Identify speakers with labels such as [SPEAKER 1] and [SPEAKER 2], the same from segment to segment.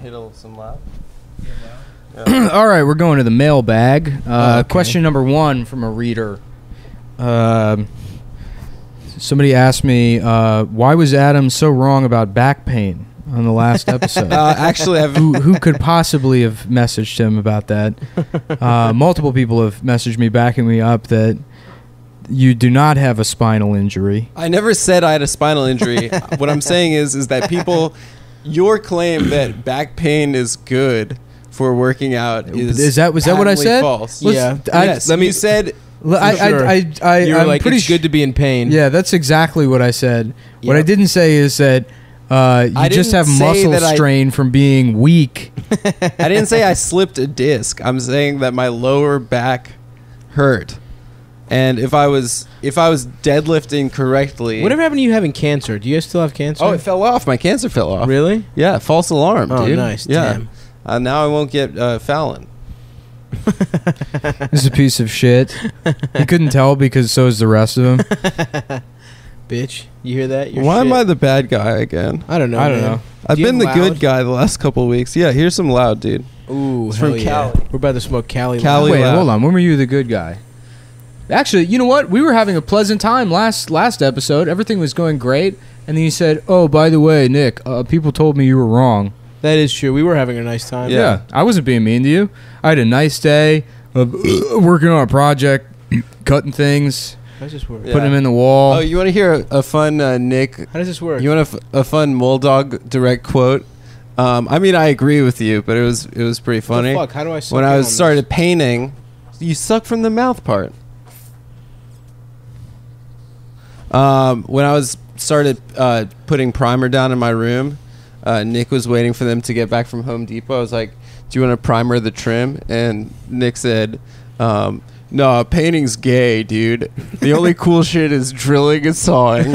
[SPEAKER 1] Hit a, some loud.
[SPEAKER 2] All right, we're going to the mailbag. Uh,
[SPEAKER 3] Oh, okay.
[SPEAKER 2] Question number one from a reader. Um, somebody asked me, uh, why was Adam so wrong about back pain on the last episode?
[SPEAKER 3] Uh, actually, I've
[SPEAKER 2] who, who could possibly have messaged him about that? Uh, multiple people have messaged me backing me up that you do not have a spinal injury.
[SPEAKER 1] I never said I had a spinal injury. what I'm saying is, is that people, your claim that back pain is good for working out is,
[SPEAKER 2] Is that- was that what I
[SPEAKER 1] patently
[SPEAKER 2] said?
[SPEAKER 1] False.
[SPEAKER 2] Was-
[SPEAKER 3] Yeah.
[SPEAKER 2] I,
[SPEAKER 1] yes.
[SPEAKER 3] let me-
[SPEAKER 1] you said
[SPEAKER 2] l- I, I,
[SPEAKER 3] Sure.
[SPEAKER 2] I, I,
[SPEAKER 3] you were
[SPEAKER 2] am
[SPEAKER 3] like,
[SPEAKER 2] pretty
[SPEAKER 3] it's
[SPEAKER 2] sh-
[SPEAKER 3] good to be in pain.
[SPEAKER 2] Yeah, that's exactly what I said. What
[SPEAKER 3] Yeah.
[SPEAKER 2] I didn't say is that uh, you
[SPEAKER 1] I
[SPEAKER 2] just
[SPEAKER 1] didn't
[SPEAKER 2] have
[SPEAKER 1] say
[SPEAKER 2] muscle
[SPEAKER 1] that I-
[SPEAKER 2] strain from being weak.
[SPEAKER 1] I didn't say I slipped a disc. I'm saying that my lower back hurt, and if I was if I was deadlifting correctly,
[SPEAKER 3] Whatever happened to you having cancer? Do you guys still have cancer?
[SPEAKER 1] Oh, it fell off. My cancer fell off.
[SPEAKER 3] really?
[SPEAKER 1] Yeah, false alarm,
[SPEAKER 3] Oh,
[SPEAKER 1] dude.
[SPEAKER 3] nice.
[SPEAKER 1] Yeah.
[SPEAKER 3] Damn.
[SPEAKER 1] Uh, now I won't get uh, Fallon.
[SPEAKER 2] This is a piece of shit. You couldn't tell because so is the rest of them.
[SPEAKER 3] Bitch, you hear that? You're
[SPEAKER 1] Why am
[SPEAKER 3] shit.
[SPEAKER 1] I the bad guy again?
[SPEAKER 3] I don't know.
[SPEAKER 2] I don't
[SPEAKER 3] man.
[SPEAKER 1] I've
[SPEAKER 3] Do you
[SPEAKER 1] been the
[SPEAKER 3] have
[SPEAKER 1] good
[SPEAKER 3] loud?
[SPEAKER 1] guy the last couple of weeks. Yeah, here's some loud, dude.
[SPEAKER 3] Ooh,
[SPEAKER 1] It's
[SPEAKER 3] hell
[SPEAKER 1] from
[SPEAKER 3] yeah.
[SPEAKER 1] Cali.
[SPEAKER 3] We're about to smoke Cali.
[SPEAKER 1] Cali.
[SPEAKER 3] Live.
[SPEAKER 2] Wait,
[SPEAKER 1] loud.
[SPEAKER 2] hold on. When were you the good guy? Actually, you know what? We were having a pleasant time last last episode. Everything was going great, and then you said, "Oh, by the way, Nick, uh, people told me you were wrong."
[SPEAKER 3] That is true. We were having a nice time.
[SPEAKER 1] Yeah.
[SPEAKER 2] I wasn't being mean to you. I had a nice day of uh, working on a project, cutting things,
[SPEAKER 3] How does this work?
[SPEAKER 1] Yeah.
[SPEAKER 2] putting them in the wall.
[SPEAKER 1] Oh, you want to hear a, a fun uh, Nick?
[SPEAKER 3] How does this work?
[SPEAKER 1] You want a, f- a fun mole dog direct quote? Um, I mean, I agree with you, but it was it was pretty
[SPEAKER 3] What the
[SPEAKER 1] funny.
[SPEAKER 3] fuck? How do I? suck
[SPEAKER 1] when
[SPEAKER 3] in
[SPEAKER 1] I
[SPEAKER 3] on
[SPEAKER 1] was
[SPEAKER 3] this?
[SPEAKER 1] started painting, you suck from the mouth part. Um, when I was started uh, putting primer down in my room, uh, Nick was waiting for them to get back from Home Depot. I was like, "Do you want to primer the trim?" And Nick said, um, "No, painting's gay, dude. The only cool shit is drilling and sawing."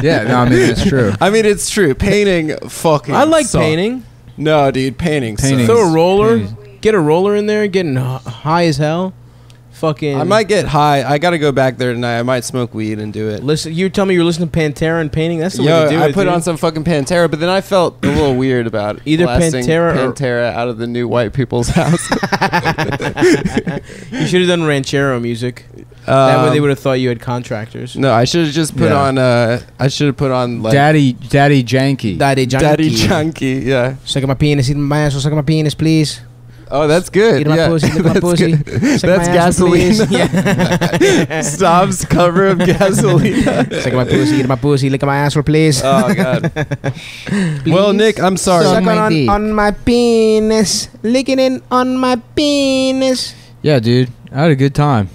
[SPEAKER 2] yeah, no, I mean it's true.
[SPEAKER 1] I mean, it's true. Painting, fucking.
[SPEAKER 3] I like
[SPEAKER 1] sucks.
[SPEAKER 3] painting.
[SPEAKER 1] No, dude, painting.
[SPEAKER 2] Painting.
[SPEAKER 1] sucks.
[SPEAKER 3] Throw a roller.
[SPEAKER 2] Mm.
[SPEAKER 3] Get a roller in there. Getting h- high as hell. Fucking.
[SPEAKER 1] I might get high. I got to go back there tonight. I might smoke weed and do it.
[SPEAKER 3] listen. You tell me you're listening to Pantera and painting. That's the
[SPEAKER 1] Yo,
[SPEAKER 3] way to do
[SPEAKER 1] I
[SPEAKER 3] it.
[SPEAKER 1] put
[SPEAKER 3] dude.
[SPEAKER 1] on some fucking Pantera, but then I felt a little weird about it.
[SPEAKER 3] Either
[SPEAKER 1] blasting
[SPEAKER 3] Pantera or-
[SPEAKER 1] Pantera out of the new white people's house.
[SPEAKER 3] You should have done ranchero music. that way they would have thought you had contractors.
[SPEAKER 1] Um, No, I should have just put
[SPEAKER 2] Yeah.
[SPEAKER 1] on. Uh, I should have put on like
[SPEAKER 2] Daddy, Daddy Janky.
[SPEAKER 3] Daddy
[SPEAKER 1] Daddy Chunky. Yeah.
[SPEAKER 3] Suck my penis, eat my asshole, suck my penis, please.
[SPEAKER 1] Oh, that's good.
[SPEAKER 3] Eat my
[SPEAKER 1] yeah.
[SPEAKER 3] pussy, lick my
[SPEAKER 1] that's
[SPEAKER 3] pussy.
[SPEAKER 1] good.
[SPEAKER 3] Suck
[SPEAKER 1] That's
[SPEAKER 3] my asshole,
[SPEAKER 1] gasoline.
[SPEAKER 3] please. Yeah.
[SPEAKER 1] Stops cover of gasoline.
[SPEAKER 3] Suck my pussy, eat my pussy, lick my asshole, please.
[SPEAKER 1] oh God. Well, Nick, I'm sorry.
[SPEAKER 2] Suck my dick.
[SPEAKER 3] my penis, licking it on my penis.
[SPEAKER 2] Yeah, dude, I had a good time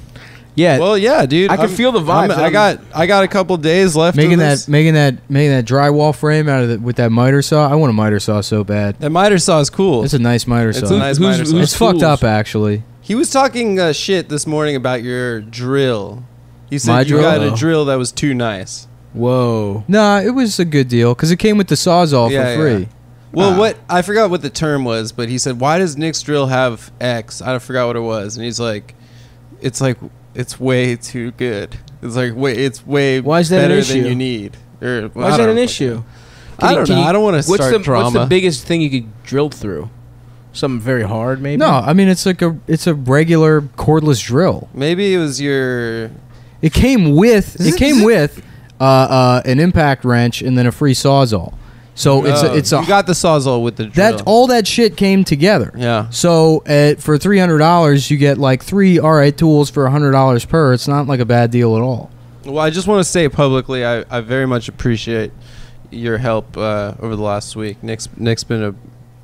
[SPEAKER 3] Yeah,
[SPEAKER 1] Well, yeah, dude.
[SPEAKER 3] I can feel the
[SPEAKER 1] vibe.
[SPEAKER 3] vibes.
[SPEAKER 1] I
[SPEAKER 3] I'm-
[SPEAKER 1] got. I got a couple days left.
[SPEAKER 2] making
[SPEAKER 1] of
[SPEAKER 2] that,
[SPEAKER 1] this.
[SPEAKER 2] making that, making that drywall frame out of the, with that miter saw. I want a miter saw so bad.
[SPEAKER 1] That miter saw is cool.
[SPEAKER 2] It's a nice miter
[SPEAKER 1] It's
[SPEAKER 2] saw.
[SPEAKER 1] a nice
[SPEAKER 2] It's,
[SPEAKER 1] miter saw.
[SPEAKER 3] who's-
[SPEAKER 2] fucked
[SPEAKER 3] fools.
[SPEAKER 2] up actually.
[SPEAKER 1] He was talking uh, shit this morning about your drill. He said
[SPEAKER 2] My
[SPEAKER 1] you
[SPEAKER 2] drill?
[SPEAKER 1] got a
[SPEAKER 3] Oh.
[SPEAKER 1] drill that was too nice.
[SPEAKER 3] whoa.
[SPEAKER 2] Nah, it was a good deal because it came with the sawzall
[SPEAKER 1] Yeah,
[SPEAKER 2] for free.
[SPEAKER 1] Well,
[SPEAKER 3] Ah.
[SPEAKER 1] what I forgot what the term was, but he said, "Why does Nick's drill have X?" I forgot what it was, and he's like, "It's like it's way too good. It's like way it's way
[SPEAKER 3] Why is that an
[SPEAKER 1] better
[SPEAKER 3] issue?
[SPEAKER 1] than you need." Or,
[SPEAKER 3] Why is that an issue? Can
[SPEAKER 1] I
[SPEAKER 3] you-
[SPEAKER 1] don't
[SPEAKER 3] can
[SPEAKER 1] know.
[SPEAKER 3] you-
[SPEAKER 1] I don't want to
[SPEAKER 3] What's
[SPEAKER 1] start
[SPEAKER 3] the,
[SPEAKER 1] drama.
[SPEAKER 3] what's the biggest thing you could drill through? Something very hard, maybe?
[SPEAKER 2] No, I mean it's like a it's a regular cordless drill.
[SPEAKER 1] Maybe it was your
[SPEAKER 2] It came with it came with uh, uh, an impact wrench and then a free sawzall. So it's
[SPEAKER 1] Oh,
[SPEAKER 2] a, it's a
[SPEAKER 1] you got the sawzall with the drill.
[SPEAKER 2] that all that shit came together.
[SPEAKER 1] yeah.
[SPEAKER 2] So at, for three hundred dollars, you get like three all right tools for hundred dollars per. It's not like a bad deal at all.
[SPEAKER 1] Well, I just want to say publicly, I, I very much appreciate your help uh, over the last week. Nick's Nick's been a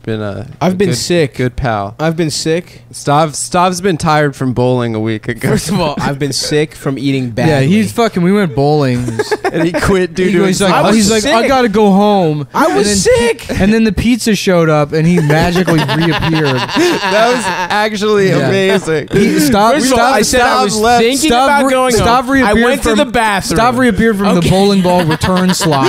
[SPEAKER 1] been a
[SPEAKER 3] I've
[SPEAKER 1] a
[SPEAKER 3] been
[SPEAKER 1] good-
[SPEAKER 3] sick.
[SPEAKER 1] good pal.
[SPEAKER 3] I've been sick.
[SPEAKER 1] Stav Stav's been tired from bowling a week ago.
[SPEAKER 3] First of all, I've been sick from eating badly.
[SPEAKER 2] Yeah, he's fucking. We went bowling. He's,
[SPEAKER 1] and he quit due
[SPEAKER 2] he
[SPEAKER 1] to
[SPEAKER 2] goes, he's like,
[SPEAKER 3] I
[SPEAKER 2] I
[SPEAKER 3] was
[SPEAKER 2] he's like, I
[SPEAKER 3] sick.
[SPEAKER 2] gotta go home.
[SPEAKER 3] I was
[SPEAKER 2] and then,
[SPEAKER 3] sick.
[SPEAKER 2] And then the pizza showed up, and he magically reappeared.
[SPEAKER 1] that was actually
[SPEAKER 2] Yeah.
[SPEAKER 1] amazing.
[SPEAKER 2] He, stop.
[SPEAKER 3] First of all, I said I was
[SPEAKER 1] left.
[SPEAKER 3] thinking
[SPEAKER 2] Stav
[SPEAKER 3] about
[SPEAKER 2] re-
[SPEAKER 3] going
[SPEAKER 2] Stav
[SPEAKER 3] home. I
[SPEAKER 2] reappeared
[SPEAKER 3] went to
[SPEAKER 2] from-
[SPEAKER 3] the bathroom.
[SPEAKER 2] Stav reappeared from the
[SPEAKER 3] Okay.
[SPEAKER 2] bowling ball return slot.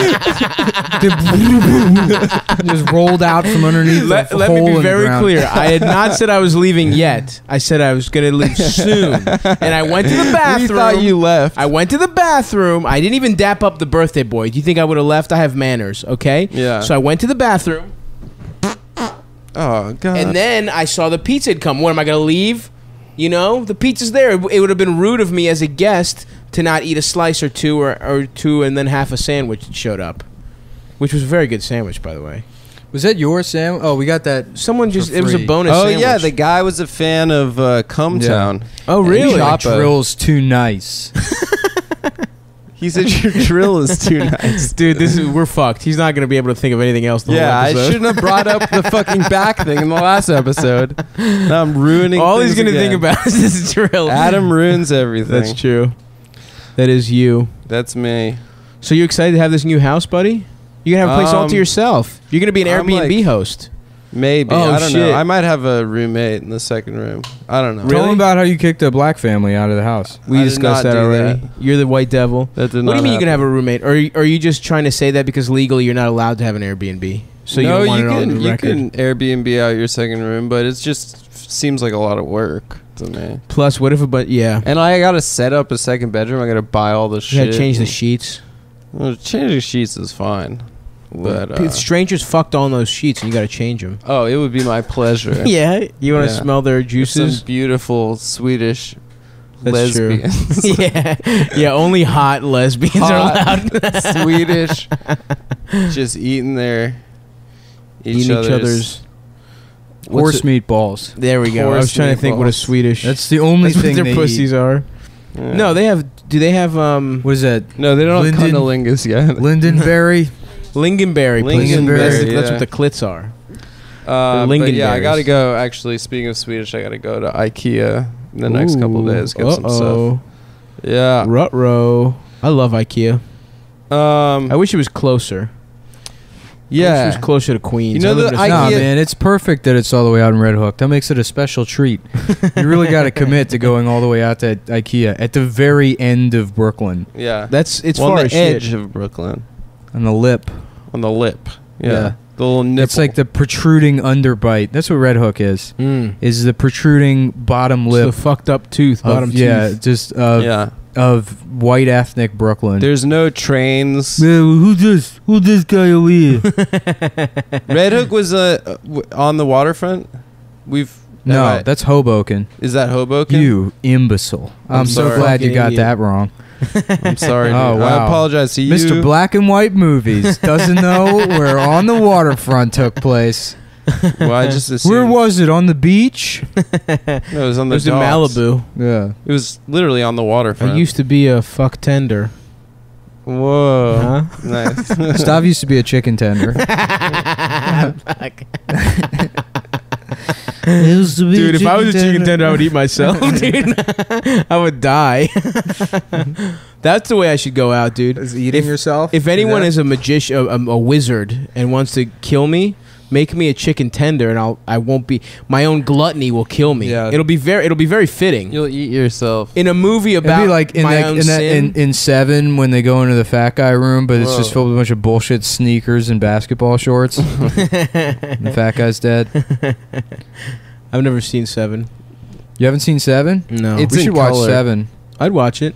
[SPEAKER 2] The- just rolled out from underneath.
[SPEAKER 3] let,
[SPEAKER 2] the
[SPEAKER 3] let
[SPEAKER 2] hole
[SPEAKER 3] me
[SPEAKER 2] in
[SPEAKER 3] be
[SPEAKER 2] the
[SPEAKER 3] very
[SPEAKER 2] ground.
[SPEAKER 3] clear. I had not said I was leaving yet. I said I was going to leave soon. And I went to the
[SPEAKER 1] we
[SPEAKER 3] bathroom.
[SPEAKER 1] thought you left.
[SPEAKER 3] I went to the bathroom. I didn't even dap up the birthday boy. Do you think I would have left? I have manners, okay?
[SPEAKER 1] Yeah.
[SPEAKER 3] So I went to the bathroom.
[SPEAKER 1] Oh god.
[SPEAKER 3] And then I saw the pizza had come. What am I going to leave? You know, the pizza's there. It w- it would have been rude of me as a guest to not eat a slice or two or, or two and then half a sandwich that showed up, which was a very good sandwich, by the way.
[SPEAKER 2] Was that your Sam? Oh, we got that.
[SPEAKER 3] Someone just, it was a
[SPEAKER 2] free.
[SPEAKER 3] bonus
[SPEAKER 1] oh
[SPEAKER 3] sandwich.
[SPEAKER 1] yeah, the guy was a fan of uh, Cumtown.
[SPEAKER 3] Oh,
[SPEAKER 1] And
[SPEAKER 3] really?
[SPEAKER 1] he
[SPEAKER 2] Your
[SPEAKER 1] shot a-
[SPEAKER 2] drill's too nice.
[SPEAKER 1] He said your drill is too nice.
[SPEAKER 3] Dude, this is we're fucked. He's not gonna be able to think of anything else. The
[SPEAKER 1] Yeah,
[SPEAKER 3] whole
[SPEAKER 1] I
[SPEAKER 3] episode.
[SPEAKER 1] shouldn't have brought up the fucking back thing in the last episode. Now I'm ruining.
[SPEAKER 3] All he's
[SPEAKER 1] things
[SPEAKER 3] gonna
[SPEAKER 1] again.
[SPEAKER 3] think about is this
[SPEAKER 1] Oh.
[SPEAKER 3] drill.
[SPEAKER 1] Adam ruins everything.
[SPEAKER 3] That's true. That is you.
[SPEAKER 1] That's me.
[SPEAKER 3] So you excited to have this new house, buddy? You're gonna have a place all
[SPEAKER 1] Um,
[SPEAKER 3] to yourself. You're gonna be an
[SPEAKER 1] I'm
[SPEAKER 3] Airbnb
[SPEAKER 1] like-
[SPEAKER 3] host.
[SPEAKER 1] Maybe
[SPEAKER 3] Oh,
[SPEAKER 1] I don't know.
[SPEAKER 3] shit.
[SPEAKER 1] I might have a roommate in the second room. I don't know.
[SPEAKER 3] Really?
[SPEAKER 2] Tell him about how you kicked a black family out of the house.
[SPEAKER 3] We
[SPEAKER 1] I did
[SPEAKER 3] discussed
[SPEAKER 1] not
[SPEAKER 3] that
[SPEAKER 1] do
[SPEAKER 3] already.
[SPEAKER 1] that.
[SPEAKER 3] You're the white devil.
[SPEAKER 1] That did
[SPEAKER 3] What do you
[SPEAKER 1] not
[SPEAKER 3] mean you can
[SPEAKER 1] happen.
[SPEAKER 3] have a roommate? Or are you, are you just trying to say that because legally you're not allowed to have an Airbnb? So you
[SPEAKER 1] no,
[SPEAKER 3] don't want
[SPEAKER 1] you
[SPEAKER 3] it
[SPEAKER 1] can
[SPEAKER 3] on the
[SPEAKER 1] you
[SPEAKER 3] record.
[SPEAKER 1] can Airbnb out your second room, but it's just seems like a lot of work to me.
[SPEAKER 3] Plus, what if a but? Yeah,
[SPEAKER 1] And I gotta set up a second bedroom. I gotta buy all the
[SPEAKER 3] you
[SPEAKER 1] shit.
[SPEAKER 3] gotta change the sheets.
[SPEAKER 1] Well, changing sheets is fine, but uh,
[SPEAKER 3] strangers fucked on those sheets, and you gotta change them.
[SPEAKER 1] oh, it would be my pleasure.
[SPEAKER 3] Yeah, you want to
[SPEAKER 1] Yeah.
[SPEAKER 3] smell their
[SPEAKER 1] If some
[SPEAKER 3] juices.
[SPEAKER 1] beautiful Swedish
[SPEAKER 3] That's true.
[SPEAKER 1] lesbian,
[SPEAKER 3] yeah, yeah. Only hot lesbians are
[SPEAKER 1] Hot
[SPEAKER 3] allowed.
[SPEAKER 1] Swedish, just eating their each,
[SPEAKER 3] Eating
[SPEAKER 1] other's,
[SPEAKER 3] What's
[SPEAKER 2] Horse meat balls.
[SPEAKER 3] There we go. I was
[SPEAKER 1] Horse
[SPEAKER 3] trying to
[SPEAKER 1] meatballs.
[SPEAKER 3] think what a Swedish.
[SPEAKER 2] That's the only
[SPEAKER 3] that's
[SPEAKER 2] thing
[SPEAKER 3] what
[SPEAKER 2] they
[SPEAKER 3] their pussies
[SPEAKER 2] eat.
[SPEAKER 3] are.
[SPEAKER 1] Yeah.
[SPEAKER 3] No, they have. Do they have um
[SPEAKER 2] What is that?
[SPEAKER 1] no, they don't
[SPEAKER 2] Linden-
[SPEAKER 1] have cunnilingus yet.
[SPEAKER 2] Lindenberry.
[SPEAKER 3] lingonberry? pussy?
[SPEAKER 1] Lingonberry,
[SPEAKER 3] That's, that's
[SPEAKER 1] yeah.
[SPEAKER 3] what the clits are.
[SPEAKER 1] Uh, but yeah, I
[SPEAKER 3] Lingonberries.
[SPEAKER 1] gotta go. Actually, speaking of Swedish, I gotta go to IKEA in the next couple
[SPEAKER 3] Ooh,
[SPEAKER 1] days. Get some Ah. stuff.
[SPEAKER 3] uh-oh.
[SPEAKER 1] Yeah.
[SPEAKER 3] Ruh-roh. I love IKEA. I
[SPEAKER 1] Um.
[SPEAKER 3] wish it was closer. I wish it
[SPEAKER 1] Yeah.
[SPEAKER 3] was closer to Queens.
[SPEAKER 1] You know
[SPEAKER 3] I live
[SPEAKER 1] the
[SPEAKER 3] in a-
[SPEAKER 1] I-
[SPEAKER 2] nah,
[SPEAKER 1] Ikea-
[SPEAKER 2] man, it's perfect that it's all the way out in Red Hook. That makes it a special treat. you really got to commit to going all the way out to IKEA at the very end of Brooklyn
[SPEAKER 1] Yeah.
[SPEAKER 3] that's it's
[SPEAKER 1] Well,
[SPEAKER 3] far
[SPEAKER 1] on
[SPEAKER 3] as
[SPEAKER 1] the
[SPEAKER 3] shit.
[SPEAKER 1] edge of Brooklyn,
[SPEAKER 2] on the lip.
[SPEAKER 1] on the lip. Yeah.
[SPEAKER 2] Yeah.
[SPEAKER 1] The little nipple.
[SPEAKER 2] It's like the protruding underbite. That's what Red Hook is.
[SPEAKER 3] Mm.
[SPEAKER 2] Is the protruding bottom
[SPEAKER 3] It's
[SPEAKER 2] lip.
[SPEAKER 3] the fucked up tooth,
[SPEAKER 2] of-
[SPEAKER 3] bottom
[SPEAKER 2] yeah,
[SPEAKER 3] teeth.
[SPEAKER 2] just of
[SPEAKER 1] yeah.
[SPEAKER 2] of white ethnic Brooklyn.
[SPEAKER 1] There's no trains.
[SPEAKER 2] who this? Who this guy over here?
[SPEAKER 1] Red Hook was uh, w- on the waterfront. We've
[SPEAKER 2] no,
[SPEAKER 1] Alright.
[SPEAKER 2] that's Hoboken.
[SPEAKER 1] is that Hoboken?
[SPEAKER 2] You imbecile. I'm,
[SPEAKER 1] I'm
[SPEAKER 2] so
[SPEAKER 1] sorry.
[SPEAKER 2] glad you
[SPEAKER 3] Fucking
[SPEAKER 2] got
[SPEAKER 3] idiot.
[SPEAKER 2] that wrong.
[SPEAKER 1] I'm sorry. dude.
[SPEAKER 2] Oh, wow.
[SPEAKER 1] I apologize to you,
[SPEAKER 2] Mr. Black and White Movies doesn't know where on the waterfront took place.
[SPEAKER 1] Well, I just assumed
[SPEAKER 2] Where was it? On the beach?
[SPEAKER 1] No, it was on
[SPEAKER 3] It
[SPEAKER 1] the
[SPEAKER 3] was in
[SPEAKER 1] docks.
[SPEAKER 3] Malibu.
[SPEAKER 2] Yeah.
[SPEAKER 1] It was literally on the waterfront.
[SPEAKER 3] I used to be a fuck tender.
[SPEAKER 1] Whoa.
[SPEAKER 3] Huh?
[SPEAKER 1] Nice.
[SPEAKER 2] Stav used to be a chicken tender.
[SPEAKER 3] Dude, if I was a chicken tender, I would eat myself, dude. I would die. That's the way I should go out, dude.
[SPEAKER 2] eating
[SPEAKER 3] If-
[SPEAKER 2] yourself?
[SPEAKER 3] If anyone
[SPEAKER 2] that-
[SPEAKER 3] is a magician, a, a, a wizard, and wants to kill me, make me a chicken tender, and I'll I won't be. My own gluttony will kill me.
[SPEAKER 1] Yeah.
[SPEAKER 3] It'll be very it'll be very fitting.
[SPEAKER 1] You'll eat yourself.
[SPEAKER 3] in a movie
[SPEAKER 2] It'd
[SPEAKER 3] about
[SPEAKER 2] be like in
[SPEAKER 3] my
[SPEAKER 2] that,
[SPEAKER 3] own
[SPEAKER 2] in, that
[SPEAKER 3] sin.
[SPEAKER 2] in, in seven when they go into the fat guy room, but it's just
[SPEAKER 1] Whoa.
[SPEAKER 2] filled with a bunch of bullshit sneakers and basketball shorts. and the fat guy's dead.
[SPEAKER 3] I've never seen Seven.
[SPEAKER 2] You haven't seen seven?
[SPEAKER 3] No,
[SPEAKER 1] It's
[SPEAKER 2] we
[SPEAKER 1] in
[SPEAKER 2] should watch
[SPEAKER 1] color.
[SPEAKER 2] seven.
[SPEAKER 3] I'd watch it.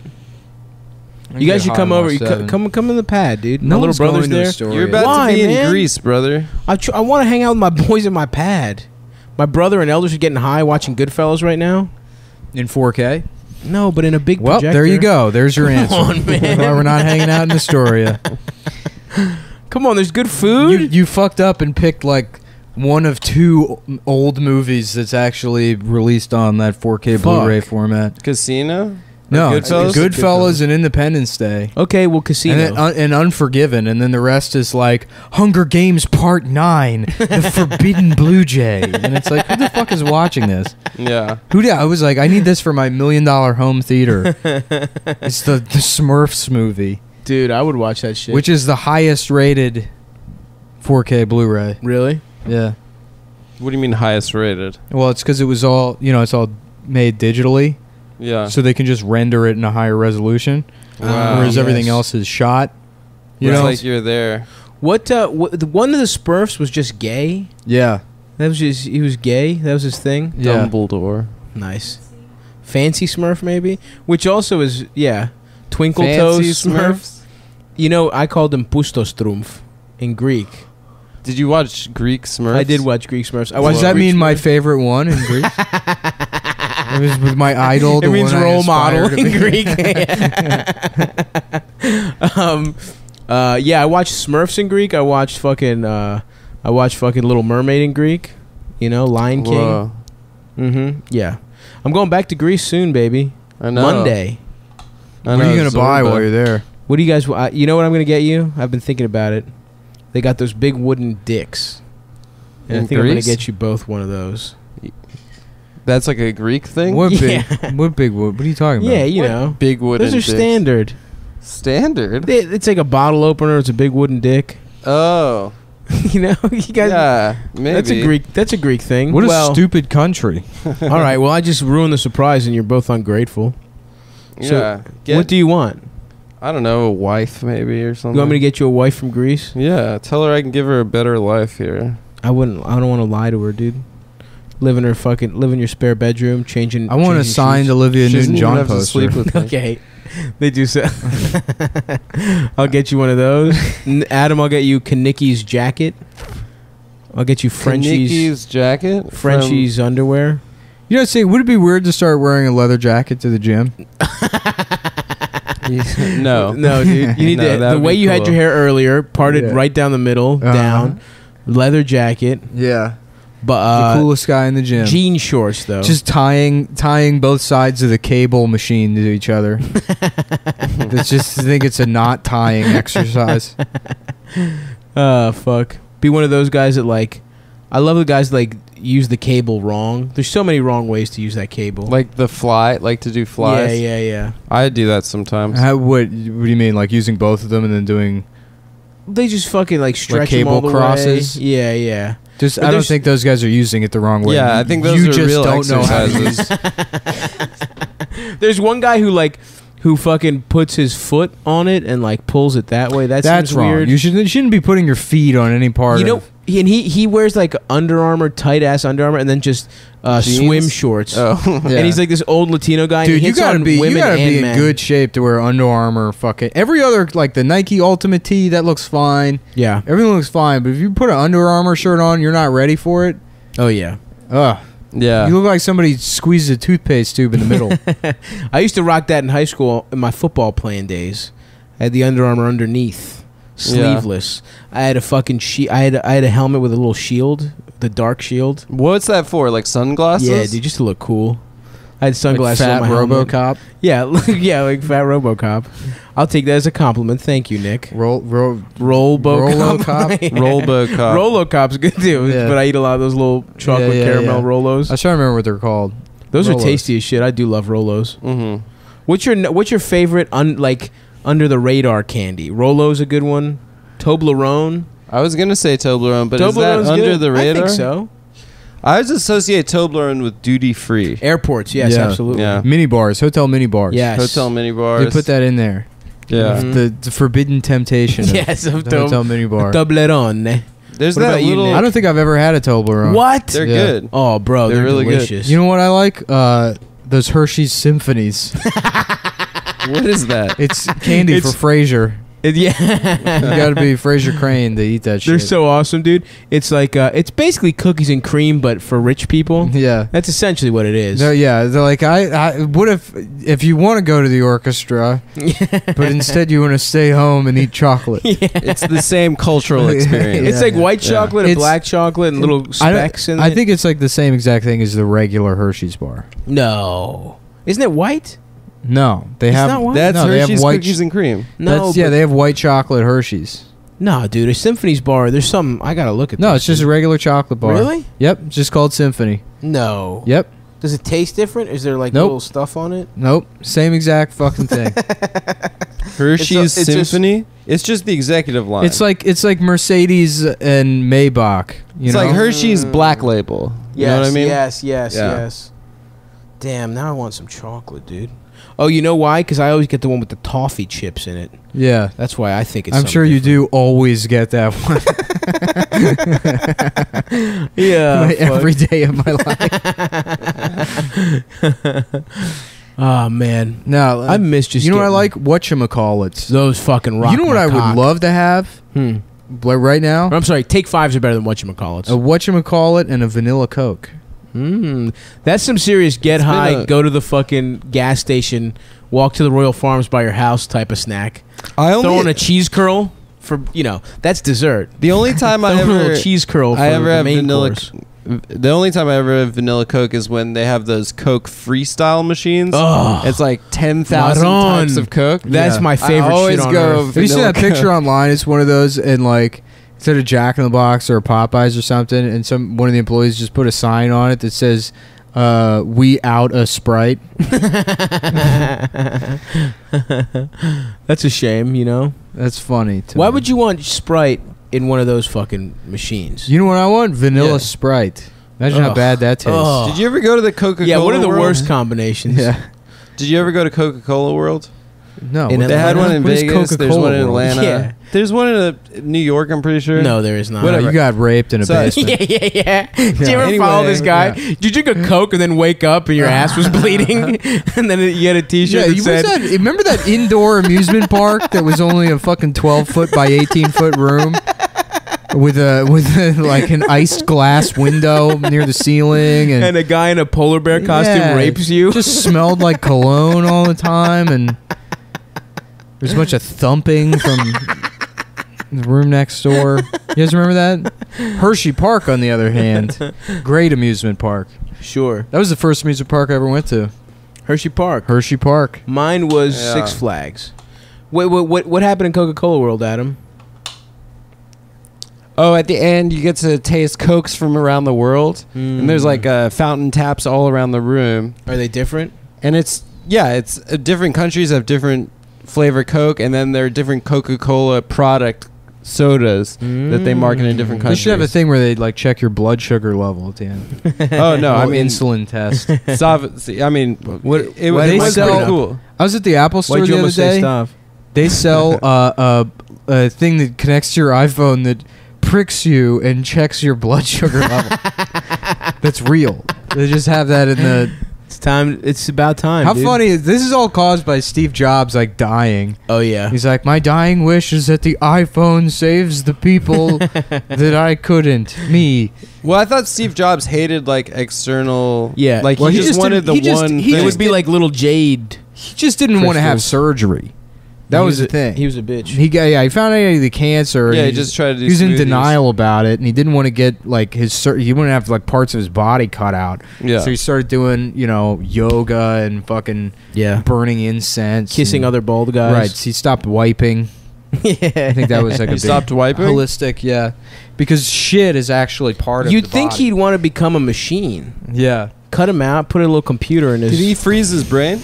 [SPEAKER 3] You guys should come over. You co- come come in the pad, dude.
[SPEAKER 2] No
[SPEAKER 3] my little
[SPEAKER 2] one's
[SPEAKER 3] brother's
[SPEAKER 2] going to a
[SPEAKER 3] there.
[SPEAKER 2] store
[SPEAKER 1] You're
[SPEAKER 2] yet.
[SPEAKER 1] about
[SPEAKER 3] Why,
[SPEAKER 1] to be
[SPEAKER 3] man?
[SPEAKER 1] in Greece, brother.
[SPEAKER 3] I, tr- I want to hang out with my boys in my pad. My brother and elders are getting high watching Goodfellas right now.
[SPEAKER 2] in 4K.
[SPEAKER 3] No, but in a big
[SPEAKER 2] Well, there you
[SPEAKER 3] projector.
[SPEAKER 2] go. There's your answer.
[SPEAKER 3] on, man.
[SPEAKER 2] Why we're not hanging out in Astoria?
[SPEAKER 3] Come on, there's good
[SPEAKER 2] you,
[SPEAKER 3] food.
[SPEAKER 2] you fucked up and picked like one of two o- old movies that's actually released on that 4K
[SPEAKER 3] Fuck.
[SPEAKER 2] Blu-ray format.
[SPEAKER 1] Casino.
[SPEAKER 2] No,
[SPEAKER 1] Goodfellas?
[SPEAKER 2] Goodfellas, Goodfellas and Independence Day.
[SPEAKER 3] okay, well, casino.
[SPEAKER 2] And, then, un- and Unforgiven, and then the rest is like Hunger Games Part Nine, The Forbidden Blue Jay, and it's like who the fuck is watching this?
[SPEAKER 1] Yeah.
[SPEAKER 2] Who? da- I was like, I need this for my million dollar home theater. it's the, the Smurfs movie,
[SPEAKER 3] Dude, I would watch that shit.
[SPEAKER 2] which is the highest rated 4K Blu-ray.
[SPEAKER 3] really?
[SPEAKER 2] Yeah.
[SPEAKER 1] What do you mean highest rated?
[SPEAKER 2] Well, it's because it was all you know. It's all made digitally,
[SPEAKER 3] Uh.
[SPEAKER 1] Yeah.
[SPEAKER 2] so uh, they can just render it in a higher resolution,
[SPEAKER 1] Wow.
[SPEAKER 2] whereas
[SPEAKER 3] Yes.
[SPEAKER 2] everything else is shot. You
[SPEAKER 1] it's
[SPEAKER 2] know?
[SPEAKER 1] like you're there.
[SPEAKER 3] What? Uh, what the one of the Smurfs was just gay.
[SPEAKER 2] yeah.
[SPEAKER 3] That was just he was gay. That was his thing.
[SPEAKER 2] Yeah.
[SPEAKER 1] Dumbledore.
[SPEAKER 3] Nice, fancy Smurf maybe, which also is yeah, Twinkle
[SPEAKER 1] Fancy
[SPEAKER 3] Toes Smurf. You know, I called him Pustostrumpf in Greek.
[SPEAKER 1] Did you watch Greek Smurfs?
[SPEAKER 3] I did watch Greek Smurfs. I
[SPEAKER 1] What Well,
[SPEAKER 2] Does
[SPEAKER 3] watched
[SPEAKER 2] that
[SPEAKER 1] Greek
[SPEAKER 2] mean my favorite one in Greek? it was with my idol. The
[SPEAKER 3] it means
[SPEAKER 2] one I
[SPEAKER 3] role
[SPEAKER 2] aspire
[SPEAKER 3] model
[SPEAKER 2] to
[SPEAKER 3] in
[SPEAKER 2] be.
[SPEAKER 3] Greek. um, uh, yeah, I watched Smurfs in Greek. I watched fucking. Uh, I watched fucking Little Mermaid in Greek. You know, Lion
[SPEAKER 1] Whoa.
[SPEAKER 3] King. Mm-hmm. Yeah, I'm going back to Greece soon, baby.
[SPEAKER 1] I know.
[SPEAKER 3] Monday.
[SPEAKER 1] I
[SPEAKER 2] What are you
[SPEAKER 1] know,
[SPEAKER 2] gonna buy
[SPEAKER 1] Zorba.
[SPEAKER 2] while you're there?
[SPEAKER 3] What do you guys? I, you know what I'm gonna get you? I've been thinking about it. They got those big wooden dicks. And I
[SPEAKER 1] In
[SPEAKER 3] think I'm gonna
[SPEAKER 1] Greece?
[SPEAKER 3] get you both one of those.
[SPEAKER 1] That's like a Greek thing.
[SPEAKER 2] What big?
[SPEAKER 3] Yeah.
[SPEAKER 2] What big? What, what are you talking about?
[SPEAKER 3] Yeah, you
[SPEAKER 1] What?
[SPEAKER 3] know.
[SPEAKER 1] Big wooden.
[SPEAKER 3] Those are
[SPEAKER 1] dicks.
[SPEAKER 3] standard.
[SPEAKER 1] Standard.
[SPEAKER 3] They, it's like a bottle opener. It's a big wooden dick.
[SPEAKER 1] Oh,
[SPEAKER 3] you know, you guys.
[SPEAKER 1] yeah. Maybe
[SPEAKER 3] That's a Greek. That's a Greek thing.
[SPEAKER 2] What a
[SPEAKER 3] well,
[SPEAKER 2] stupid country.
[SPEAKER 3] all right. Well, I just ruined the surprise, and you're both ungrateful. so
[SPEAKER 1] Yeah. Get-
[SPEAKER 3] what do you want?
[SPEAKER 1] I don't know. A wife maybe or something.
[SPEAKER 3] You want me to get you a wife from Greece?
[SPEAKER 1] Yeah. Tell her I can give her a better life here.
[SPEAKER 3] I wouldn't. I don't want to lie to her, dude. Live in her fucking. Live in your spare bedroom. Changing.
[SPEAKER 2] I want a
[SPEAKER 3] changing
[SPEAKER 2] signed
[SPEAKER 3] sheets.
[SPEAKER 2] Olivia
[SPEAKER 1] She doesn't even
[SPEAKER 2] Newton-John
[SPEAKER 1] have to
[SPEAKER 2] poster.
[SPEAKER 1] sleep with me.
[SPEAKER 3] Okay. They do so. I'll get you one of those. N- Adam, I'll get you Kanicki's jacket. I'll get you Frenchie's
[SPEAKER 1] Kanicki's jacket. from-
[SPEAKER 3] Frenchie's underwear.
[SPEAKER 2] You know, say, would it be weird to start wearing a leather jacket to the gym?
[SPEAKER 1] no.
[SPEAKER 3] No, dude. You need
[SPEAKER 1] No,
[SPEAKER 3] to,
[SPEAKER 1] that
[SPEAKER 3] the
[SPEAKER 1] would
[SPEAKER 3] way
[SPEAKER 1] be
[SPEAKER 3] you had
[SPEAKER 1] cool.
[SPEAKER 3] your hair earlier, parted
[SPEAKER 2] Yeah.
[SPEAKER 3] right down the middle,
[SPEAKER 2] Uh-huh.
[SPEAKER 3] down, leather jacket,
[SPEAKER 2] Yeah,
[SPEAKER 3] but
[SPEAKER 2] the
[SPEAKER 3] uh,
[SPEAKER 2] coolest guy in the gym.
[SPEAKER 3] jean shorts though.
[SPEAKER 2] Just tying tying both sides of the cable machine to each other. It's just I think it's a knot tying exercise.
[SPEAKER 3] uh, fuck. Be one of those guys that like. I love the guys that, like use the cable wrong. There's so many wrong ways to use that cable.
[SPEAKER 1] Like the fly, like to do flies.
[SPEAKER 3] Yeah, yeah, yeah.
[SPEAKER 1] I do that sometimes.
[SPEAKER 2] How, what what do you mean? Like using both of them and then doing
[SPEAKER 3] They just fucking like stretch
[SPEAKER 2] cable
[SPEAKER 3] them all the
[SPEAKER 2] crosses?
[SPEAKER 3] Way. Yeah, yeah.
[SPEAKER 2] just?
[SPEAKER 3] But
[SPEAKER 2] I don't
[SPEAKER 3] there's-
[SPEAKER 2] think those guys are using it the wrong way.
[SPEAKER 1] Yeah,
[SPEAKER 2] You-
[SPEAKER 1] I think those
[SPEAKER 2] you
[SPEAKER 1] are
[SPEAKER 2] just
[SPEAKER 1] real
[SPEAKER 2] don't know how to
[SPEAKER 1] exercises.
[SPEAKER 2] use.
[SPEAKER 3] There's one guy who like who fucking puts his foot on it and like pulls it that way. That
[SPEAKER 2] That's
[SPEAKER 3] seems
[SPEAKER 2] wrong.
[SPEAKER 3] weird.
[SPEAKER 2] You should you shouldn't be putting your feet on any part.
[SPEAKER 3] you know,
[SPEAKER 2] of,
[SPEAKER 3] he, and he he wears like Under Armour tight ass Under Armour and then just uh,
[SPEAKER 1] Jeans?
[SPEAKER 3] swim shorts.
[SPEAKER 1] Oh.
[SPEAKER 2] Yeah.
[SPEAKER 3] And he's like this old Latino guy. and
[SPEAKER 2] Dude,
[SPEAKER 3] he
[SPEAKER 2] you
[SPEAKER 3] hits
[SPEAKER 2] gotta
[SPEAKER 3] on
[SPEAKER 2] be you
[SPEAKER 3] women
[SPEAKER 2] gotta
[SPEAKER 3] and
[SPEAKER 2] be in
[SPEAKER 3] men.
[SPEAKER 2] good shape to wear Under Armour. Fucking every other like the Nike Ultimate Tee that looks fine.
[SPEAKER 3] Yeah.
[SPEAKER 2] Everything looks fine, but if you put an Under Armour shirt on, you're not ready for it.
[SPEAKER 3] Oh yeah.
[SPEAKER 2] Ugh,
[SPEAKER 1] yeah.
[SPEAKER 2] you look like somebody squeezed a toothpaste tube in the middle.
[SPEAKER 3] I used to rock that in high school in my football playing days. I had the Under Armour underneath,
[SPEAKER 1] Yeah.
[SPEAKER 3] sleeveless. I had a fucking she. I had a, I had a helmet with a little shield, the dark shield.
[SPEAKER 1] What's that for? Like sunglasses?
[SPEAKER 3] Yeah, dude, just to look cool. I had
[SPEAKER 2] like
[SPEAKER 3] sunglasses.
[SPEAKER 2] fat
[SPEAKER 3] on my helmet.
[SPEAKER 2] RoboCop.
[SPEAKER 3] Yeah, like- yeah, like fat RoboCop. I'll take that as a compliment. Thank you, Nick.
[SPEAKER 2] Roll, roll.
[SPEAKER 3] RoboCop.
[SPEAKER 2] RoboCop?
[SPEAKER 1] RoboCop.
[SPEAKER 3] RoloCop's good too,
[SPEAKER 2] Uh, Yeah.
[SPEAKER 3] but I eat a lot of those little chocolate
[SPEAKER 2] yeah,
[SPEAKER 3] caramel
[SPEAKER 2] yeah.
[SPEAKER 3] Rolos.
[SPEAKER 2] I was trying to remember what they're called.
[SPEAKER 3] Those
[SPEAKER 2] Rolos.
[SPEAKER 3] are tasty as shit. I do love Rolos.
[SPEAKER 1] mm-hmm.
[SPEAKER 3] What's your n- What's your favorite un, like under the radar candy? Rolo's a good one. Toblerone.
[SPEAKER 1] I was gonna say Toblerone, but is
[SPEAKER 3] Toblerone's
[SPEAKER 1] that under
[SPEAKER 3] good.
[SPEAKER 1] the radar?
[SPEAKER 3] I think so.
[SPEAKER 1] I always associate Toblerone with duty free.
[SPEAKER 3] Airports. Yes,
[SPEAKER 2] Yeah.
[SPEAKER 3] absolutely.
[SPEAKER 1] Yeah.
[SPEAKER 2] Mini bars, hotel mini bars.
[SPEAKER 3] Yes.
[SPEAKER 1] Hotel mini bars.
[SPEAKER 2] they put that Mm-hmm. in there.
[SPEAKER 1] Yeah.
[SPEAKER 3] Mhm.
[SPEAKER 2] The, the forbidden temptation. of
[SPEAKER 3] Yes, of
[SPEAKER 2] the hotel
[SPEAKER 3] Toblerone.
[SPEAKER 2] mini bar.
[SPEAKER 3] Toblerone.
[SPEAKER 1] There's
[SPEAKER 3] What
[SPEAKER 1] that
[SPEAKER 3] about you,
[SPEAKER 1] little.
[SPEAKER 3] Nick?
[SPEAKER 2] I don't think I've ever had a Toblerone.
[SPEAKER 3] What?
[SPEAKER 1] They're
[SPEAKER 2] Yeah.
[SPEAKER 1] good.
[SPEAKER 3] oh, bro,
[SPEAKER 1] They're
[SPEAKER 3] they're,
[SPEAKER 1] really good.
[SPEAKER 3] delicious.
[SPEAKER 2] You know what I like? Uh, those Hershey's Symphonies.
[SPEAKER 1] what is that?
[SPEAKER 2] It's candy
[SPEAKER 3] It's-
[SPEAKER 2] for Fraser.
[SPEAKER 3] It-
[SPEAKER 2] You
[SPEAKER 3] yeah.
[SPEAKER 2] gotta be Fraser Crane to eat that
[SPEAKER 3] They're
[SPEAKER 2] shit.
[SPEAKER 3] so awesome, dude. It's like uh, it's basically cookies and cream, but for rich people.
[SPEAKER 2] yeah.
[SPEAKER 3] That's essentially what it is.
[SPEAKER 2] No, yeah, Mm-hmm. they're like I, I. What if if you want to go to the orchestra, but instead you want to stay home and eat chocolate?
[SPEAKER 1] it's the same cultural experience.
[SPEAKER 3] it's
[SPEAKER 2] Yeah,
[SPEAKER 3] like
[SPEAKER 2] yeah.
[SPEAKER 3] white
[SPEAKER 1] Yeah.
[SPEAKER 3] chocolate and
[SPEAKER 2] It's-
[SPEAKER 3] black chocolate and little
[SPEAKER 2] I don't-
[SPEAKER 3] specks in
[SPEAKER 2] I
[SPEAKER 3] it.
[SPEAKER 2] think it's like the same exact thing as the regular Hershey's bar.
[SPEAKER 3] no, isn't it white?
[SPEAKER 2] No, they
[SPEAKER 3] It's
[SPEAKER 2] have
[SPEAKER 3] not white.
[SPEAKER 1] That's
[SPEAKER 2] No, they have
[SPEAKER 1] Hershey's
[SPEAKER 2] white
[SPEAKER 1] cookies and cream.
[SPEAKER 3] No,
[SPEAKER 2] that's- yeah,
[SPEAKER 3] but-
[SPEAKER 2] they have white chocolate Hershey's.
[SPEAKER 3] no, dude. A symphony's bar. There's some I gotta look at.
[SPEAKER 2] No,
[SPEAKER 3] this,
[SPEAKER 2] it's just a
[SPEAKER 3] dude.
[SPEAKER 2] regular chocolate bar.
[SPEAKER 3] Really?
[SPEAKER 2] Yep, it's just called Symphony.
[SPEAKER 3] No.
[SPEAKER 2] Yep,
[SPEAKER 3] Does it taste different? Is there like
[SPEAKER 2] Nope.
[SPEAKER 3] little stuff on it?
[SPEAKER 2] nope, same exact fucking thing.
[SPEAKER 1] Hershey's
[SPEAKER 3] it's just-
[SPEAKER 1] Symphony. it's just the executive line.
[SPEAKER 2] it's like it's like Mercedes and Maybach. You
[SPEAKER 1] it's
[SPEAKER 2] know?
[SPEAKER 1] like Hershey's
[SPEAKER 3] Mm.
[SPEAKER 1] Black Label. You
[SPEAKER 3] Yes,
[SPEAKER 1] know what I mean?
[SPEAKER 3] Yes, yes,
[SPEAKER 1] Yeah.
[SPEAKER 3] yes. Damn, now I want some chocolate, dude. Oh, you know why? Because I always get the one with the toffee chips in it.
[SPEAKER 2] Yeah,
[SPEAKER 3] That's why I think it's.
[SPEAKER 2] I'm sure you do always get that one
[SPEAKER 3] do. Yeah.
[SPEAKER 2] like, every day of my life.
[SPEAKER 3] oh man,
[SPEAKER 2] No,
[SPEAKER 3] I miss just.
[SPEAKER 2] you know what I
[SPEAKER 3] getting
[SPEAKER 2] like? Whatchamacallits.
[SPEAKER 3] Those fucking rock.
[SPEAKER 2] you know what
[SPEAKER 3] my
[SPEAKER 2] I
[SPEAKER 3] cock.
[SPEAKER 2] would love to have?
[SPEAKER 3] Hmm.
[SPEAKER 2] Like right now,
[SPEAKER 3] I'm sorry, take fives are better than whatchamacallits.
[SPEAKER 2] a
[SPEAKER 1] Oh.
[SPEAKER 2] whatchamacallit and a vanilla Coke.
[SPEAKER 3] Mm, that's some serious get
[SPEAKER 1] been
[SPEAKER 3] high,
[SPEAKER 1] a-
[SPEAKER 3] go to the fucking gas station, walk to the Royal Farms by your house type of snack.
[SPEAKER 1] I
[SPEAKER 3] Throw in
[SPEAKER 1] only
[SPEAKER 3] a cheese curl for, you know, that's dessert.
[SPEAKER 1] the only time
[SPEAKER 3] Throw
[SPEAKER 1] I
[SPEAKER 3] in a
[SPEAKER 1] ever
[SPEAKER 3] little cheese curl for
[SPEAKER 1] I ever
[SPEAKER 3] the
[SPEAKER 1] have
[SPEAKER 3] main
[SPEAKER 1] vanilla
[SPEAKER 3] course.
[SPEAKER 1] the only time I ever have vanilla Coke is when they have those Coke freestyle machines.
[SPEAKER 3] Ugh.
[SPEAKER 1] It's like ten thousand
[SPEAKER 3] Maron.
[SPEAKER 1] types of Coke.
[SPEAKER 3] That's
[SPEAKER 2] Yeah.
[SPEAKER 3] my
[SPEAKER 1] I
[SPEAKER 3] favorite
[SPEAKER 1] always
[SPEAKER 3] shit on
[SPEAKER 1] go
[SPEAKER 3] earth.
[SPEAKER 2] Have you seen
[SPEAKER 1] Vanilla
[SPEAKER 2] that picture
[SPEAKER 1] Coke.
[SPEAKER 2] online? It's one of those, and like instead of Jack in the Box or Popeyes or something, and some one of the employees just put a sign on it that says, uh, "We out a Sprite."
[SPEAKER 3] That's a shame, you know.
[SPEAKER 2] That's funny. To
[SPEAKER 3] Why
[SPEAKER 2] me.
[SPEAKER 3] would you want Sprite in one of those fucking machines?
[SPEAKER 2] You know what I want? Vanilla
[SPEAKER 3] Yeah.
[SPEAKER 2] Sprite. Imagine how
[SPEAKER 3] Ugh.
[SPEAKER 2] bad that tastes.
[SPEAKER 3] Ugh.
[SPEAKER 1] Did you ever go to the Coca Cola?
[SPEAKER 3] yeah, what are the
[SPEAKER 1] world?
[SPEAKER 3] worst combinations?
[SPEAKER 2] Yeah.
[SPEAKER 1] Did you ever go to Coca Cola World?
[SPEAKER 2] No.
[SPEAKER 3] In
[SPEAKER 2] what
[SPEAKER 1] They
[SPEAKER 2] the
[SPEAKER 1] had
[SPEAKER 3] Atlanta?
[SPEAKER 2] hell-
[SPEAKER 1] one in
[SPEAKER 2] what is
[SPEAKER 1] Vegas. There's
[SPEAKER 2] Coca-Cola
[SPEAKER 1] one in
[SPEAKER 2] World?
[SPEAKER 1] Atlanta.
[SPEAKER 3] Yeah.
[SPEAKER 1] There's one in uh, New York. I'm pretty sure.
[SPEAKER 3] No, there is not.
[SPEAKER 2] You got raped in a
[SPEAKER 1] So-
[SPEAKER 2] basement.
[SPEAKER 3] yeah, yeah, yeah. Did you ever
[SPEAKER 1] Anyway,
[SPEAKER 3] follow this guy?
[SPEAKER 2] yeah.
[SPEAKER 3] Did you drink a Coke and then wake up and your ass was bleeding, and then you had a T-shirt
[SPEAKER 2] Yeah,
[SPEAKER 3] that
[SPEAKER 2] you
[SPEAKER 3] said,
[SPEAKER 2] what's that- remember that indoor amusement park that was only a fucking twelve foot by eighteen foot room with a with a, like an iced glass window near the ceiling and,
[SPEAKER 3] and a guy in a polar bear costume
[SPEAKER 2] Yeah,
[SPEAKER 3] rapes you.
[SPEAKER 2] Just smelled like cologne all the time and there's a bunch of thumping from the room next door. You guys remember that? Hershey Park, on the other hand, great amusement park.
[SPEAKER 3] Sure,
[SPEAKER 2] That was the first amusement park I ever went to.
[SPEAKER 3] Hershey Park.
[SPEAKER 2] Hershey Park.
[SPEAKER 3] Mine was
[SPEAKER 1] Yeah.
[SPEAKER 3] Six Flags. Wait, what, what what happened in Coca Cola World, Adam?
[SPEAKER 1] Oh, at the end you get to taste cokes from around the world, and there's like uh, fountain taps all around the room,
[SPEAKER 3] are they different?
[SPEAKER 1] and it's yeah, it's uh, different countries have different flavor Coke, and then there are different Coca Cola product sodas
[SPEAKER 3] Mm.
[SPEAKER 1] that they market in different
[SPEAKER 2] They
[SPEAKER 1] countries.
[SPEAKER 2] should have a thing where they like check your blood sugar level at the end.
[SPEAKER 1] oh no, I
[SPEAKER 2] Little
[SPEAKER 1] mean,
[SPEAKER 2] insulin test.
[SPEAKER 1] Sava- see, I mean, what it, it
[SPEAKER 2] why did
[SPEAKER 1] was
[SPEAKER 2] you
[SPEAKER 1] pretty
[SPEAKER 2] sell-
[SPEAKER 1] cool.
[SPEAKER 2] I was at the Apple store the other day.
[SPEAKER 3] stuff?
[SPEAKER 2] They sell uh, a, a thing that connects to your iPhone that pricks you and checks your blood sugar level. That's real. They just have that in the.
[SPEAKER 3] It's time. It's about time.
[SPEAKER 2] How
[SPEAKER 3] dude.
[SPEAKER 2] funny is this? Is all caused by Steve Jobs like dying.
[SPEAKER 3] Oh yeah.
[SPEAKER 2] He's like, my dying wish is that the iPhone saves the people that I couldn't. Me.
[SPEAKER 1] Well, I thought Steve Jobs hated like external.
[SPEAKER 3] Yeah.
[SPEAKER 1] like
[SPEAKER 2] Well,
[SPEAKER 1] he,
[SPEAKER 2] he
[SPEAKER 1] just
[SPEAKER 2] just
[SPEAKER 1] wanted
[SPEAKER 2] didn't-
[SPEAKER 1] the
[SPEAKER 2] he just-
[SPEAKER 1] one.
[SPEAKER 2] he
[SPEAKER 1] thing.
[SPEAKER 3] it
[SPEAKER 2] just
[SPEAKER 3] would be like little Jade.
[SPEAKER 2] He just didn't want to have
[SPEAKER 3] Crystals.
[SPEAKER 2] surgery. That
[SPEAKER 3] He
[SPEAKER 2] was, the
[SPEAKER 3] a-
[SPEAKER 2] thing.
[SPEAKER 3] He was a bitch.
[SPEAKER 2] He got yeah. He found out he had the cancer. and
[SPEAKER 1] yeah, he just tried to do.
[SPEAKER 2] he was in
[SPEAKER 1] smoothies.
[SPEAKER 2] denial about it, and he didn't want to get like his sur- he wouldn't have like parts of his body cut out.
[SPEAKER 1] Yeah.
[SPEAKER 2] So he started doing you know yoga and fucking
[SPEAKER 3] yeah.
[SPEAKER 2] burning incense,
[SPEAKER 3] Kissing
[SPEAKER 2] and,
[SPEAKER 3] other
[SPEAKER 2] Right.
[SPEAKER 3] bald guys.
[SPEAKER 2] So he stopped wiping.
[SPEAKER 3] yeah.
[SPEAKER 2] I think that was like a
[SPEAKER 1] He
[SPEAKER 2] big
[SPEAKER 1] stopped wiping.
[SPEAKER 2] holistic. Yeah. Because shit is actually part of.
[SPEAKER 3] You'd
[SPEAKER 2] the
[SPEAKER 3] think
[SPEAKER 2] body.
[SPEAKER 3] he'd want to become a machine.
[SPEAKER 2] Yeah.
[SPEAKER 3] Cut him out. Put a little computer in his.
[SPEAKER 1] Did he freeze his brain?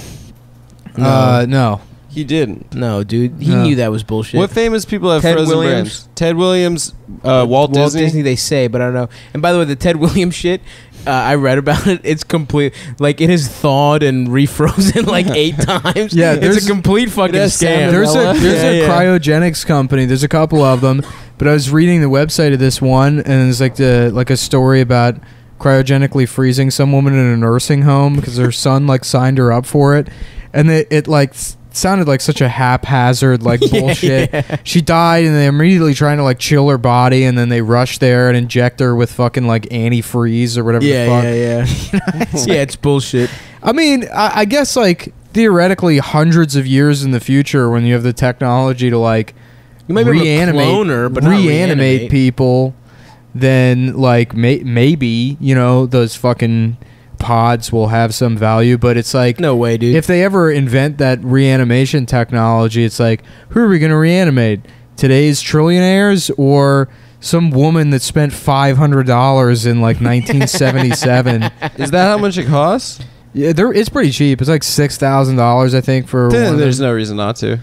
[SPEAKER 3] No.
[SPEAKER 2] Uh, no.
[SPEAKER 1] He didn't.
[SPEAKER 3] no, dude. He
[SPEAKER 2] No.
[SPEAKER 3] knew that was bullshit.
[SPEAKER 1] What famous people have
[SPEAKER 3] Ted
[SPEAKER 1] frozen
[SPEAKER 3] Williams.
[SPEAKER 1] brains? Ted Williams, uh, Walt, Disney.
[SPEAKER 3] They say, but I don't know. And by the way, the Ted Williams shit. Uh, I read about it. It's complete. Like it is thawed and refrozen like eight times.
[SPEAKER 2] Yeah,
[SPEAKER 3] it's
[SPEAKER 2] there's-
[SPEAKER 3] a complete fucking
[SPEAKER 1] has
[SPEAKER 3] scam.
[SPEAKER 2] There's a
[SPEAKER 1] Vanilla.
[SPEAKER 2] there's a
[SPEAKER 3] Yeah, yeah.
[SPEAKER 2] cryogenics company. There's a couple of them, but I was reading the website of this one, and it's like the like a story about cryogenically freezing some woman in a nursing home because her son like signed her up for it, and it, it like s- sounded like such a haphazard like bullshit. She died, and they immediately trying to like chill her body, and then they rush there and inject her with fucking like antifreeze or whatever.
[SPEAKER 3] yeah,
[SPEAKER 2] the fuck.
[SPEAKER 3] yeah, yeah, yeah. It's bullshit.
[SPEAKER 2] I mean, I, I guess like theoretically, hundreds of years in the future, when you have the technology to like
[SPEAKER 3] You might be able to
[SPEAKER 2] reanimate,
[SPEAKER 3] clone her, but not
[SPEAKER 2] reanimate,
[SPEAKER 3] reanimate.
[SPEAKER 2] people, then like may- maybe you know those fucking pods will have some value. But it's like
[SPEAKER 3] No way, dude.
[SPEAKER 2] if they ever invent that reanimation technology, it's like who are we going to reanimate? Today's trillionaires or some woman that spent five hundred dollars in like nineteen seventy seven.
[SPEAKER 1] Is that how much it costs?
[SPEAKER 2] Yeah, they're, it's pretty cheap. It's like six thousand dollars, I think, for. one
[SPEAKER 1] Then
[SPEAKER 2] of
[SPEAKER 1] there's
[SPEAKER 2] them.
[SPEAKER 1] no reason not to.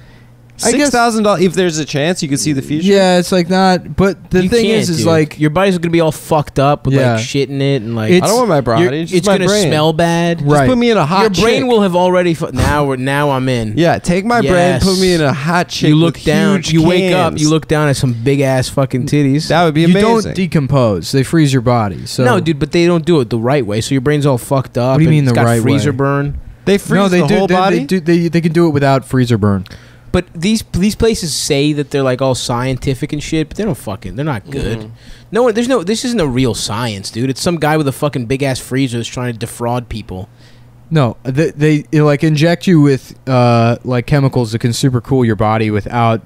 [SPEAKER 2] I guess-
[SPEAKER 1] Six thousand dollars. If there's a chance you could see the future.
[SPEAKER 2] Yeah, it's like not. But the
[SPEAKER 3] You
[SPEAKER 2] thing
[SPEAKER 3] can't,
[SPEAKER 2] is, is
[SPEAKER 3] dude.
[SPEAKER 2] like
[SPEAKER 3] your body's gonna be all fucked up with
[SPEAKER 2] Yeah.
[SPEAKER 3] like shit in it and like
[SPEAKER 2] It's-
[SPEAKER 1] I don't want my
[SPEAKER 3] You're-
[SPEAKER 1] body.
[SPEAKER 3] it's
[SPEAKER 1] Just my
[SPEAKER 3] gonna
[SPEAKER 1] brain.
[SPEAKER 3] smell bad.
[SPEAKER 1] Just
[SPEAKER 2] Right.
[SPEAKER 1] put me in a hot.
[SPEAKER 3] Your brain
[SPEAKER 1] chick.
[SPEAKER 3] will have already. Fu- now we're now I'm in.
[SPEAKER 1] Yeah, take my
[SPEAKER 3] Yes.
[SPEAKER 1] brain, put me in a hot chick.
[SPEAKER 3] you look
[SPEAKER 1] with
[SPEAKER 3] down.
[SPEAKER 1] huge
[SPEAKER 3] You wake up.
[SPEAKER 1] cans.
[SPEAKER 3] You look down at some big ass fucking titties.
[SPEAKER 1] That would be
[SPEAKER 2] you
[SPEAKER 1] amazing.
[SPEAKER 2] don't decompose; they freeze your body. So
[SPEAKER 3] no, dude, but they don't do it the right way. So your brain's all fucked up.
[SPEAKER 2] do you
[SPEAKER 3] and
[SPEAKER 2] mean
[SPEAKER 3] it's
[SPEAKER 2] the
[SPEAKER 3] got
[SPEAKER 2] right
[SPEAKER 3] freezer
[SPEAKER 2] way?
[SPEAKER 3] burn?
[SPEAKER 1] they freeze
[SPEAKER 2] no, they
[SPEAKER 1] the
[SPEAKER 2] do.
[SPEAKER 1] whole
[SPEAKER 2] they,
[SPEAKER 1] body.
[SPEAKER 2] They, do, they they can do it without freezer burn.
[SPEAKER 3] But these these places say that they're like all scientific and shit, but they don't fucking. They're not good. No one. There's no. This isn't a real science, dude. It's some guy with a fucking big ass freezer that's trying to defraud people.
[SPEAKER 2] No, they, they you know, like inject you with uh, like chemicals that can super cool your body without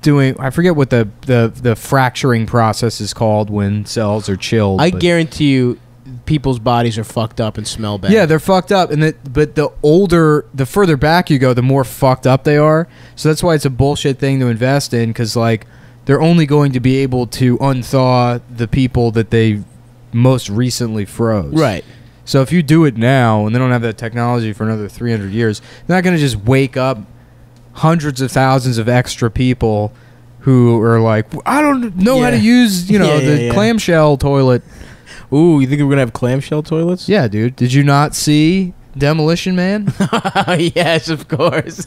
[SPEAKER 2] doing. I forget what the the, the fracturing process is called when cells are chilled.
[SPEAKER 3] I
[SPEAKER 2] but-
[SPEAKER 3] guarantee you, people's bodies are fucked up and smell bad.
[SPEAKER 2] Yeah, they're fucked up, and that. But the older, the further back you go, the more fucked up they are. So that's why it's a bullshit thing to invest in, because like they're only going to be able to unthaw the people that they most recently froze.
[SPEAKER 3] right.
[SPEAKER 2] So if you do it now and they don't have that technology for another 300 years, they're not going to just wake up hundreds of thousands of extra people who are like, I don't know how to
[SPEAKER 3] Yeah.
[SPEAKER 2] use, you know,
[SPEAKER 3] Yeah, yeah,
[SPEAKER 2] the
[SPEAKER 3] yeah.
[SPEAKER 2] clamshell toilet.
[SPEAKER 3] Ooh, you think we're gonna have clamshell toilets?
[SPEAKER 2] Yeah, dude. Did you not see Demolition Man?
[SPEAKER 3] yes, of course.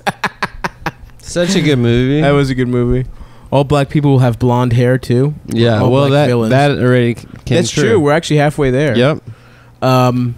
[SPEAKER 1] Such a good movie.
[SPEAKER 3] that was a good movie. All black people will have blonde hair too.
[SPEAKER 1] yeah.
[SPEAKER 3] All
[SPEAKER 1] Well,
[SPEAKER 3] black
[SPEAKER 1] that
[SPEAKER 3] villains.
[SPEAKER 1] that already c- came
[SPEAKER 3] Oh That's true. We're actually halfway there.
[SPEAKER 1] Yep.
[SPEAKER 3] Um,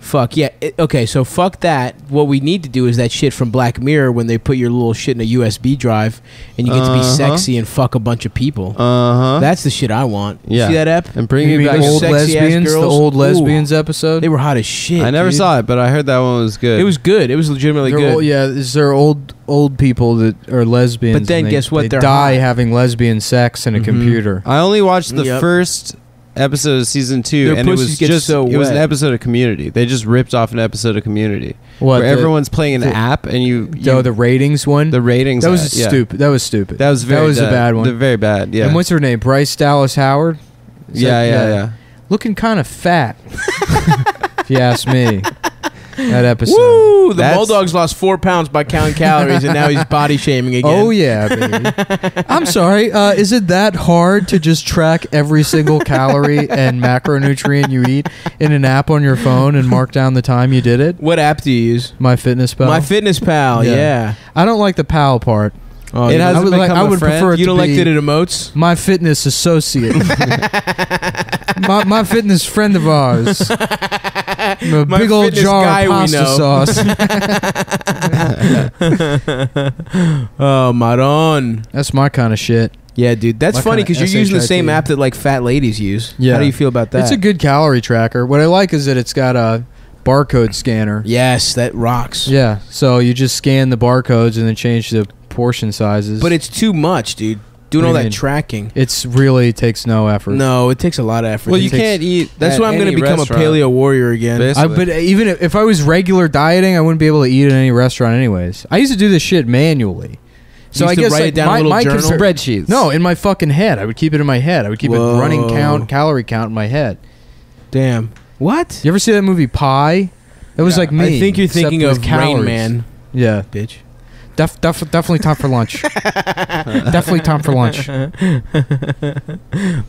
[SPEAKER 3] fuck yeah. It- okay, so fuck that. What we need to do is that shit from Black Mirror when they put your little shit in a USB drive and you get to be
[SPEAKER 1] Uh-huh.
[SPEAKER 3] sexy and fuck a bunch of people.
[SPEAKER 1] Uh huh.
[SPEAKER 3] That's the shit I want.
[SPEAKER 1] Yeah.
[SPEAKER 3] See that app?
[SPEAKER 1] And bring
[SPEAKER 2] You
[SPEAKER 1] it
[SPEAKER 2] mean
[SPEAKER 1] back.
[SPEAKER 2] old
[SPEAKER 3] sexy-ass
[SPEAKER 2] lesbians, the
[SPEAKER 3] girls?
[SPEAKER 2] old
[SPEAKER 3] Ooh.
[SPEAKER 2] lesbians episode.
[SPEAKER 3] They were hot as shit.
[SPEAKER 1] I never
[SPEAKER 3] dude.
[SPEAKER 1] saw it, but I heard that one was good.
[SPEAKER 3] It was good. It was legitimately
[SPEAKER 2] They're
[SPEAKER 3] good.
[SPEAKER 2] old- yeah, is there old old people that are lesbians?
[SPEAKER 3] But then
[SPEAKER 2] and they-
[SPEAKER 3] guess what?
[SPEAKER 2] They
[SPEAKER 3] They're
[SPEAKER 2] die
[SPEAKER 3] hot.
[SPEAKER 2] having lesbian sex in a
[SPEAKER 3] Mhm.
[SPEAKER 2] computer.
[SPEAKER 1] I only watched the
[SPEAKER 3] Yep.
[SPEAKER 1] first episode of season two,
[SPEAKER 3] Their
[SPEAKER 1] and it
[SPEAKER 3] pussies
[SPEAKER 1] was
[SPEAKER 3] get
[SPEAKER 1] just
[SPEAKER 3] so
[SPEAKER 1] it was an
[SPEAKER 3] wet.
[SPEAKER 1] episode of Community. They just ripped off an episode of Community
[SPEAKER 2] What?
[SPEAKER 1] where
[SPEAKER 2] the-
[SPEAKER 1] everyone's playing an
[SPEAKER 2] the-
[SPEAKER 1] app, and you, you
[SPEAKER 2] no, the ratings one.
[SPEAKER 1] the ratings.
[SPEAKER 2] That was
[SPEAKER 1] app, yeah.
[SPEAKER 2] stupid. That was stupid.
[SPEAKER 1] That was very
[SPEAKER 2] that was
[SPEAKER 1] dumb.
[SPEAKER 2] a bad
[SPEAKER 1] They're
[SPEAKER 2] one.
[SPEAKER 1] very bad. Yeah.
[SPEAKER 2] And what's her name? Bryce Dallas Howard. Is
[SPEAKER 1] yeah,
[SPEAKER 2] that-
[SPEAKER 1] yeah, yeah,
[SPEAKER 2] Looking kind of fat, if you ask me. That episode.
[SPEAKER 3] Woo! The
[SPEAKER 1] That's-
[SPEAKER 3] Bulldogs lost four pounds by counting calories, and now he's body shaming again.
[SPEAKER 2] Oh yeah, baby. I'm sorry. Uh, is it that hard to just track every single calorie and macronutrient you eat in an app on your phone and mark down the time you did it?
[SPEAKER 3] What app do you use?
[SPEAKER 2] My Fitness Pal.
[SPEAKER 3] My Fitness Pal.
[SPEAKER 2] Yeah.
[SPEAKER 3] Yeah.
[SPEAKER 2] I don't like the pal part.
[SPEAKER 3] Oh,
[SPEAKER 1] It
[SPEAKER 3] you-
[SPEAKER 1] has-
[SPEAKER 2] I
[SPEAKER 1] hasn't
[SPEAKER 2] would like.
[SPEAKER 1] become
[SPEAKER 2] I
[SPEAKER 1] a
[SPEAKER 2] would
[SPEAKER 1] friend?
[SPEAKER 2] prefer it
[SPEAKER 3] you
[SPEAKER 2] to
[SPEAKER 3] don't like
[SPEAKER 2] be
[SPEAKER 3] that it emotes.
[SPEAKER 2] my fitness associate. my, my fitness friend of ours. A
[SPEAKER 3] My
[SPEAKER 2] big old
[SPEAKER 3] fitness
[SPEAKER 2] jar
[SPEAKER 3] guy
[SPEAKER 2] of
[SPEAKER 3] we
[SPEAKER 2] pasta
[SPEAKER 3] know.
[SPEAKER 2] sauce.
[SPEAKER 3] Oh, Maron.
[SPEAKER 2] That's my kind of shit.
[SPEAKER 3] Yeah, dude, that's
[SPEAKER 2] What
[SPEAKER 3] funny
[SPEAKER 2] kinda
[SPEAKER 3] because you're using the
[SPEAKER 2] SHIT?
[SPEAKER 3] same app that like fat ladies use.
[SPEAKER 2] Yeah.
[SPEAKER 3] How do you feel about that?
[SPEAKER 2] It's a good calorie tracker. What I like is that it's got a barcode scanner.
[SPEAKER 3] yes, that rocks.
[SPEAKER 2] Yeah. So you just scan the barcodes and then change the portion sizes.
[SPEAKER 3] But it's too much, dude. Doing
[SPEAKER 2] What do you
[SPEAKER 3] all that
[SPEAKER 2] mean?
[SPEAKER 3] tracking.
[SPEAKER 2] it's really takes no effort.
[SPEAKER 3] No, it takes a lot of effort.
[SPEAKER 1] Well,
[SPEAKER 3] It
[SPEAKER 1] you
[SPEAKER 3] takes-
[SPEAKER 1] can't eat.
[SPEAKER 3] That's
[SPEAKER 1] at
[SPEAKER 3] why I'm going to
[SPEAKER 1] any
[SPEAKER 3] become
[SPEAKER 1] restaurant.
[SPEAKER 3] a paleo warrior again.
[SPEAKER 2] I,
[SPEAKER 1] Basically.
[SPEAKER 2] but even if, if I was regular dieting, I wouldn't be able to eat at any restaurant anyways. I used to do this shit manually. So
[SPEAKER 3] used
[SPEAKER 2] I
[SPEAKER 3] to
[SPEAKER 2] guess
[SPEAKER 3] write
[SPEAKER 2] like,
[SPEAKER 3] it down in
[SPEAKER 2] my,
[SPEAKER 3] a little
[SPEAKER 2] my
[SPEAKER 3] journal?
[SPEAKER 2] concern-
[SPEAKER 1] spreadsheets.
[SPEAKER 2] No, in my fucking head. I would keep it in my head. I would keep
[SPEAKER 3] Whoa.
[SPEAKER 2] a running count, calorie count in my head.
[SPEAKER 3] Damn. What?
[SPEAKER 2] You ever see that movie Pie? That was like me.
[SPEAKER 3] I think you're
[SPEAKER 2] except
[SPEAKER 3] thinking
[SPEAKER 2] with
[SPEAKER 3] of
[SPEAKER 2] calories.
[SPEAKER 3] Rain Man,
[SPEAKER 2] Yeah,
[SPEAKER 3] bitch.
[SPEAKER 2] def, def, definitely time for lunch. definitely time for lunch.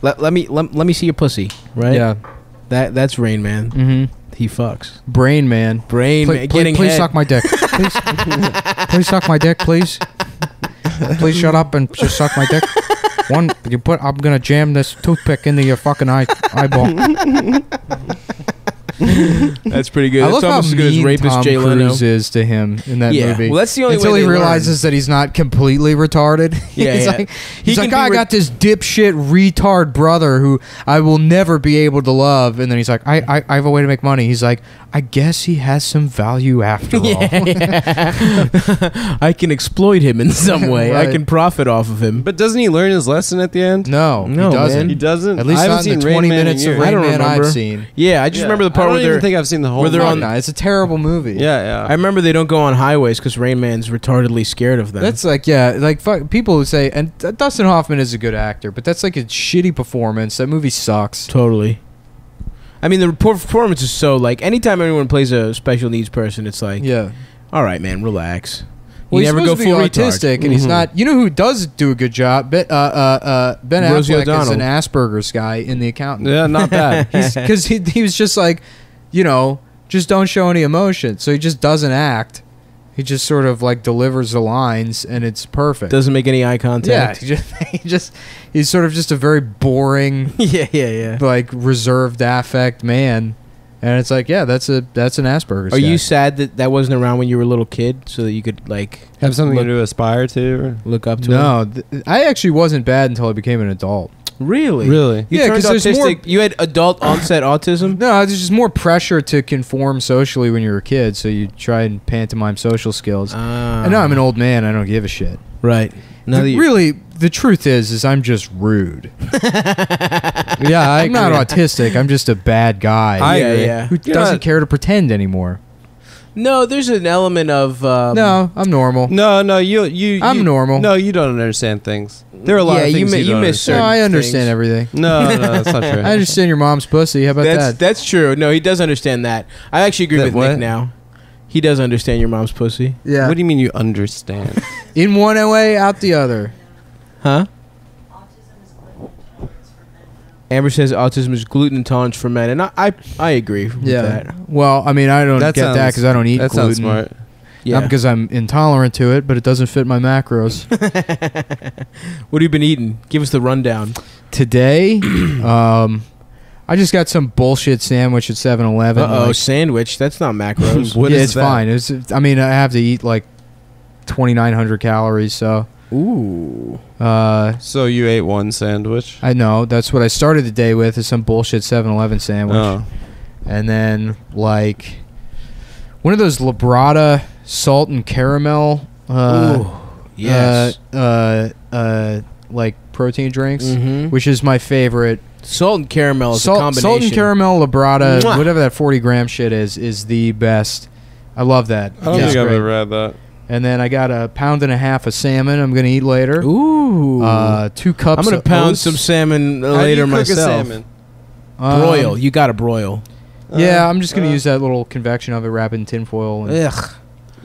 [SPEAKER 3] Let, let me let, let me see your pussy. Right.
[SPEAKER 2] Yeah.
[SPEAKER 3] That that's Rain Man.
[SPEAKER 2] Mm-hmm.
[SPEAKER 3] He fucks.
[SPEAKER 2] Brain man.
[SPEAKER 3] Brain
[SPEAKER 2] Pl-
[SPEAKER 3] Man.
[SPEAKER 2] pl-
[SPEAKER 3] Getting
[SPEAKER 2] please
[SPEAKER 3] head.
[SPEAKER 2] suck my dick. Please, please suck my dick, please. Please shut up and just suck my dick. One, you put. I'm gonna jam this toothpick into your fucking eye eyeball.
[SPEAKER 3] That's pretty good. that's almost as good as rapist
[SPEAKER 2] Tom
[SPEAKER 3] Jay Leno.
[SPEAKER 2] Cruise is to him in that
[SPEAKER 3] yeah.
[SPEAKER 2] movie.
[SPEAKER 3] Well, that's the only
[SPEAKER 2] Until
[SPEAKER 3] way
[SPEAKER 2] he
[SPEAKER 3] they learn.
[SPEAKER 2] realizes that he's not completely retarded.
[SPEAKER 3] Yeah,
[SPEAKER 2] he's
[SPEAKER 3] yeah.
[SPEAKER 2] like,
[SPEAKER 3] He
[SPEAKER 2] he's
[SPEAKER 3] can
[SPEAKER 2] like
[SPEAKER 3] be
[SPEAKER 2] "Oh, I
[SPEAKER 3] re-
[SPEAKER 2] got this dipshit retard brother who I will never be able to love. And then he's like, I, I, I have a way to make money. He's like, I guess he has some value after all.
[SPEAKER 3] yeah, yeah. I can exploit him in some way.
[SPEAKER 2] Right.
[SPEAKER 3] I can profit off of him.
[SPEAKER 1] But doesn't he learn his lesson at the end? Oh,
[SPEAKER 2] No,
[SPEAKER 3] No,
[SPEAKER 2] he doesn't.
[SPEAKER 3] man.
[SPEAKER 1] He doesn't.
[SPEAKER 2] At least
[SPEAKER 1] I haven't
[SPEAKER 2] not in
[SPEAKER 1] seen
[SPEAKER 2] the
[SPEAKER 1] Rain
[SPEAKER 2] 20
[SPEAKER 1] Man in
[SPEAKER 2] minutes of
[SPEAKER 1] years.
[SPEAKER 3] I
[SPEAKER 2] Rain
[SPEAKER 3] don't
[SPEAKER 2] Man I've
[SPEAKER 3] remember.
[SPEAKER 2] seen.
[SPEAKER 3] Yeah, I just
[SPEAKER 1] Yeah.
[SPEAKER 3] remember the
[SPEAKER 1] I
[SPEAKER 3] part
[SPEAKER 1] don't
[SPEAKER 3] where
[SPEAKER 1] even
[SPEAKER 3] they're.
[SPEAKER 1] think I've seen the whole.
[SPEAKER 3] where they're
[SPEAKER 1] thing.
[SPEAKER 3] on-
[SPEAKER 2] No, it's a terrible movie.
[SPEAKER 1] Yeah,
[SPEAKER 3] I
[SPEAKER 1] yeah.
[SPEAKER 3] remember they don't go on highways because Rain Man's retardedly scared of them.
[SPEAKER 2] That's like yeah, like fuck, people who say and D- Dustin Hoffman is a good actor, but that's like a shitty performance. That movie sucks.
[SPEAKER 3] totally. I mean, the repor- performance is so like anytime anyone plays a special needs person, it's like,
[SPEAKER 2] Yeah,
[SPEAKER 3] all right, man, relax.
[SPEAKER 2] well,
[SPEAKER 3] you
[SPEAKER 2] he's
[SPEAKER 3] never go
[SPEAKER 2] supposed to be
[SPEAKER 3] full
[SPEAKER 2] autistic,
[SPEAKER 3] retard. Mm-hmm.
[SPEAKER 2] and he's
[SPEAKER 1] Mhm.
[SPEAKER 2] not. You know who does do a good job? Ben, uh, uh, uh, ben
[SPEAKER 3] Rosie
[SPEAKER 2] Affleck is
[SPEAKER 3] O'Donnell.
[SPEAKER 2] an Asperger's guy in The Accountant.
[SPEAKER 1] Yeah, not bad.
[SPEAKER 2] He's because he he was just like, you know, just don't show any emotion. So he just doesn't act. He just sort of like delivers the lines, and it's perfect.
[SPEAKER 3] Doesn't make any eye contact.
[SPEAKER 2] Yeah, he just, he just he's sort of just a very boring,
[SPEAKER 3] Yeah, yeah, yeah.
[SPEAKER 2] like reserved affect man. and it's like, yeah, that's a that's an Asperger's.
[SPEAKER 3] Are
[SPEAKER 2] guy.
[SPEAKER 3] you sad that that wasn't around when you were a little kid, so that you could like
[SPEAKER 1] Have something
[SPEAKER 3] Look-
[SPEAKER 1] to aspire to?
[SPEAKER 3] look up to?
[SPEAKER 2] No, th- I actually wasn't bad until I became an adult.
[SPEAKER 3] him? really,
[SPEAKER 1] Really?
[SPEAKER 3] You
[SPEAKER 2] Yeah,
[SPEAKER 3] turned
[SPEAKER 2] 'cause
[SPEAKER 3] autistic.
[SPEAKER 2] there's more-
[SPEAKER 3] You had adult onset autism.
[SPEAKER 2] No, there's just more pressure to conform socially when you're a kid, so you try and pantomime social skills.
[SPEAKER 3] Ah,
[SPEAKER 2] and now I'm an old man. I don't give a shit.
[SPEAKER 3] right. Now that
[SPEAKER 2] The-
[SPEAKER 3] you-
[SPEAKER 2] really, the truth is, is I'm just rude. yeah, I, am not autistic. I'm just a bad guy
[SPEAKER 1] I
[SPEAKER 3] yeah,
[SPEAKER 1] agree.
[SPEAKER 3] yeah.
[SPEAKER 2] who
[SPEAKER 1] You're
[SPEAKER 2] doesn't
[SPEAKER 1] not-
[SPEAKER 2] care to pretend anymore.
[SPEAKER 3] No, there's an element of um,
[SPEAKER 2] no, I'm normal.
[SPEAKER 1] No, no, you you.
[SPEAKER 2] I'm
[SPEAKER 1] you-
[SPEAKER 2] normal.
[SPEAKER 1] No, you don't understand things. There are a lot
[SPEAKER 3] Yeah,
[SPEAKER 1] of
[SPEAKER 3] you
[SPEAKER 1] things
[SPEAKER 3] mi-
[SPEAKER 1] you,
[SPEAKER 3] you
[SPEAKER 1] don't
[SPEAKER 3] miss
[SPEAKER 1] understand.
[SPEAKER 2] No,
[SPEAKER 3] certain-
[SPEAKER 2] I understand everything.
[SPEAKER 3] things.
[SPEAKER 1] No, no, that's not true.
[SPEAKER 2] I understand your mom's pussy. How about
[SPEAKER 3] That's
[SPEAKER 2] that?
[SPEAKER 3] that's true. No, he does understand that. I actually agree
[SPEAKER 1] That
[SPEAKER 3] with Nick
[SPEAKER 1] what?
[SPEAKER 3] now. He does understand your mom's pussy,
[SPEAKER 2] yeah.
[SPEAKER 1] What do you mean you understand?
[SPEAKER 2] In one way, out the other.
[SPEAKER 3] huh? Amber says autism is gluten intolerance for men, and I I, I agree with
[SPEAKER 2] Yeah.
[SPEAKER 3] that.
[SPEAKER 2] Well, I mean, I don't
[SPEAKER 1] That
[SPEAKER 2] get that
[SPEAKER 1] sounds-
[SPEAKER 2] because I don't eat
[SPEAKER 1] that
[SPEAKER 2] gluten.
[SPEAKER 1] sounds smart.
[SPEAKER 2] Not
[SPEAKER 3] Yeah.
[SPEAKER 2] because I'm intolerant to it, but it doesn't fit my macros.
[SPEAKER 3] what have you been eating? Give us the rundown.
[SPEAKER 2] Today, um, I just got some bullshit sandwich at 7 Eleven.
[SPEAKER 3] Uh oh, sandwich. That's not macros.
[SPEAKER 1] What
[SPEAKER 2] yeah,
[SPEAKER 1] is
[SPEAKER 2] it's
[SPEAKER 1] that?
[SPEAKER 2] fine. It's, I mean, I have to eat like 2,900 calories, so.
[SPEAKER 3] Ooh.
[SPEAKER 2] Uh,
[SPEAKER 1] So you ate one sandwich.
[SPEAKER 2] I know that's what I started the day with is some bullshit 7-Eleven sandwich,
[SPEAKER 1] Oh.
[SPEAKER 2] and then like one of those Labrada salt and caramel, uh,
[SPEAKER 3] Ooh. Yes.
[SPEAKER 2] uh, uh, uh, like protein drinks,
[SPEAKER 3] Mhm.
[SPEAKER 2] which is my favorite.
[SPEAKER 3] Salt and caramel is Oh, a
[SPEAKER 2] salt,
[SPEAKER 3] combination.
[SPEAKER 2] salt and caramel Labrada,
[SPEAKER 3] Mwah.
[SPEAKER 2] whatever that 40 gram shit is, is the best. I love that.
[SPEAKER 1] I don't
[SPEAKER 2] It's
[SPEAKER 1] think I've
[SPEAKER 2] great.
[SPEAKER 1] ever had that.
[SPEAKER 2] And then I got a pound and a half of salmon. I'm gonna eat later.
[SPEAKER 3] Ooh.
[SPEAKER 2] Uh, two cups.
[SPEAKER 3] I'm gonna
[SPEAKER 2] of
[SPEAKER 3] pound
[SPEAKER 2] oats.
[SPEAKER 3] some salmon uh,
[SPEAKER 1] How do you
[SPEAKER 3] later
[SPEAKER 1] cook a
[SPEAKER 3] myself.
[SPEAKER 1] salmon?
[SPEAKER 2] Um,
[SPEAKER 3] broil. you got to broil.
[SPEAKER 2] Yeah,
[SPEAKER 1] Uh,
[SPEAKER 2] I'm just gonna
[SPEAKER 1] uh,
[SPEAKER 2] use that little convection oven wrapped in tinfoil. And,
[SPEAKER 3] Ugh.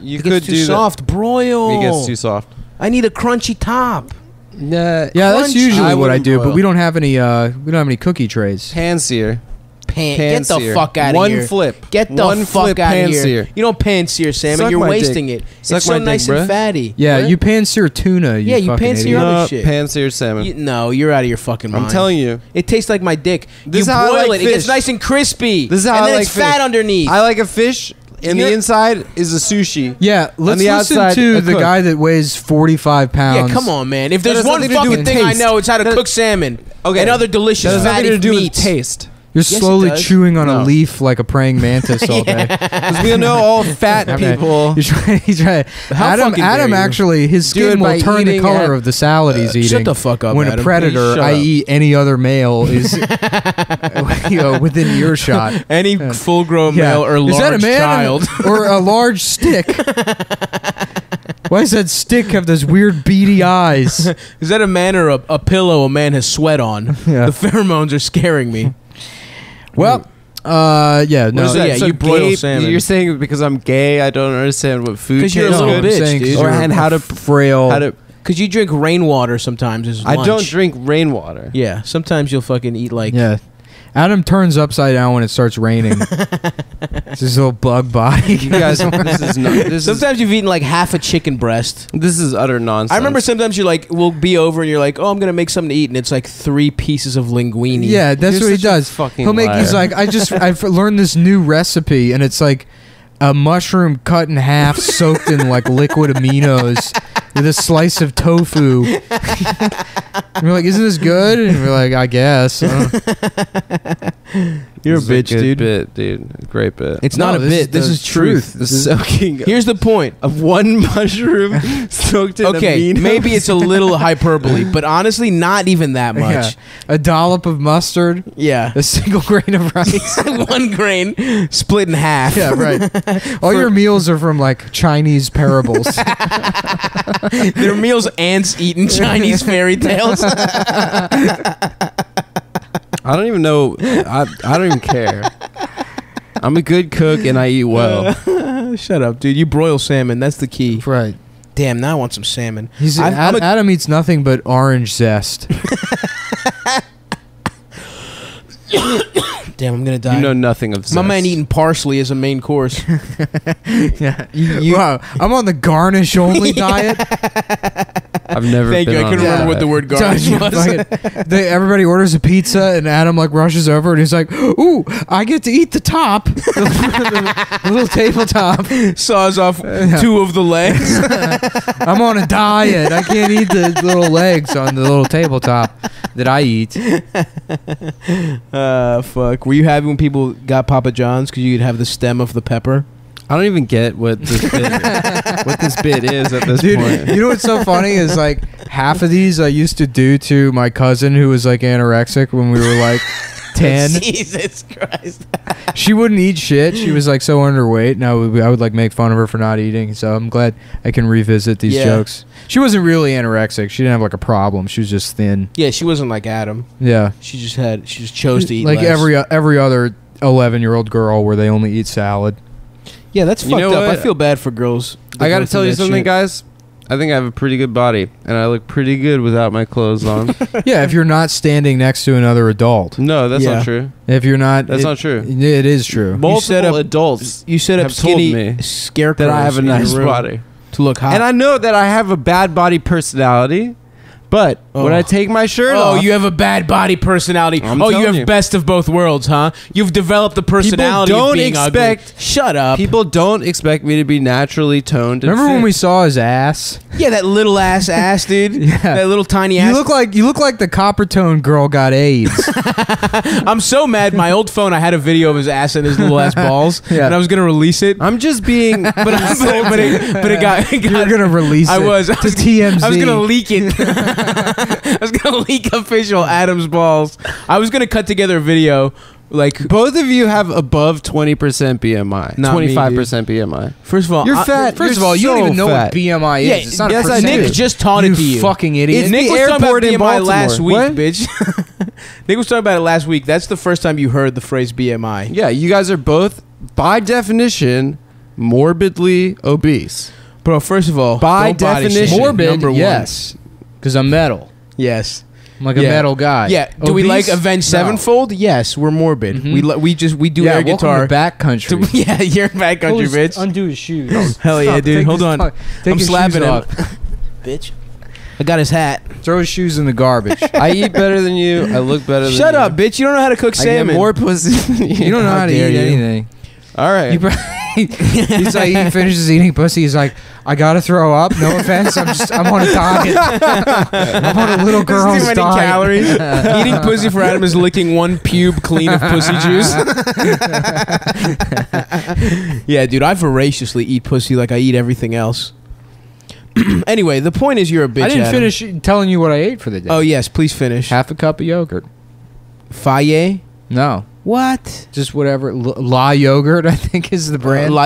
[SPEAKER 1] You
[SPEAKER 3] It
[SPEAKER 1] could
[SPEAKER 3] gets
[SPEAKER 1] do
[SPEAKER 3] too soft. Oh. Broil.
[SPEAKER 1] That. It gets too soft.
[SPEAKER 3] I need a crunchy top.
[SPEAKER 1] Nah,
[SPEAKER 2] yeah, that's
[SPEAKER 3] Crunch.
[SPEAKER 2] usually
[SPEAKER 1] I
[SPEAKER 2] what I
[SPEAKER 1] wouldn't
[SPEAKER 2] do, but
[SPEAKER 1] broil.
[SPEAKER 2] we don't have any. Uh, we don't have any cookie trays.
[SPEAKER 1] pan sear.
[SPEAKER 3] Pan.
[SPEAKER 1] Pan
[SPEAKER 3] Get the
[SPEAKER 1] sear.
[SPEAKER 3] fuck out of
[SPEAKER 1] One
[SPEAKER 3] here.
[SPEAKER 1] flip.
[SPEAKER 3] Get the
[SPEAKER 1] One
[SPEAKER 3] fuck
[SPEAKER 1] flip
[SPEAKER 3] out of
[SPEAKER 1] pan
[SPEAKER 3] here.
[SPEAKER 1] sear.
[SPEAKER 3] You don't pan sear salmon.
[SPEAKER 1] Suck
[SPEAKER 3] You're
[SPEAKER 1] my dick.
[SPEAKER 3] wasting it.
[SPEAKER 1] Suck
[SPEAKER 3] it's so
[SPEAKER 1] my dick,
[SPEAKER 3] nice
[SPEAKER 1] bruh.
[SPEAKER 3] and fatty.
[SPEAKER 2] Yeah,
[SPEAKER 1] What?
[SPEAKER 2] you pan sear tuna. You
[SPEAKER 3] Yeah, you
[SPEAKER 2] fucking
[SPEAKER 3] pan sear
[SPEAKER 2] idiot.
[SPEAKER 3] other
[SPEAKER 1] No,
[SPEAKER 3] shit.
[SPEAKER 1] pan seared salmon.
[SPEAKER 3] You- no, you're out of your fucking mind.
[SPEAKER 1] I'm telling you.
[SPEAKER 3] It tastes like my dick.
[SPEAKER 1] This is
[SPEAKER 3] you
[SPEAKER 1] how I
[SPEAKER 3] boil
[SPEAKER 1] like
[SPEAKER 3] it. It gets
[SPEAKER 1] fish.
[SPEAKER 3] nice and crispy.
[SPEAKER 1] This is how
[SPEAKER 3] and
[SPEAKER 1] I
[SPEAKER 3] then
[SPEAKER 1] like
[SPEAKER 3] it's fat
[SPEAKER 1] fish.
[SPEAKER 3] underneath.
[SPEAKER 1] I like a fish, and
[SPEAKER 3] You're-
[SPEAKER 1] the inside is a sushi.
[SPEAKER 2] Yeah, let's
[SPEAKER 1] the
[SPEAKER 2] listen
[SPEAKER 1] outside,
[SPEAKER 2] to
[SPEAKER 1] a
[SPEAKER 2] the
[SPEAKER 1] cook.
[SPEAKER 2] guy that weighs 45
[SPEAKER 3] yeah,
[SPEAKER 2] pounds.
[SPEAKER 3] come on, man. If
[SPEAKER 1] That
[SPEAKER 3] there's
[SPEAKER 1] has
[SPEAKER 3] one
[SPEAKER 1] nothing to do
[SPEAKER 3] fucking
[SPEAKER 1] with
[SPEAKER 3] thing I
[SPEAKER 1] taste.
[SPEAKER 3] know, it's how to
[SPEAKER 1] That-
[SPEAKER 3] cook salmon
[SPEAKER 1] Okay.
[SPEAKER 3] and other delicious
[SPEAKER 1] That has
[SPEAKER 3] fatty
[SPEAKER 1] nothing to do
[SPEAKER 3] meats.
[SPEAKER 1] with taste.
[SPEAKER 2] You're
[SPEAKER 3] Yes, it
[SPEAKER 2] slowly
[SPEAKER 3] does.
[SPEAKER 2] chewing on
[SPEAKER 1] No.
[SPEAKER 2] a leaf like a praying mantis all day.
[SPEAKER 1] Because we know all fat
[SPEAKER 2] Okay.
[SPEAKER 1] people.
[SPEAKER 2] He's right. He's right.
[SPEAKER 3] How
[SPEAKER 2] Adam,
[SPEAKER 3] fucking dare
[SPEAKER 2] Adam
[SPEAKER 3] you.
[SPEAKER 2] actually, his
[SPEAKER 1] Do it
[SPEAKER 2] skin
[SPEAKER 1] by
[SPEAKER 2] will turn the
[SPEAKER 1] eating
[SPEAKER 2] color
[SPEAKER 1] at-
[SPEAKER 2] of the salad he's eating.
[SPEAKER 3] Uh, Shut the fuck up,
[SPEAKER 2] when
[SPEAKER 3] Adam.
[SPEAKER 2] a
[SPEAKER 1] Please
[SPEAKER 2] predator,
[SPEAKER 1] shut
[SPEAKER 2] i.e., any other male, is you know, within earshot.
[SPEAKER 3] Any full-grown
[SPEAKER 2] Yeah.
[SPEAKER 3] male or large
[SPEAKER 2] is that a man
[SPEAKER 3] child.
[SPEAKER 2] or a large stick? Why does that stick have those weird beady eyes?
[SPEAKER 3] Is that a man or a, a pillow a man has sweat on?
[SPEAKER 2] Yeah.
[SPEAKER 3] The pheromones are scaring me.
[SPEAKER 2] Well, uh, yeah,
[SPEAKER 1] What
[SPEAKER 2] no,
[SPEAKER 1] is that?
[SPEAKER 3] yeah, you broil
[SPEAKER 1] gay-
[SPEAKER 3] salmon.
[SPEAKER 1] You're saying because I'm gay, I don't understand what food
[SPEAKER 3] 'Cause you're a
[SPEAKER 1] tastes
[SPEAKER 2] no, I'm
[SPEAKER 3] little
[SPEAKER 1] good.
[SPEAKER 3] bitch,
[SPEAKER 2] saying 'cause
[SPEAKER 3] dude.
[SPEAKER 2] you're
[SPEAKER 1] Or and how to-
[SPEAKER 2] frail.
[SPEAKER 1] How to-
[SPEAKER 3] Because you drink rainwater sometimes as
[SPEAKER 1] I
[SPEAKER 3] lunch.
[SPEAKER 1] don't drink rainwater.
[SPEAKER 3] Yeah, sometimes you'll fucking eat like.
[SPEAKER 2] yeah. Adam turns upside down when it starts raining. it's his little bug body.
[SPEAKER 1] You guys, this is not. This is,
[SPEAKER 3] Sometimes you've eaten like half a chicken breast.
[SPEAKER 1] this is utter nonsense.
[SPEAKER 3] I remember sometimes you like will be over and you're like, oh, I'm gonna make something to eat, and it's like three pieces of linguine.
[SPEAKER 2] Yeah, that's
[SPEAKER 1] You're
[SPEAKER 2] what he
[SPEAKER 1] such a
[SPEAKER 2] does.
[SPEAKER 1] fucking
[SPEAKER 2] He'll make. He's
[SPEAKER 1] liar.
[SPEAKER 2] like, I just I've learned this new recipe, and it's like a mushroom cut in half, soaked in like liquid aminos, with a slice of tofu. and we're like, isn't this good? And we're like, I guess. I don't know.
[SPEAKER 3] you're a
[SPEAKER 1] This is
[SPEAKER 3] bitch,
[SPEAKER 1] good
[SPEAKER 3] dude.
[SPEAKER 1] Bit, dude, great bit.
[SPEAKER 3] It's
[SPEAKER 2] No,
[SPEAKER 3] not a
[SPEAKER 2] this
[SPEAKER 3] bit.
[SPEAKER 2] is
[SPEAKER 3] this
[SPEAKER 2] the
[SPEAKER 3] is truth.
[SPEAKER 1] the soaking
[SPEAKER 3] Here's the point.
[SPEAKER 1] of one mushroom soaked in
[SPEAKER 3] Okay,
[SPEAKER 1] amino.
[SPEAKER 3] maybe it's a little hyperbole, but honestly, not even that
[SPEAKER 2] Yeah.
[SPEAKER 3] much.
[SPEAKER 2] A dollop of mustard,
[SPEAKER 3] Yeah,
[SPEAKER 2] a single grain of rice.
[SPEAKER 3] one grain split in half.
[SPEAKER 2] yeah, right. All your meals are from like Chinese parables.
[SPEAKER 3] Their meals ants eating Chinese fairy tales.
[SPEAKER 1] I don't even know. I, I don't even care. I'm a good cook and I eat
[SPEAKER 3] Uh,
[SPEAKER 1] well.
[SPEAKER 3] Shut up, dude. You broil salmon. That's the key.
[SPEAKER 2] right.
[SPEAKER 3] Damn, now I want some salmon.
[SPEAKER 2] He's
[SPEAKER 3] I'm-
[SPEAKER 2] Ad-
[SPEAKER 3] I'm a-
[SPEAKER 2] Adam eats nothing but orange zest.
[SPEAKER 3] Damn, I'm gonna die.
[SPEAKER 1] You know nothing of
[SPEAKER 3] My man
[SPEAKER 1] zest.
[SPEAKER 3] eating parsley as a main course.
[SPEAKER 2] yeah. wow. I'm on the garnish only diet.
[SPEAKER 1] I've I've never.
[SPEAKER 3] Thank
[SPEAKER 1] been
[SPEAKER 3] you. I
[SPEAKER 1] on
[SPEAKER 3] couldn't
[SPEAKER 1] that.
[SPEAKER 3] remember what the word garbage
[SPEAKER 2] Fucking-
[SPEAKER 3] was.
[SPEAKER 2] they, everybody orders a pizza, and Adam like rushes over and he's like, "Ooh, I get to eat the top, the, little tabletop.
[SPEAKER 3] Saws off two of the legs.
[SPEAKER 2] I'm on a diet. I can't eat the little legs on the little tabletop that I eat.
[SPEAKER 3] Uh, fuck. Were you happy when people got Papa John's because you could have the stem of the pepper?
[SPEAKER 1] I don't even get what this bit what this bit is at this
[SPEAKER 2] Dude,
[SPEAKER 1] point.
[SPEAKER 2] you know what's so funny is like half of these I used to do to my cousin who was like anorexic when we were like 10.
[SPEAKER 3] Jesus Christ.
[SPEAKER 2] she wouldn't eat shit. She was like so underweight, and I would, I would like make fun of her for not eating. So I'm glad I can revisit these
[SPEAKER 3] Yeah.
[SPEAKER 2] jokes. She wasn't really anorexic. She didn't have like a problem. She was just thin.
[SPEAKER 3] Yeah, she wasn't like Adam.
[SPEAKER 2] Yeah,
[SPEAKER 3] She just had. She just chose to eat
[SPEAKER 2] like
[SPEAKER 3] less.
[SPEAKER 2] every uh, every other 11 year old girl where they only eat salad.
[SPEAKER 3] Yeah, that's
[SPEAKER 1] You
[SPEAKER 3] fucked
[SPEAKER 1] know
[SPEAKER 3] up. I
[SPEAKER 1] what?
[SPEAKER 3] feel bad for girls. that
[SPEAKER 1] I
[SPEAKER 3] go
[SPEAKER 1] gotta
[SPEAKER 3] through
[SPEAKER 1] tell you
[SPEAKER 3] that
[SPEAKER 1] something,
[SPEAKER 3] shit.
[SPEAKER 1] guys. I think I have a pretty good body, and I look pretty good without my clothes on.
[SPEAKER 2] yeah, if you're not standing next to another adult,
[SPEAKER 1] no, that's
[SPEAKER 3] Yeah.
[SPEAKER 1] not true.
[SPEAKER 2] if you're not,
[SPEAKER 1] That's
[SPEAKER 2] it-
[SPEAKER 1] not true.
[SPEAKER 2] It is true.
[SPEAKER 1] Multiple
[SPEAKER 3] set up-
[SPEAKER 1] adults
[SPEAKER 3] You set up
[SPEAKER 1] have told
[SPEAKER 3] skinny
[SPEAKER 1] me
[SPEAKER 3] scarecrows
[SPEAKER 1] that I have a
[SPEAKER 3] in your
[SPEAKER 1] nice
[SPEAKER 3] room Ah.
[SPEAKER 1] body,
[SPEAKER 3] to look hot.
[SPEAKER 1] and I know that I have a bad body personality. But when
[SPEAKER 3] Oh.
[SPEAKER 1] I take my shirt
[SPEAKER 3] Oh,
[SPEAKER 1] off,
[SPEAKER 3] you have a bad body personality.
[SPEAKER 1] I'm
[SPEAKER 3] oh, you
[SPEAKER 1] telling
[SPEAKER 3] have
[SPEAKER 1] you.
[SPEAKER 3] best of both worlds, huh? You've developed the personality.
[SPEAKER 1] People
[SPEAKER 3] of
[SPEAKER 1] don't
[SPEAKER 3] being ugly.
[SPEAKER 1] expect-
[SPEAKER 3] Shut up.
[SPEAKER 1] people don't expect me to be naturally toned. and
[SPEAKER 2] Remember when
[SPEAKER 1] fit.
[SPEAKER 2] we saw his ass?
[SPEAKER 3] yeah, that little ass ass, dude.
[SPEAKER 2] Yeah.
[SPEAKER 3] That little tiny
[SPEAKER 2] You
[SPEAKER 3] ass.
[SPEAKER 2] look like you look like the copper tone girl got AIDS.
[SPEAKER 3] I'm so mad. My old phone, I had a video of his ass and his little ass balls,
[SPEAKER 2] Yeah.
[SPEAKER 3] and I was gonna release it, but
[SPEAKER 1] I'm just being.
[SPEAKER 3] but, it- but, it, but it got. It
[SPEAKER 2] You're
[SPEAKER 3] got
[SPEAKER 2] gonna release.
[SPEAKER 3] I
[SPEAKER 2] it
[SPEAKER 3] was. I
[SPEAKER 2] to
[SPEAKER 3] was-
[SPEAKER 2] TMZ.
[SPEAKER 3] I was gonna leak it. I was gonna leak official Adam's balls. I was gonna cut together a video, like
[SPEAKER 1] both of you have above 20% BMI,
[SPEAKER 3] Not me, dude.
[SPEAKER 1] 25% BMI.
[SPEAKER 3] first of all,
[SPEAKER 1] You're
[SPEAKER 3] I-
[SPEAKER 1] fat.
[SPEAKER 2] First
[SPEAKER 1] You're
[SPEAKER 2] of all, you
[SPEAKER 1] so
[SPEAKER 2] don't even know
[SPEAKER 1] fat.
[SPEAKER 2] what BMI is.
[SPEAKER 3] Yeah,
[SPEAKER 2] it's not
[SPEAKER 1] yes,
[SPEAKER 2] a
[SPEAKER 1] I do.
[SPEAKER 2] percentage.
[SPEAKER 3] Nick just taught it to you.
[SPEAKER 2] fucking idiot.
[SPEAKER 1] It's
[SPEAKER 3] Nick
[SPEAKER 1] the
[SPEAKER 3] was talking about
[SPEAKER 1] airport in
[SPEAKER 3] BMI last week,
[SPEAKER 1] Baltimore. What?
[SPEAKER 3] bitch. Nick was talking about it last week. That's the first time you heard the phrase BMI.
[SPEAKER 1] Yeah, you guys are both, by definition, morbidly obese.
[SPEAKER 3] Bro, first of all,
[SPEAKER 1] By
[SPEAKER 3] don't body shame.
[SPEAKER 1] definition.
[SPEAKER 2] morbid.
[SPEAKER 1] number one.
[SPEAKER 2] yes, because I'm metal.
[SPEAKER 3] Yes.
[SPEAKER 2] I'm like a
[SPEAKER 3] Yeah.
[SPEAKER 2] metal guy.
[SPEAKER 3] Yeah. Do we
[SPEAKER 2] Obese?
[SPEAKER 3] like Avenged
[SPEAKER 2] No.
[SPEAKER 3] Sevenfold? Yes, we're morbid.
[SPEAKER 2] Mhm.
[SPEAKER 3] We lo- we just we do
[SPEAKER 2] yeah,
[SPEAKER 3] air
[SPEAKER 2] welcome
[SPEAKER 3] guitar.
[SPEAKER 2] To back country.
[SPEAKER 3] To- yeah, you're back country, bitch.
[SPEAKER 2] Undo his shoes.
[SPEAKER 3] Hell yeah,
[SPEAKER 2] Stop,
[SPEAKER 3] dude.
[SPEAKER 2] take
[SPEAKER 3] Hold
[SPEAKER 2] his
[SPEAKER 3] on.
[SPEAKER 2] fuck- take
[SPEAKER 3] I'm
[SPEAKER 2] his
[SPEAKER 3] slapping
[SPEAKER 2] shoes
[SPEAKER 3] him.
[SPEAKER 2] off.
[SPEAKER 3] bitch. I got his hat.
[SPEAKER 2] Throw his shoes in the garbage.
[SPEAKER 1] I eat better than you. I look better than
[SPEAKER 3] Shut
[SPEAKER 1] you.
[SPEAKER 3] up, bitch. You don't know how to cook
[SPEAKER 1] I
[SPEAKER 3] salmon.
[SPEAKER 1] get more pussy than you.
[SPEAKER 2] you don't know
[SPEAKER 1] How
[SPEAKER 2] how, to eat
[SPEAKER 1] dare you.
[SPEAKER 2] anything.
[SPEAKER 1] All right.
[SPEAKER 2] You probably, he's like he finishes eating pussy. He's like, I gotta throw up. No offense. I'm just I'm on a diet. I'm on a little
[SPEAKER 3] There's
[SPEAKER 2] girl's
[SPEAKER 3] too many
[SPEAKER 2] diet.
[SPEAKER 3] calories. Eating pussy for Adam is licking one pube clean of pussy juice. yeah, dude, I voraciously eat pussy like I eat everything else. anyway, the point is you're a bitch.
[SPEAKER 2] I didn't
[SPEAKER 3] Adam.
[SPEAKER 2] finish telling you what I ate for the day.
[SPEAKER 3] Oh yes, please finish.
[SPEAKER 2] half a cup of yogurt.
[SPEAKER 3] Faye.
[SPEAKER 2] No,
[SPEAKER 3] What?
[SPEAKER 2] just whatever. L- La yogurt, I think, is the brand.
[SPEAKER 3] La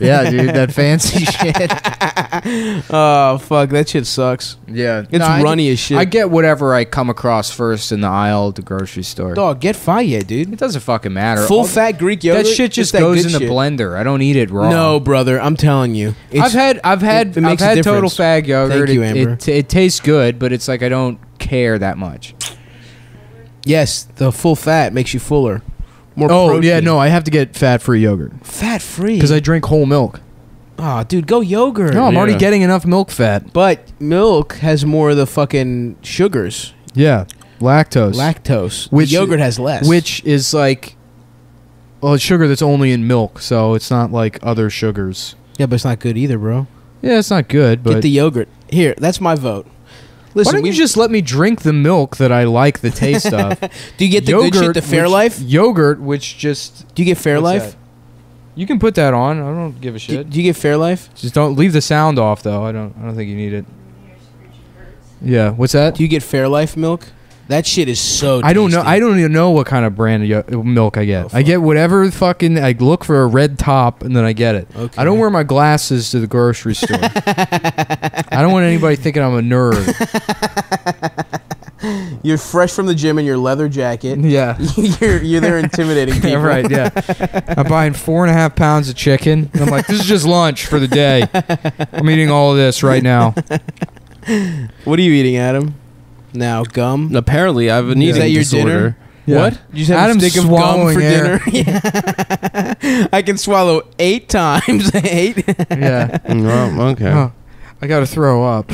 [SPEAKER 2] yeah, dude, that fancy shit.
[SPEAKER 3] oh fuck, that shit sucks.
[SPEAKER 2] Yeah,
[SPEAKER 3] It's runny as shit.
[SPEAKER 2] I get whatever I come across first in the aisle at the grocery store.
[SPEAKER 3] Dog, get Faye, dude.
[SPEAKER 2] It doesn't fucking matter.
[SPEAKER 3] Full
[SPEAKER 2] All-
[SPEAKER 3] fat Greek yogurt.
[SPEAKER 2] that shit just
[SPEAKER 3] it's that
[SPEAKER 2] goes
[SPEAKER 3] good
[SPEAKER 2] in the
[SPEAKER 3] shit.
[SPEAKER 2] blender. I don't eat it raw.
[SPEAKER 3] No, brother, I'm telling you.
[SPEAKER 2] I've had I've had
[SPEAKER 3] it- it makes a
[SPEAKER 2] I've had total
[SPEAKER 3] difference.
[SPEAKER 2] fag yogurt.
[SPEAKER 3] Thank you,
[SPEAKER 2] It-
[SPEAKER 3] Amber.
[SPEAKER 2] It, it tastes good, but it's like I don't care that much.
[SPEAKER 3] yes, the full fat makes you fuller. More
[SPEAKER 2] Oh,
[SPEAKER 3] protein.
[SPEAKER 2] I have to get fat free yogurt
[SPEAKER 3] Fat free.
[SPEAKER 2] I drink whole milk.
[SPEAKER 3] Ah, dude, go yogurt.
[SPEAKER 2] No, I'm already
[SPEAKER 1] Yeah.
[SPEAKER 2] getting enough milk fat.
[SPEAKER 3] But milk has more of the fucking sugars,
[SPEAKER 2] Yeah, lactose,
[SPEAKER 3] lactose.
[SPEAKER 2] Which-
[SPEAKER 3] Which yogurt has less.
[SPEAKER 2] which is like. Well, it's sugar that's only in milk, so it's not like other sugars.
[SPEAKER 3] yeah, but it's not good either, bro.
[SPEAKER 2] Yeah, it's not good, but
[SPEAKER 3] Get the yogurt. Here, that's my vote. Listen,
[SPEAKER 2] why don't
[SPEAKER 3] we
[SPEAKER 2] you just let me drink the milk that I like the taste of?
[SPEAKER 3] do you get the good shit, the Fairlife?
[SPEAKER 2] which- Yogurt, which just
[SPEAKER 3] Do you get
[SPEAKER 2] What's
[SPEAKER 3] Fairlife?
[SPEAKER 2] you can put that on. I don't give a
[SPEAKER 3] Do,
[SPEAKER 2] shit.
[SPEAKER 3] do you get Fairlife?
[SPEAKER 2] Just don't leave the sound off though. I don't I don't think you need it. Yeah, what's that?
[SPEAKER 3] Do you get Fairlife milk? That shit is so.
[SPEAKER 2] I don't know.
[SPEAKER 3] tasty.
[SPEAKER 2] I don't even know what kind of brand of yo- milk I get.
[SPEAKER 3] Oh,
[SPEAKER 2] I get whatever fucking I look for a red top and then I get it.
[SPEAKER 3] Okay.
[SPEAKER 2] I don't wear my glasses to the grocery store. I don't want anybody thinking I'm a nerd.
[SPEAKER 3] You're fresh from the gym in your leather jacket.
[SPEAKER 2] yeah.
[SPEAKER 3] you're you're there intimidating people.
[SPEAKER 2] Yeah, right. Yeah, I'm buying four and a half pounds of chicken. And I'm like, this is just lunch for the day. I'm eating all of this right now.
[SPEAKER 3] What are you eating, Adam? Now gum.
[SPEAKER 1] Apparently, I have an
[SPEAKER 2] Is
[SPEAKER 1] eating
[SPEAKER 3] that your
[SPEAKER 1] disorder.
[SPEAKER 3] dinner?
[SPEAKER 2] What?
[SPEAKER 3] You just have
[SPEAKER 2] Adam's
[SPEAKER 3] a stick of gum
[SPEAKER 2] swallowing
[SPEAKER 3] for
[SPEAKER 2] air.
[SPEAKER 3] dinner. Yeah. I can swallow eight times. eight.
[SPEAKER 2] Yeah.
[SPEAKER 1] Mm, well, okay.
[SPEAKER 2] Huh. I gotta throw up.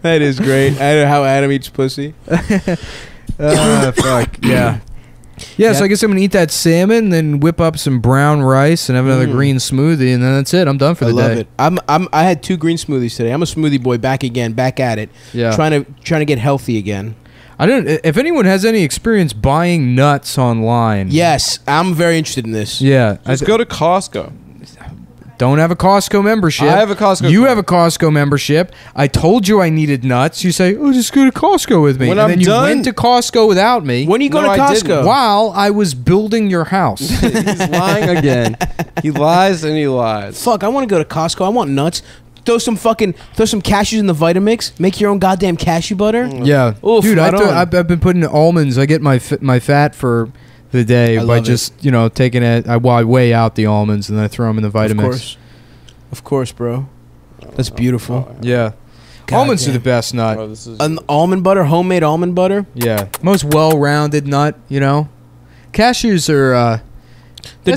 [SPEAKER 3] that is great. I know how Adam eats pussy.
[SPEAKER 2] Uh, fuck yeah. Yeah, so I guess I'm gonna eat that salmon, then whip up some brown rice and have another
[SPEAKER 3] Mm.
[SPEAKER 2] green smoothie, and then that's it. I'm done for
[SPEAKER 3] I
[SPEAKER 2] the
[SPEAKER 3] love
[SPEAKER 2] day.
[SPEAKER 3] it. I'm, I'm I had two green smoothies today. I'm a smoothie boy back again, back at it.
[SPEAKER 2] Yeah,
[SPEAKER 3] Trying to trying to get healthy again.
[SPEAKER 2] I don't. If anyone has any experience buying nuts online,
[SPEAKER 3] Yes, I'm very interested in this.
[SPEAKER 2] yeah, I
[SPEAKER 1] Let's go to Costco.
[SPEAKER 2] don't have a Costco membership.
[SPEAKER 1] I have a Costco.
[SPEAKER 2] you
[SPEAKER 1] card.
[SPEAKER 2] have a Costco membership. I told you I needed nuts. You say, "Oh, just go to Costco with me."
[SPEAKER 1] When
[SPEAKER 2] and
[SPEAKER 1] I'm
[SPEAKER 2] then you
[SPEAKER 1] done-
[SPEAKER 2] went to Costco without me
[SPEAKER 3] When are you going
[SPEAKER 1] No,
[SPEAKER 3] to
[SPEAKER 1] I
[SPEAKER 3] Costco?
[SPEAKER 1] didn't.
[SPEAKER 2] while I was building your house.
[SPEAKER 1] He's lying again. He lies and he lies.
[SPEAKER 3] Fuck, I want to go to Costco. I want nuts. Throw some fucking throw some cashews in the Vitamix. Make your own goddamn cashew butter.
[SPEAKER 2] Yeah,
[SPEAKER 3] Oof,
[SPEAKER 2] dude, I
[SPEAKER 3] right
[SPEAKER 2] throw-
[SPEAKER 3] on.
[SPEAKER 2] I've, I've been putting almonds. I get my f- my fat for the day
[SPEAKER 3] I
[SPEAKER 2] by
[SPEAKER 3] love it.
[SPEAKER 2] just you know taking it. I, well, I weigh out the almonds and then I throw them in the
[SPEAKER 3] Of
[SPEAKER 2] Vitamix.
[SPEAKER 3] course. Of course, bro. That's beautiful.
[SPEAKER 2] Yeah,
[SPEAKER 3] God
[SPEAKER 2] almonds are
[SPEAKER 3] damn.
[SPEAKER 2] the best nut.
[SPEAKER 1] Bro, this is-
[SPEAKER 3] An almond butter, homemade almond butter.
[SPEAKER 2] Yeah, most well-rounded nut. You know, cashews are uh,
[SPEAKER 3] They're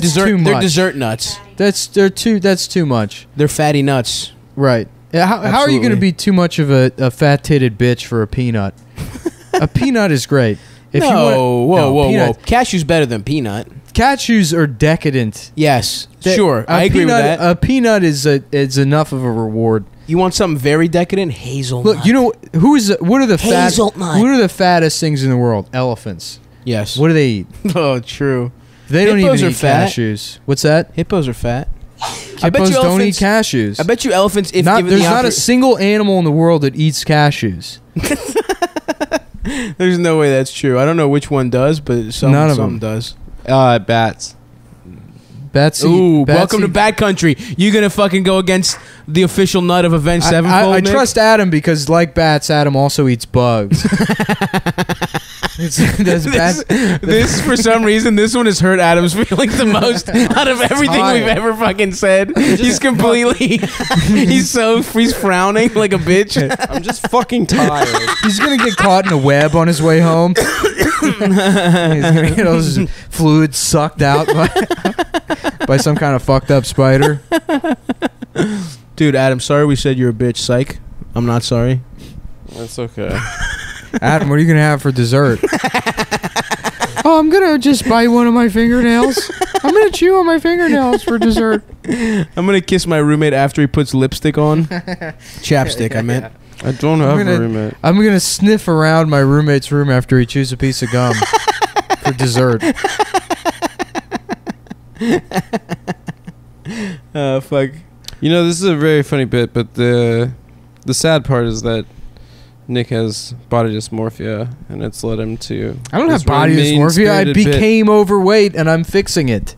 [SPEAKER 2] That's
[SPEAKER 3] dessert
[SPEAKER 2] too
[SPEAKER 3] they're
[SPEAKER 2] much.
[SPEAKER 3] dessert nuts.
[SPEAKER 2] that's they're too that's too much.
[SPEAKER 3] They're fatty nuts.
[SPEAKER 2] Right. Yeah, how, how are you going
[SPEAKER 3] Absolutely.
[SPEAKER 2] to be too much of a, a fat-titted bitch for a peanut? a peanut is great. If
[SPEAKER 3] no,
[SPEAKER 2] you want,
[SPEAKER 3] whoa,
[SPEAKER 2] no,
[SPEAKER 3] whoa,
[SPEAKER 2] peanuts-
[SPEAKER 3] whoa. Cashew's better than peanut.
[SPEAKER 2] cashews are decadent.
[SPEAKER 3] Yes,
[SPEAKER 2] That-
[SPEAKER 3] sure.
[SPEAKER 2] a
[SPEAKER 3] I agree
[SPEAKER 2] peanut, uh,
[SPEAKER 3] with that.
[SPEAKER 2] A peanut is a is enough of a reward.
[SPEAKER 3] you want something very decadent? Hazelnut.
[SPEAKER 2] Look, you know who is what are the fat,
[SPEAKER 3] Hazelnut.
[SPEAKER 2] what are the fattest things in the world? Elephants.
[SPEAKER 3] Yes.
[SPEAKER 2] What do they eat?
[SPEAKER 3] oh, true.
[SPEAKER 2] They don't
[SPEAKER 3] Hippos
[SPEAKER 2] even
[SPEAKER 3] are
[SPEAKER 2] eat
[SPEAKER 3] fat.
[SPEAKER 2] cashews. What's that?
[SPEAKER 3] Hippos are fat.
[SPEAKER 2] Hippos
[SPEAKER 3] I bet you
[SPEAKER 2] don't eat
[SPEAKER 3] elephants-
[SPEAKER 2] cashews.
[SPEAKER 3] I bet you elephants, if
[SPEAKER 2] Not-
[SPEAKER 3] given
[SPEAKER 2] there's
[SPEAKER 3] the
[SPEAKER 2] not a
[SPEAKER 3] oppor-
[SPEAKER 2] single animal in the world that eats cashews.
[SPEAKER 3] There's no way that's true. I don't know which one does, but some
[SPEAKER 2] None of them.
[SPEAKER 3] some does.
[SPEAKER 1] Uh, bats.
[SPEAKER 2] Betsy,
[SPEAKER 3] Ooh,
[SPEAKER 2] Betsy,
[SPEAKER 3] welcome to Bad Country. You're gonna fucking go against the official nut of Avenged
[SPEAKER 2] I,
[SPEAKER 3] Sevenfold.
[SPEAKER 2] I, I
[SPEAKER 3] Nick?
[SPEAKER 2] trust Adam because, like bats, Adam also eats bugs. It's- there's bats-
[SPEAKER 3] this for some reason. This one has hurt Adam's feelings the most out of everything
[SPEAKER 2] Tired.
[SPEAKER 3] we've ever fucking said. He's completely. he's so he's frowning like a bitch.
[SPEAKER 1] I'm just fucking tired.
[SPEAKER 2] He's gonna get caught in a web on his way home. He's gonna get all his fluid sucked out by, by some kind of fucked up spider.
[SPEAKER 3] Dude, Adam, sorry we said you're a bitch. Psych. I'm not sorry.
[SPEAKER 1] That's okay.
[SPEAKER 2] Adam, what are you gonna have for dessert? oh, I'm gonna just bite one of my fingernails. I'm gonna chew on my fingernails for dessert.
[SPEAKER 3] I'm gonna kiss my roommate after he puts lipstick on. Chapstick, I meant.
[SPEAKER 1] I don't
[SPEAKER 2] I'm
[SPEAKER 1] have
[SPEAKER 2] gonna-
[SPEAKER 1] a roommate.
[SPEAKER 2] I'm gonna sniff around my roommate's room after he chews a piece of gum for dessert.
[SPEAKER 3] Uh, fuck.
[SPEAKER 1] You know, this is a very funny bit, but the the sad part is that Nick has body dysmorphia, and it's led him to.
[SPEAKER 2] I don't
[SPEAKER 1] this
[SPEAKER 2] have body
[SPEAKER 1] really
[SPEAKER 2] dysmorphia. I
[SPEAKER 1] mean-spirited bit.
[SPEAKER 2] became overweight and I'm fixing it.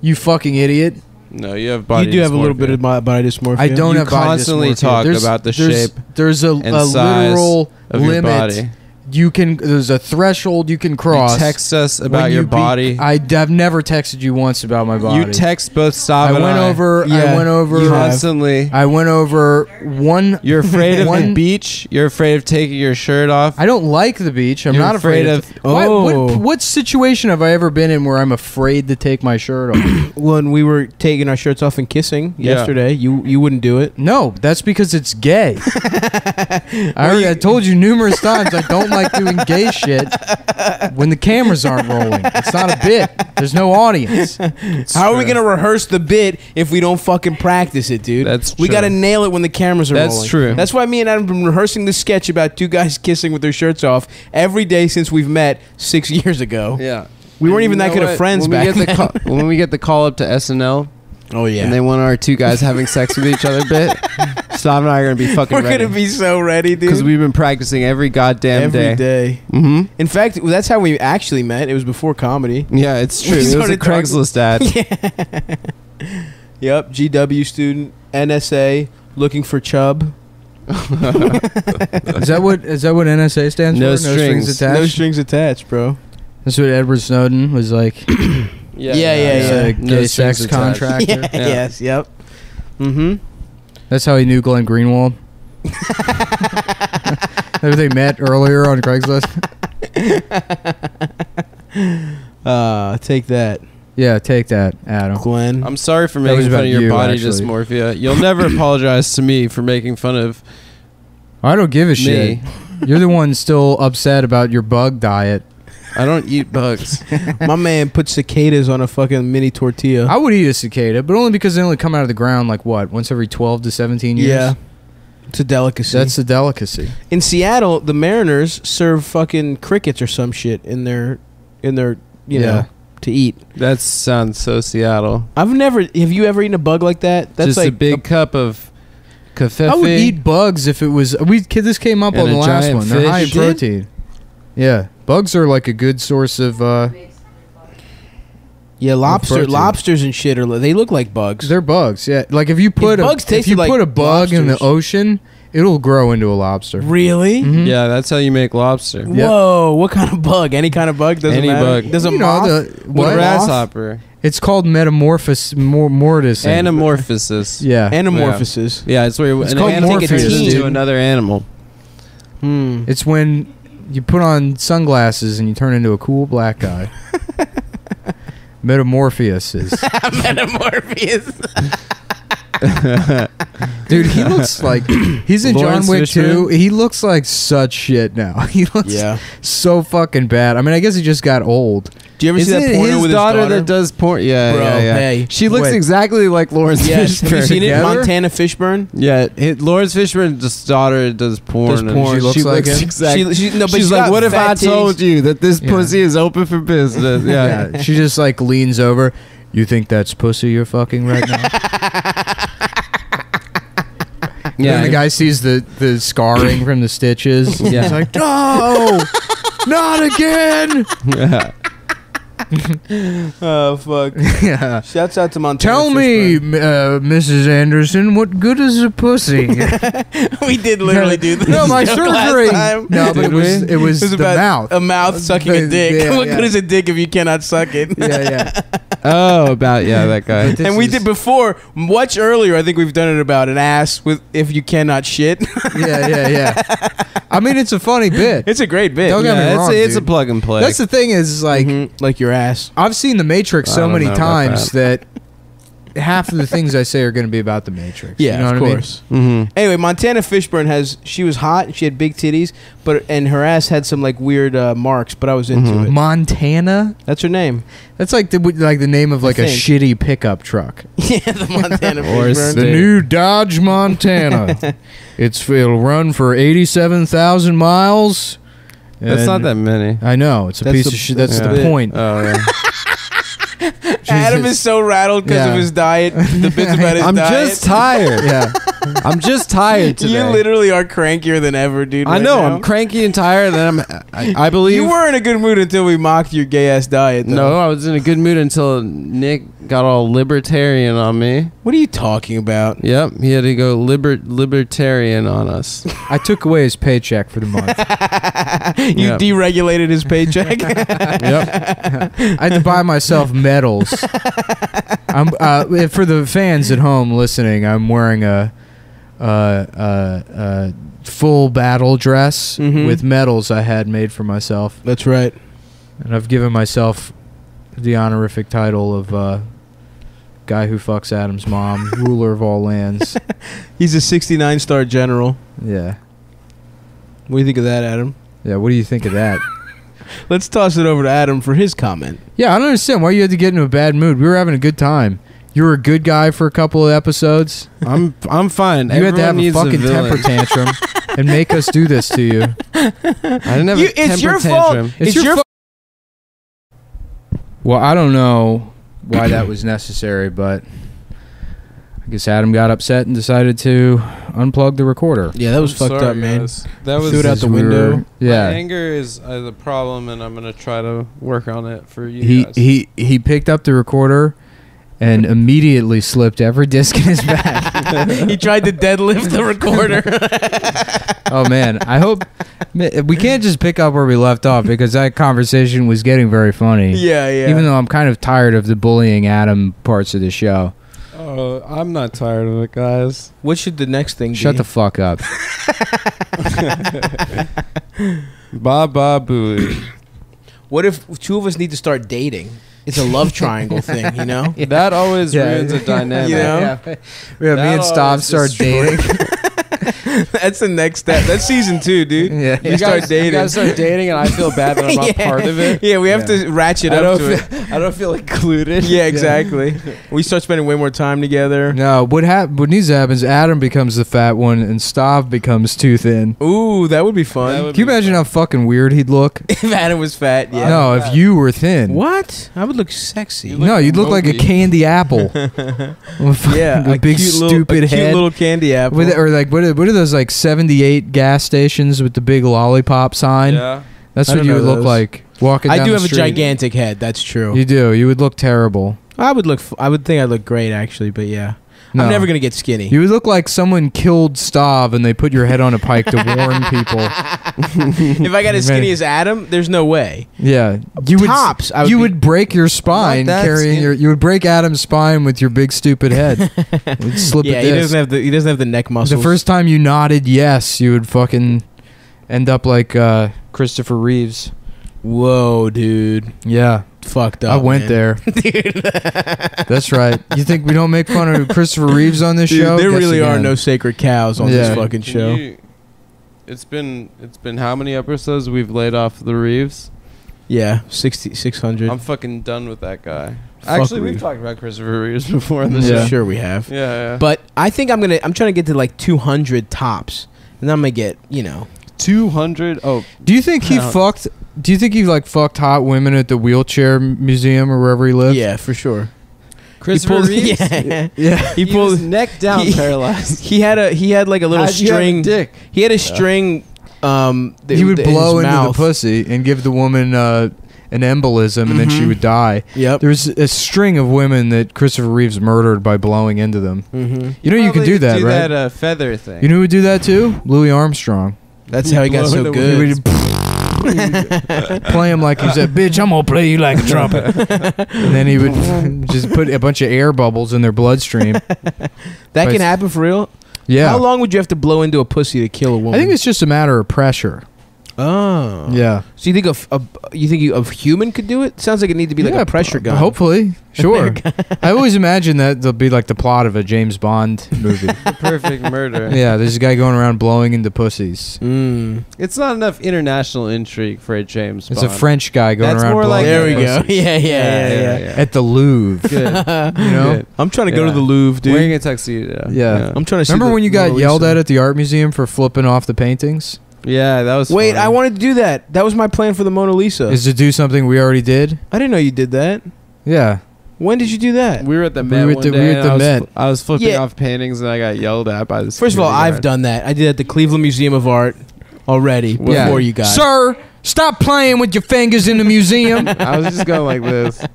[SPEAKER 2] You fucking idiot.
[SPEAKER 1] No, you have body.
[SPEAKER 3] you do have a little
[SPEAKER 1] dysmorphia.
[SPEAKER 3] bit of bi- body dysmorphia.
[SPEAKER 2] I don't
[SPEAKER 1] You
[SPEAKER 2] have body
[SPEAKER 1] constantly
[SPEAKER 2] dysmorphia.
[SPEAKER 1] talk about the
[SPEAKER 2] there's-
[SPEAKER 1] shape
[SPEAKER 2] There's a,
[SPEAKER 1] and
[SPEAKER 2] a
[SPEAKER 1] size
[SPEAKER 2] literal
[SPEAKER 1] of your
[SPEAKER 2] limit
[SPEAKER 1] body.
[SPEAKER 2] you can. There's a threshold you can cross.
[SPEAKER 1] You text us
[SPEAKER 2] when
[SPEAKER 1] about
[SPEAKER 2] you
[SPEAKER 1] your
[SPEAKER 2] be-
[SPEAKER 1] body.
[SPEAKER 2] I, have never texted you once about my body.
[SPEAKER 1] You text both Sav
[SPEAKER 2] I
[SPEAKER 1] and
[SPEAKER 2] went
[SPEAKER 1] I
[SPEAKER 2] over. I
[SPEAKER 3] Yeah,
[SPEAKER 2] went over.
[SPEAKER 3] you have.
[SPEAKER 1] constantly.
[SPEAKER 2] I went over one.
[SPEAKER 1] You're afraid of the
[SPEAKER 2] One-
[SPEAKER 1] beach. You're afraid of taking your shirt off.
[SPEAKER 2] I don't like the beach. I'm
[SPEAKER 1] You're
[SPEAKER 2] not afraid,
[SPEAKER 1] afraid
[SPEAKER 2] of.
[SPEAKER 1] of-
[SPEAKER 2] Why-
[SPEAKER 3] Oh.
[SPEAKER 2] what, what situation have I ever been in where I'm afraid to take my shirt off?
[SPEAKER 3] when we were taking our shirts off and kissing
[SPEAKER 1] Yeah.
[SPEAKER 3] yesterday, you you wouldn't do it.
[SPEAKER 2] No, that's because it's gay. I, already, I told you numerous times I don't like doing gay shit when the cameras aren't rolling. It's not a bit. There's no audience.
[SPEAKER 3] How are we gonna rehearse the bit if we don't fucking practice it, dude?
[SPEAKER 1] That's
[SPEAKER 3] we
[SPEAKER 1] true.
[SPEAKER 3] gotta nail it when the cameras are
[SPEAKER 1] That's
[SPEAKER 3] rolling.
[SPEAKER 1] true.
[SPEAKER 3] That's why me and Adam have been rehearsing this sketch about two guys kissing with their shirts off every day since we've met six years ago.
[SPEAKER 1] Yeah.
[SPEAKER 3] We weren't
[SPEAKER 1] And
[SPEAKER 3] even
[SPEAKER 1] you
[SPEAKER 3] that
[SPEAKER 1] know
[SPEAKER 3] good of
[SPEAKER 1] what?
[SPEAKER 3] friends
[SPEAKER 1] when we
[SPEAKER 3] back
[SPEAKER 1] get the call, when we get the call up to SNL
[SPEAKER 3] Oh yeah,
[SPEAKER 1] and they want our two guys having sex with each other bit, Sav and I are gonna be fucking
[SPEAKER 3] we're
[SPEAKER 1] ready
[SPEAKER 3] gonna be so ready, dude.
[SPEAKER 1] because we've been practicing every goddamn
[SPEAKER 3] every
[SPEAKER 1] day.
[SPEAKER 3] day.
[SPEAKER 1] Mm-hmm.
[SPEAKER 3] In fact, that's how we actually met. It was before comedy.
[SPEAKER 1] Yeah, it's true.
[SPEAKER 3] We
[SPEAKER 1] It was a
[SPEAKER 3] started talking-
[SPEAKER 1] Craigslist ad.
[SPEAKER 3] Yep, GW student, NSA, looking for chub,
[SPEAKER 2] Is that what is that what NSA stands
[SPEAKER 1] No
[SPEAKER 2] for?
[SPEAKER 1] strings.
[SPEAKER 3] no
[SPEAKER 2] attached.
[SPEAKER 3] strings attached, bro.
[SPEAKER 2] that's what Edward Snowden was like.
[SPEAKER 1] Yeah,
[SPEAKER 3] Yeah, yeah,
[SPEAKER 2] He's
[SPEAKER 3] yeah.
[SPEAKER 1] No
[SPEAKER 2] a gay
[SPEAKER 1] strings
[SPEAKER 2] sex
[SPEAKER 1] attached.
[SPEAKER 2] contractor.
[SPEAKER 1] Yeah.
[SPEAKER 3] Yes, yep. Mm-hmm.
[SPEAKER 2] That's how he knew Glenn Greenwald. Remember they met earlier on Craigslist.
[SPEAKER 3] Uh, take that.
[SPEAKER 2] Yeah, take that, Adam.
[SPEAKER 3] Glenn.
[SPEAKER 1] I'm sorry for
[SPEAKER 2] That was
[SPEAKER 1] making fun
[SPEAKER 2] about
[SPEAKER 1] of your
[SPEAKER 2] you,
[SPEAKER 1] body
[SPEAKER 2] actually.
[SPEAKER 1] dysmorphia. You'll never apologize to me for making fun of
[SPEAKER 2] I don't give a shit.
[SPEAKER 1] me.
[SPEAKER 2] You're the one still upset about your bug diet.
[SPEAKER 1] I don't eat bugs.
[SPEAKER 3] My man put cicadas on a fucking mini tortilla.
[SPEAKER 2] I would eat a cicada, but only because they only come out of the ground like what once every twelve to seventeen years.
[SPEAKER 3] yeah. It's a delicacy.
[SPEAKER 2] that's a delicacy.
[SPEAKER 3] in Seattle, the Mariners serve fucking crickets or some shit in their in their you
[SPEAKER 2] Yeah.
[SPEAKER 3] know to eat.
[SPEAKER 1] that sounds so Seattle.
[SPEAKER 3] I've never have you ever eaten a bug like that? That's
[SPEAKER 1] Just
[SPEAKER 3] like
[SPEAKER 1] a big cup of cafe.
[SPEAKER 2] I would eat bugs if it was. We kid, this came up
[SPEAKER 1] And
[SPEAKER 2] on the
[SPEAKER 1] a
[SPEAKER 2] last
[SPEAKER 1] giant
[SPEAKER 2] one. They're
[SPEAKER 1] fish.
[SPEAKER 2] high in
[SPEAKER 1] You
[SPEAKER 3] did?
[SPEAKER 2] protein. Yeah, bugs are like a good source of. Uh,
[SPEAKER 3] yeah, lobster
[SPEAKER 2] protein.
[SPEAKER 3] lobsters and shit are li- they look like bugs.
[SPEAKER 2] they're bugs. Yeah, like if you put a,
[SPEAKER 3] bugs
[SPEAKER 2] if
[SPEAKER 3] tasted
[SPEAKER 2] you
[SPEAKER 3] like
[SPEAKER 2] put a bug in the
[SPEAKER 3] lobsters.
[SPEAKER 2] ocean, it'll grow into a lobster.
[SPEAKER 3] really?
[SPEAKER 2] Mhm.
[SPEAKER 1] Yeah, that's how you make lobster.
[SPEAKER 2] Yeah.
[SPEAKER 3] Whoa, what kind of bug? Any kind of bug doesn't
[SPEAKER 1] Any
[SPEAKER 3] matter.
[SPEAKER 1] bug.
[SPEAKER 3] Does a
[SPEAKER 2] You know,
[SPEAKER 3] moth?
[SPEAKER 2] the-
[SPEAKER 3] Would
[SPEAKER 2] what?
[SPEAKER 3] a
[SPEAKER 1] Grasshopper.
[SPEAKER 2] It's called metamorphosis mor- mortis.
[SPEAKER 1] Anamorphosis.
[SPEAKER 2] Yeah.
[SPEAKER 3] Anamorphosis.
[SPEAKER 1] Yeah, it's where
[SPEAKER 2] It's
[SPEAKER 1] an
[SPEAKER 2] called
[SPEAKER 1] animal
[SPEAKER 2] morpheus,
[SPEAKER 1] turns into
[SPEAKER 3] dude.
[SPEAKER 1] another animal.
[SPEAKER 3] Hmm.
[SPEAKER 2] It's when you put on sunglasses and you turn into a cool black guy. Metamorphosis. is-
[SPEAKER 3] Metamorphosis.
[SPEAKER 2] Dude, he looks like he's in
[SPEAKER 1] Lawrence
[SPEAKER 2] John Wick
[SPEAKER 1] Fishburne?
[SPEAKER 2] 2. He looks like such shit now. He looks
[SPEAKER 3] Yeah.
[SPEAKER 2] so fucking bad. I mean, I guess he just got old.
[SPEAKER 3] Do you ever
[SPEAKER 1] Isn't
[SPEAKER 3] see that
[SPEAKER 1] it
[SPEAKER 3] porno
[SPEAKER 1] his,
[SPEAKER 3] with
[SPEAKER 1] daughter
[SPEAKER 3] his daughter?
[SPEAKER 1] that does porn? Yeah,
[SPEAKER 3] Bro,
[SPEAKER 1] yeah, yeah.
[SPEAKER 3] hey.
[SPEAKER 1] She looks
[SPEAKER 2] Wait.
[SPEAKER 1] exactly like Lawrence
[SPEAKER 3] yes. Have you
[SPEAKER 1] Fishburne.
[SPEAKER 3] seen it?
[SPEAKER 2] Together?
[SPEAKER 3] Montana Fishburne.
[SPEAKER 1] Yeah, it, Lawrence Fishburne's daughter does porn.
[SPEAKER 3] Does
[SPEAKER 1] and
[SPEAKER 3] porn.
[SPEAKER 1] She looks
[SPEAKER 2] She
[SPEAKER 1] like
[SPEAKER 2] looks
[SPEAKER 1] him.
[SPEAKER 3] exact- She- she- no, but
[SPEAKER 1] she's
[SPEAKER 3] she's
[SPEAKER 1] like,
[SPEAKER 3] got
[SPEAKER 1] what if
[SPEAKER 3] fat
[SPEAKER 1] I
[SPEAKER 3] titties."
[SPEAKER 1] told you that this
[SPEAKER 2] Yeah.
[SPEAKER 1] pussy is open for business? Yeah.
[SPEAKER 2] Yeah. she just like leans over. You think that's pussy you're fucking right now? Yeah.
[SPEAKER 1] yeah.
[SPEAKER 2] And the guy sees the, the scarring from the stitches.
[SPEAKER 1] Yeah.
[SPEAKER 2] He's like, no, not again.
[SPEAKER 1] Yeah.
[SPEAKER 3] Oh fuck!
[SPEAKER 2] Yeah.
[SPEAKER 3] Shouts out to Montana.
[SPEAKER 2] Tell me, m- uh, Mrs. Anderson, what good is a pussy?
[SPEAKER 3] we did literally do this.
[SPEAKER 2] No, my
[SPEAKER 3] joke
[SPEAKER 2] surgery.
[SPEAKER 3] Last time.
[SPEAKER 2] No, but
[SPEAKER 1] Did
[SPEAKER 2] it was
[SPEAKER 1] we?
[SPEAKER 2] it was, the
[SPEAKER 3] about
[SPEAKER 2] mouth.
[SPEAKER 3] A mouth sucking a
[SPEAKER 2] The-
[SPEAKER 3] dick.
[SPEAKER 2] yeah,
[SPEAKER 3] what
[SPEAKER 2] yeah.
[SPEAKER 3] good is a dick if you cannot suck it?
[SPEAKER 2] yeah, yeah.
[SPEAKER 1] Oh, about yeah, that guy.
[SPEAKER 2] But this
[SPEAKER 3] and we
[SPEAKER 2] is-
[SPEAKER 3] did before, much earlier. I think we've done it about an ass with if you cannot shit.
[SPEAKER 2] Yeah, yeah, yeah. I mean, it's a funny bit.
[SPEAKER 3] it's a great bit.
[SPEAKER 2] Don't get me
[SPEAKER 1] yeah, it's,
[SPEAKER 2] wrong,
[SPEAKER 1] it's a
[SPEAKER 2] dude.
[SPEAKER 1] plug and play.
[SPEAKER 2] That's the thing is is like
[SPEAKER 3] Mhm, like your ass.
[SPEAKER 2] I've seen The Matrix
[SPEAKER 1] I
[SPEAKER 2] so
[SPEAKER 1] don't
[SPEAKER 2] many
[SPEAKER 1] know about
[SPEAKER 2] times that. half of the things I say are going to be about The Matrix.
[SPEAKER 3] Yeah,
[SPEAKER 2] you know
[SPEAKER 3] of
[SPEAKER 2] what I mean?
[SPEAKER 3] course.
[SPEAKER 1] hmm
[SPEAKER 3] Anyway, Montana Fishburne has she was hot and she had big titties, but and her ass had some like weird uh, marks. But I was into
[SPEAKER 1] Mhm.
[SPEAKER 3] it.
[SPEAKER 2] Montana.
[SPEAKER 3] That's her name.
[SPEAKER 2] That's like the like the name of like a
[SPEAKER 3] think.
[SPEAKER 2] shitty pickup truck.
[SPEAKER 3] yeah, the Montana
[SPEAKER 1] Or is
[SPEAKER 3] Fishburne.
[SPEAKER 2] The
[SPEAKER 1] Dude.
[SPEAKER 2] new Dodge Montana. it's it'll run for eighty-seven thousand miles.
[SPEAKER 1] That's
[SPEAKER 2] and-
[SPEAKER 1] not that many.
[SPEAKER 2] I know it's a
[SPEAKER 3] That's
[SPEAKER 2] piece
[SPEAKER 3] the-
[SPEAKER 2] of shit. That's
[SPEAKER 1] that's
[SPEAKER 2] the
[SPEAKER 1] the bit.
[SPEAKER 2] point.
[SPEAKER 1] Oh, yeah.
[SPEAKER 3] Adam
[SPEAKER 2] Jesus.
[SPEAKER 3] is so rattled because
[SPEAKER 2] Yeah.
[SPEAKER 3] of his diet. The bits about his
[SPEAKER 1] I'm
[SPEAKER 3] diet.
[SPEAKER 1] just tired.
[SPEAKER 2] yeah.
[SPEAKER 1] I'm just tired today.
[SPEAKER 3] You literally are crankier than ever, dude.
[SPEAKER 1] I
[SPEAKER 3] right
[SPEAKER 1] know.
[SPEAKER 3] now.
[SPEAKER 1] I'm cranky and tired. And I'm. I, I believe
[SPEAKER 3] You were in a good mood until we mocked your gay ass diet. Though.
[SPEAKER 1] No, I was in a good mood until Nick got all libertarian on me.
[SPEAKER 3] What are you talking about?
[SPEAKER 1] Yep, he had to go liber- libertarian on us.
[SPEAKER 2] I took away his paycheck for the month.
[SPEAKER 3] you
[SPEAKER 1] Yeah.
[SPEAKER 3] deregulated his paycheck.
[SPEAKER 1] yep.
[SPEAKER 2] I had to buy myself medals. I'm uh, for the fans at home listening. I'm wearing a uh, uh, uh, full battle dress
[SPEAKER 3] Mhm.
[SPEAKER 2] with medals I had made for myself.
[SPEAKER 3] That's right.
[SPEAKER 2] And I've given myself the honorific title of uh, guy who fucks Adam's mom, ruler of all lands.
[SPEAKER 3] He's a 69 star general.
[SPEAKER 2] Yeah.
[SPEAKER 3] What do you think of that, Adam?
[SPEAKER 2] Yeah, what do you think of that?
[SPEAKER 3] Let's toss it over to Adam for his comment.
[SPEAKER 2] Yeah, I don't understand why you had to get into a bad mood. We were having a good time. You were a good guy for a couple of episodes.
[SPEAKER 1] I'm I'm fine.
[SPEAKER 2] You had to have a
[SPEAKER 1] needs
[SPEAKER 2] fucking
[SPEAKER 1] villain.
[SPEAKER 2] temper tantrum and make us do this to you.
[SPEAKER 1] I didn't have
[SPEAKER 3] You-
[SPEAKER 1] a
[SPEAKER 3] it's
[SPEAKER 1] temper
[SPEAKER 3] your fault.
[SPEAKER 1] tantrum.
[SPEAKER 2] It's, your, fu- Well, I don't know why that was necessary, but I guess Adam got upset and decided to unplug the recorder.
[SPEAKER 3] Yeah, that was fucked up, man.
[SPEAKER 1] That was
[SPEAKER 3] Threw it out
[SPEAKER 2] As
[SPEAKER 3] the
[SPEAKER 2] we
[SPEAKER 3] window.
[SPEAKER 2] were- yeah.
[SPEAKER 1] My anger is uh, the problem, and I'm gonna try to work on it for you
[SPEAKER 2] he
[SPEAKER 1] guys.
[SPEAKER 2] he he picked up the recorder and immediately slipped every disc in his back.
[SPEAKER 3] he tried to deadlift the recorder.
[SPEAKER 2] oh man, I hope ma- we can't just pick up where we left off because that conversation was getting very funny.
[SPEAKER 3] yeah, yeah.
[SPEAKER 2] Even though I'm kind of tired of the bullying Adam parts of the show.
[SPEAKER 1] oh, I'm not tired of it, guys.
[SPEAKER 3] what should the next thing
[SPEAKER 2] Shut
[SPEAKER 3] be?
[SPEAKER 2] the fuck up.
[SPEAKER 1] Ba ba booey.
[SPEAKER 3] What if two of us need to start dating? It's a love triangle thing, you know?
[SPEAKER 1] That always
[SPEAKER 2] Yeah.
[SPEAKER 1] ruins a dynamic.
[SPEAKER 3] You know?
[SPEAKER 2] Yeah, me and
[SPEAKER 1] That
[SPEAKER 2] Stav
[SPEAKER 1] always
[SPEAKER 2] start
[SPEAKER 1] destroys-
[SPEAKER 2] dating.
[SPEAKER 3] That's the next step. That's season two, dude.
[SPEAKER 2] yeah.
[SPEAKER 1] You
[SPEAKER 3] You
[SPEAKER 1] guys,
[SPEAKER 3] start
[SPEAKER 1] You
[SPEAKER 3] dating.
[SPEAKER 1] guys start dating, and I feel bad that I'm not part of it.
[SPEAKER 3] Yeah, we have
[SPEAKER 2] Yeah.
[SPEAKER 3] to ratchet
[SPEAKER 1] I don't,
[SPEAKER 3] up to it.
[SPEAKER 1] feel, I don't feel included.
[SPEAKER 3] Yeah, exactly. we start spending way more time together.
[SPEAKER 2] No, what hap- what needs to happen is Adam becomes the fat one and Stav becomes too thin.
[SPEAKER 3] Ooh, that would be fun.
[SPEAKER 1] That would
[SPEAKER 2] Can you
[SPEAKER 1] be
[SPEAKER 2] imagine
[SPEAKER 1] fun.
[SPEAKER 2] how fucking weird he'd look?
[SPEAKER 3] if Adam was fat, yeah.
[SPEAKER 2] No, if you were thin.
[SPEAKER 3] What? I would look sexy.
[SPEAKER 1] You look
[SPEAKER 2] No, you'd look like a
[SPEAKER 1] Moby.
[SPEAKER 2] candy apple.
[SPEAKER 3] yeah,
[SPEAKER 2] yeah, a big
[SPEAKER 3] cute little-
[SPEAKER 2] stupid
[SPEAKER 3] a cute
[SPEAKER 2] head.
[SPEAKER 3] little candy apple.
[SPEAKER 2] With, or like what are, what are those like 78 gas stations with the big lollipop sign?
[SPEAKER 1] Yeah.
[SPEAKER 2] That's
[SPEAKER 3] I
[SPEAKER 2] what
[SPEAKER 3] don't
[SPEAKER 2] you
[SPEAKER 3] know
[SPEAKER 2] would look
[SPEAKER 3] those.
[SPEAKER 2] like walking
[SPEAKER 3] I
[SPEAKER 2] down
[SPEAKER 3] do
[SPEAKER 2] the
[SPEAKER 3] have a
[SPEAKER 2] street.
[SPEAKER 3] gigantic head. That's true.
[SPEAKER 2] You do. You would look terrible.
[SPEAKER 3] I would look. f- I would think I look great actually, but yeah,
[SPEAKER 2] No.
[SPEAKER 3] I'm never gonna get skinny.
[SPEAKER 2] You would look like someone killed Stav and they put your head on a pike to warn people.
[SPEAKER 3] if I got as skinny as Adam, there's no way.
[SPEAKER 2] Yeah, you would.
[SPEAKER 3] Tops, I would
[SPEAKER 2] you
[SPEAKER 3] be-
[SPEAKER 2] would break your spine
[SPEAKER 1] Not that
[SPEAKER 2] carrying
[SPEAKER 1] skinny.
[SPEAKER 2] your. You would break Adam's spine with your big stupid head. It'd slip
[SPEAKER 3] yeah,
[SPEAKER 2] a
[SPEAKER 3] he
[SPEAKER 2] disc.
[SPEAKER 3] doesn't have the he doesn't have the neck muscles.
[SPEAKER 2] The first time you nodded yes, you would fucking end up like uh, Christopher Reeves.
[SPEAKER 3] Whoa, dude,
[SPEAKER 2] Yeah,
[SPEAKER 3] fucked up.
[SPEAKER 2] I went
[SPEAKER 3] man.
[SPEAKER 2] there.
[SPEAKER 3] dude.
[SPEAKER 2] That's right. You think we don't make fun of Christopher Reeves on this
[SPEAKER 3] Dude,
[SPEAKER 2] show?
[SPEAKER 3] there
[SPEAKER 2] Guess
[SPEAKER 3] really are
[SPEAKER 2] again.
[SPEAKER 3] no sacred cows on this
[SPEAKER 2] Yeah.
[SPEAKER 3] fucking
[SPEAKER 1] Can
[SPEAKER 3] show.
[SPEAKER 1] you- it's been it's been how many episodes we've laid off the Reeves?
[SPEAKER 3] Yeah, 60, 600.
[SPEAKER 1] I'm fucking done with that guy.
[SPEAKER 3] Fuck
[SPEAKER 1] Actually,
[SPEAKER 3] Reeves.
[SPEAKER 1] we've talked about Christopher Reeves before in the
[SPEAKER 2] Yeah.
[SPEAKER 1] show.
[SPEAKER 3] Sure, we have.
[SPEAKER 1] Yeah, yeah.
[SPEAKER 3] But I think I'm gonna. I'm trying to get to like 200 tops, and then I'm gonna get you know.
[SPEAKER 1] 200. Oh,
[SPEAKER 2] Do you think he
[SPEAKER 1] No.
[SPEAKER 2] fucked? Do you think he like fucked hot women at the wheelchair m- museum or wherever he lived?
[SPEAKER 3] Yeah, for sure.
[SPEAKER 1] Christopher
[SPEAKER 3] pulled-
[SPEAKER 1] Reeves.
[SPEAKER 3] Yeah.
[SPEAKER 2] yeah.
[SPEAKER 3] He,
[SPEAKER 1] He,
[SPEAKER 3] pulled.
[SPEAKER 1] was neck down
[SPEAKER 3] he-
[SPEAKER 1] paralyzed.
[SPEAKER 3] he had a he had like a little
[SPEAKER 1] How'd you have a
[SPEAKER 3] string.
[SPEAKER 1] dick.
[SPEAKER 3] He had a string. Um, that-
[SPEAKER 2] he would
[SPEAKER 3] in his
[SPEAKER 2] blow into
[SPEAKER 3] mouth.
[SPEAKER 2] the pussy and give the woman uh, an embolism, and then she
[SPEAKER 3] Mhm.
[SPEAKER 2] would die.
[SPEAKER 3] Yep.
[SPEAKER 2] There was a string of women that Christopher Reeves murdered by blowing into them.
[SPEAKER 3] Mm-hmm.
[SPEAKER 2] You know you can
[SPEAKER 1] Probably
[SPEAKER 2] do that,
[SPEAKER 1] do
[SPEAKER 2] right?
[SPEAKER 1] That uh, feather thing.
[SPEAKER 2] you know who would do that too? Louis Armstrong.
[SPEAKER 3] That's how he got
[SPEAKER 1] Blow
[SPEAKER 3] so
[SPEAKER 1] into
[SPEAKER 2] He
[SPEAKER 3] good.
[SPEAKER 2] would play him like he said, "Bitch, I'm gonna play you like a trumpet," and then he would just put a bunch of air bubbles in their bloodstream.
[SPEAKER 3] That can
[SPEAKER 2] Right.
[SPEAKER 3] happen for real.
[SPEAKER 2] Yeah,
[SPEAKER 3] How long would you have to blow into a pussy to kill a
[SPEAKER 2] I
[SPEAKER 3] woman?
[SPEAKER 2] think it's just a matter of pressure.
[SPEAKER 3] oh
[SPEAKER 2] Yeah,
[SPEAKER 3] So you think of a you think you, a human could do it? Sounds like it need to be like
[SPEAKER 2] Yeah,
[SPEAKER 3] a pressure
[SPEAKER 2] b-
[SPEAKER 3] gun.
[SPEAKER 2] Hopefully, sure. I always imagine that they'll be like the plot of a James Bond movie.
[SPEAKER 1] the perfect murder.
[SPEAKER 2] yeah, there's a guy going around blowing into pussies.
[SPEAKER 3] Mm.
[SPEAKER 1] It's not enough international intrigue for a James
[SPEAKER 2] It's
[SPEAKER 1] Bond.
[SPEAKER 2] a French guy going
[SPEAKER 1] That's
[SPEAKER 2] around
[SPEAKER 1] more
[SPEAKER 2] blowing
[SPEAKER 1] like-
[SPEAKER 3] There we
[SPEAKER 2] into
[SPEAKER 3] go.
[SPEAKER 2] pussies.
[SPEAKER 3] Yeah, yeah, yeah, yeah.
[SPEAKER 2] at the Louvre.
[SPEAKER 1] Good.
[SPEAKER 2] You know?
[SPEAKER 1] Good.
[SPEAKER 3] I'm trying to go to
[SPEAKER 1] Yeah.
[SPEAKER 3] the Louvre, dude.
[SPEAKER 1] Wearing a tuxedo.
[SPEAKER 2] Yeah.
[SPEAKER 3] I'm trying to. see
[SPEAKER 2] Remember
[SPEAKER 3] the
[SPEAKER 2] when you got
[SPEAKER 3] Mona
[SPEAKER 2] yelled
[SPEAKER 3] Lisa.
[SPEAKER 2] at at the art museum for flipping off the paintings?
[SPEAKER 1] Yeah, that was.
[SPEAKER 3] Wait,
[SPEAKER 1] fun.
[SPEAKER 3] I wanted to do that. That was my plan for the Mona Lisa.
[SPEAKER 2] Is to do something we already did?
[SPEAKER 3] I didn't know you did that.
[SPEAKER 2] Yeah.
[SPEAKER 3] When did you do that?
[SPEAKER 1] We were at the
[SPEAKER 2] We
[SPEAKER 1] Met
[SPEAKER 2] were at
[SPEAKER 1] one
[SPEAKER 2] the- we
[SPEAKER 1] day,
[SPEAKER 2] were at
[SPEAKER 1] and
[SPEAKER 2] the
[SPEAKER 1] I was,
[SPEAKER 2] Met.
[SPEAKER 1] I was flipping
[SPEAKER 3] Yeah.
[SPEAKER 1] off paintings, and I got yelled at by this.
[SPEAKER 3] First of all, I've done that. I did that at the Cleveland Museum of Art already before
[SPEAKER 1] Yeah.
[SPEAKER 3] you got.
[SPEAKER 2] Sir, stop playing with your fingers in the museum.
[SPEAKER 1] I was just going like this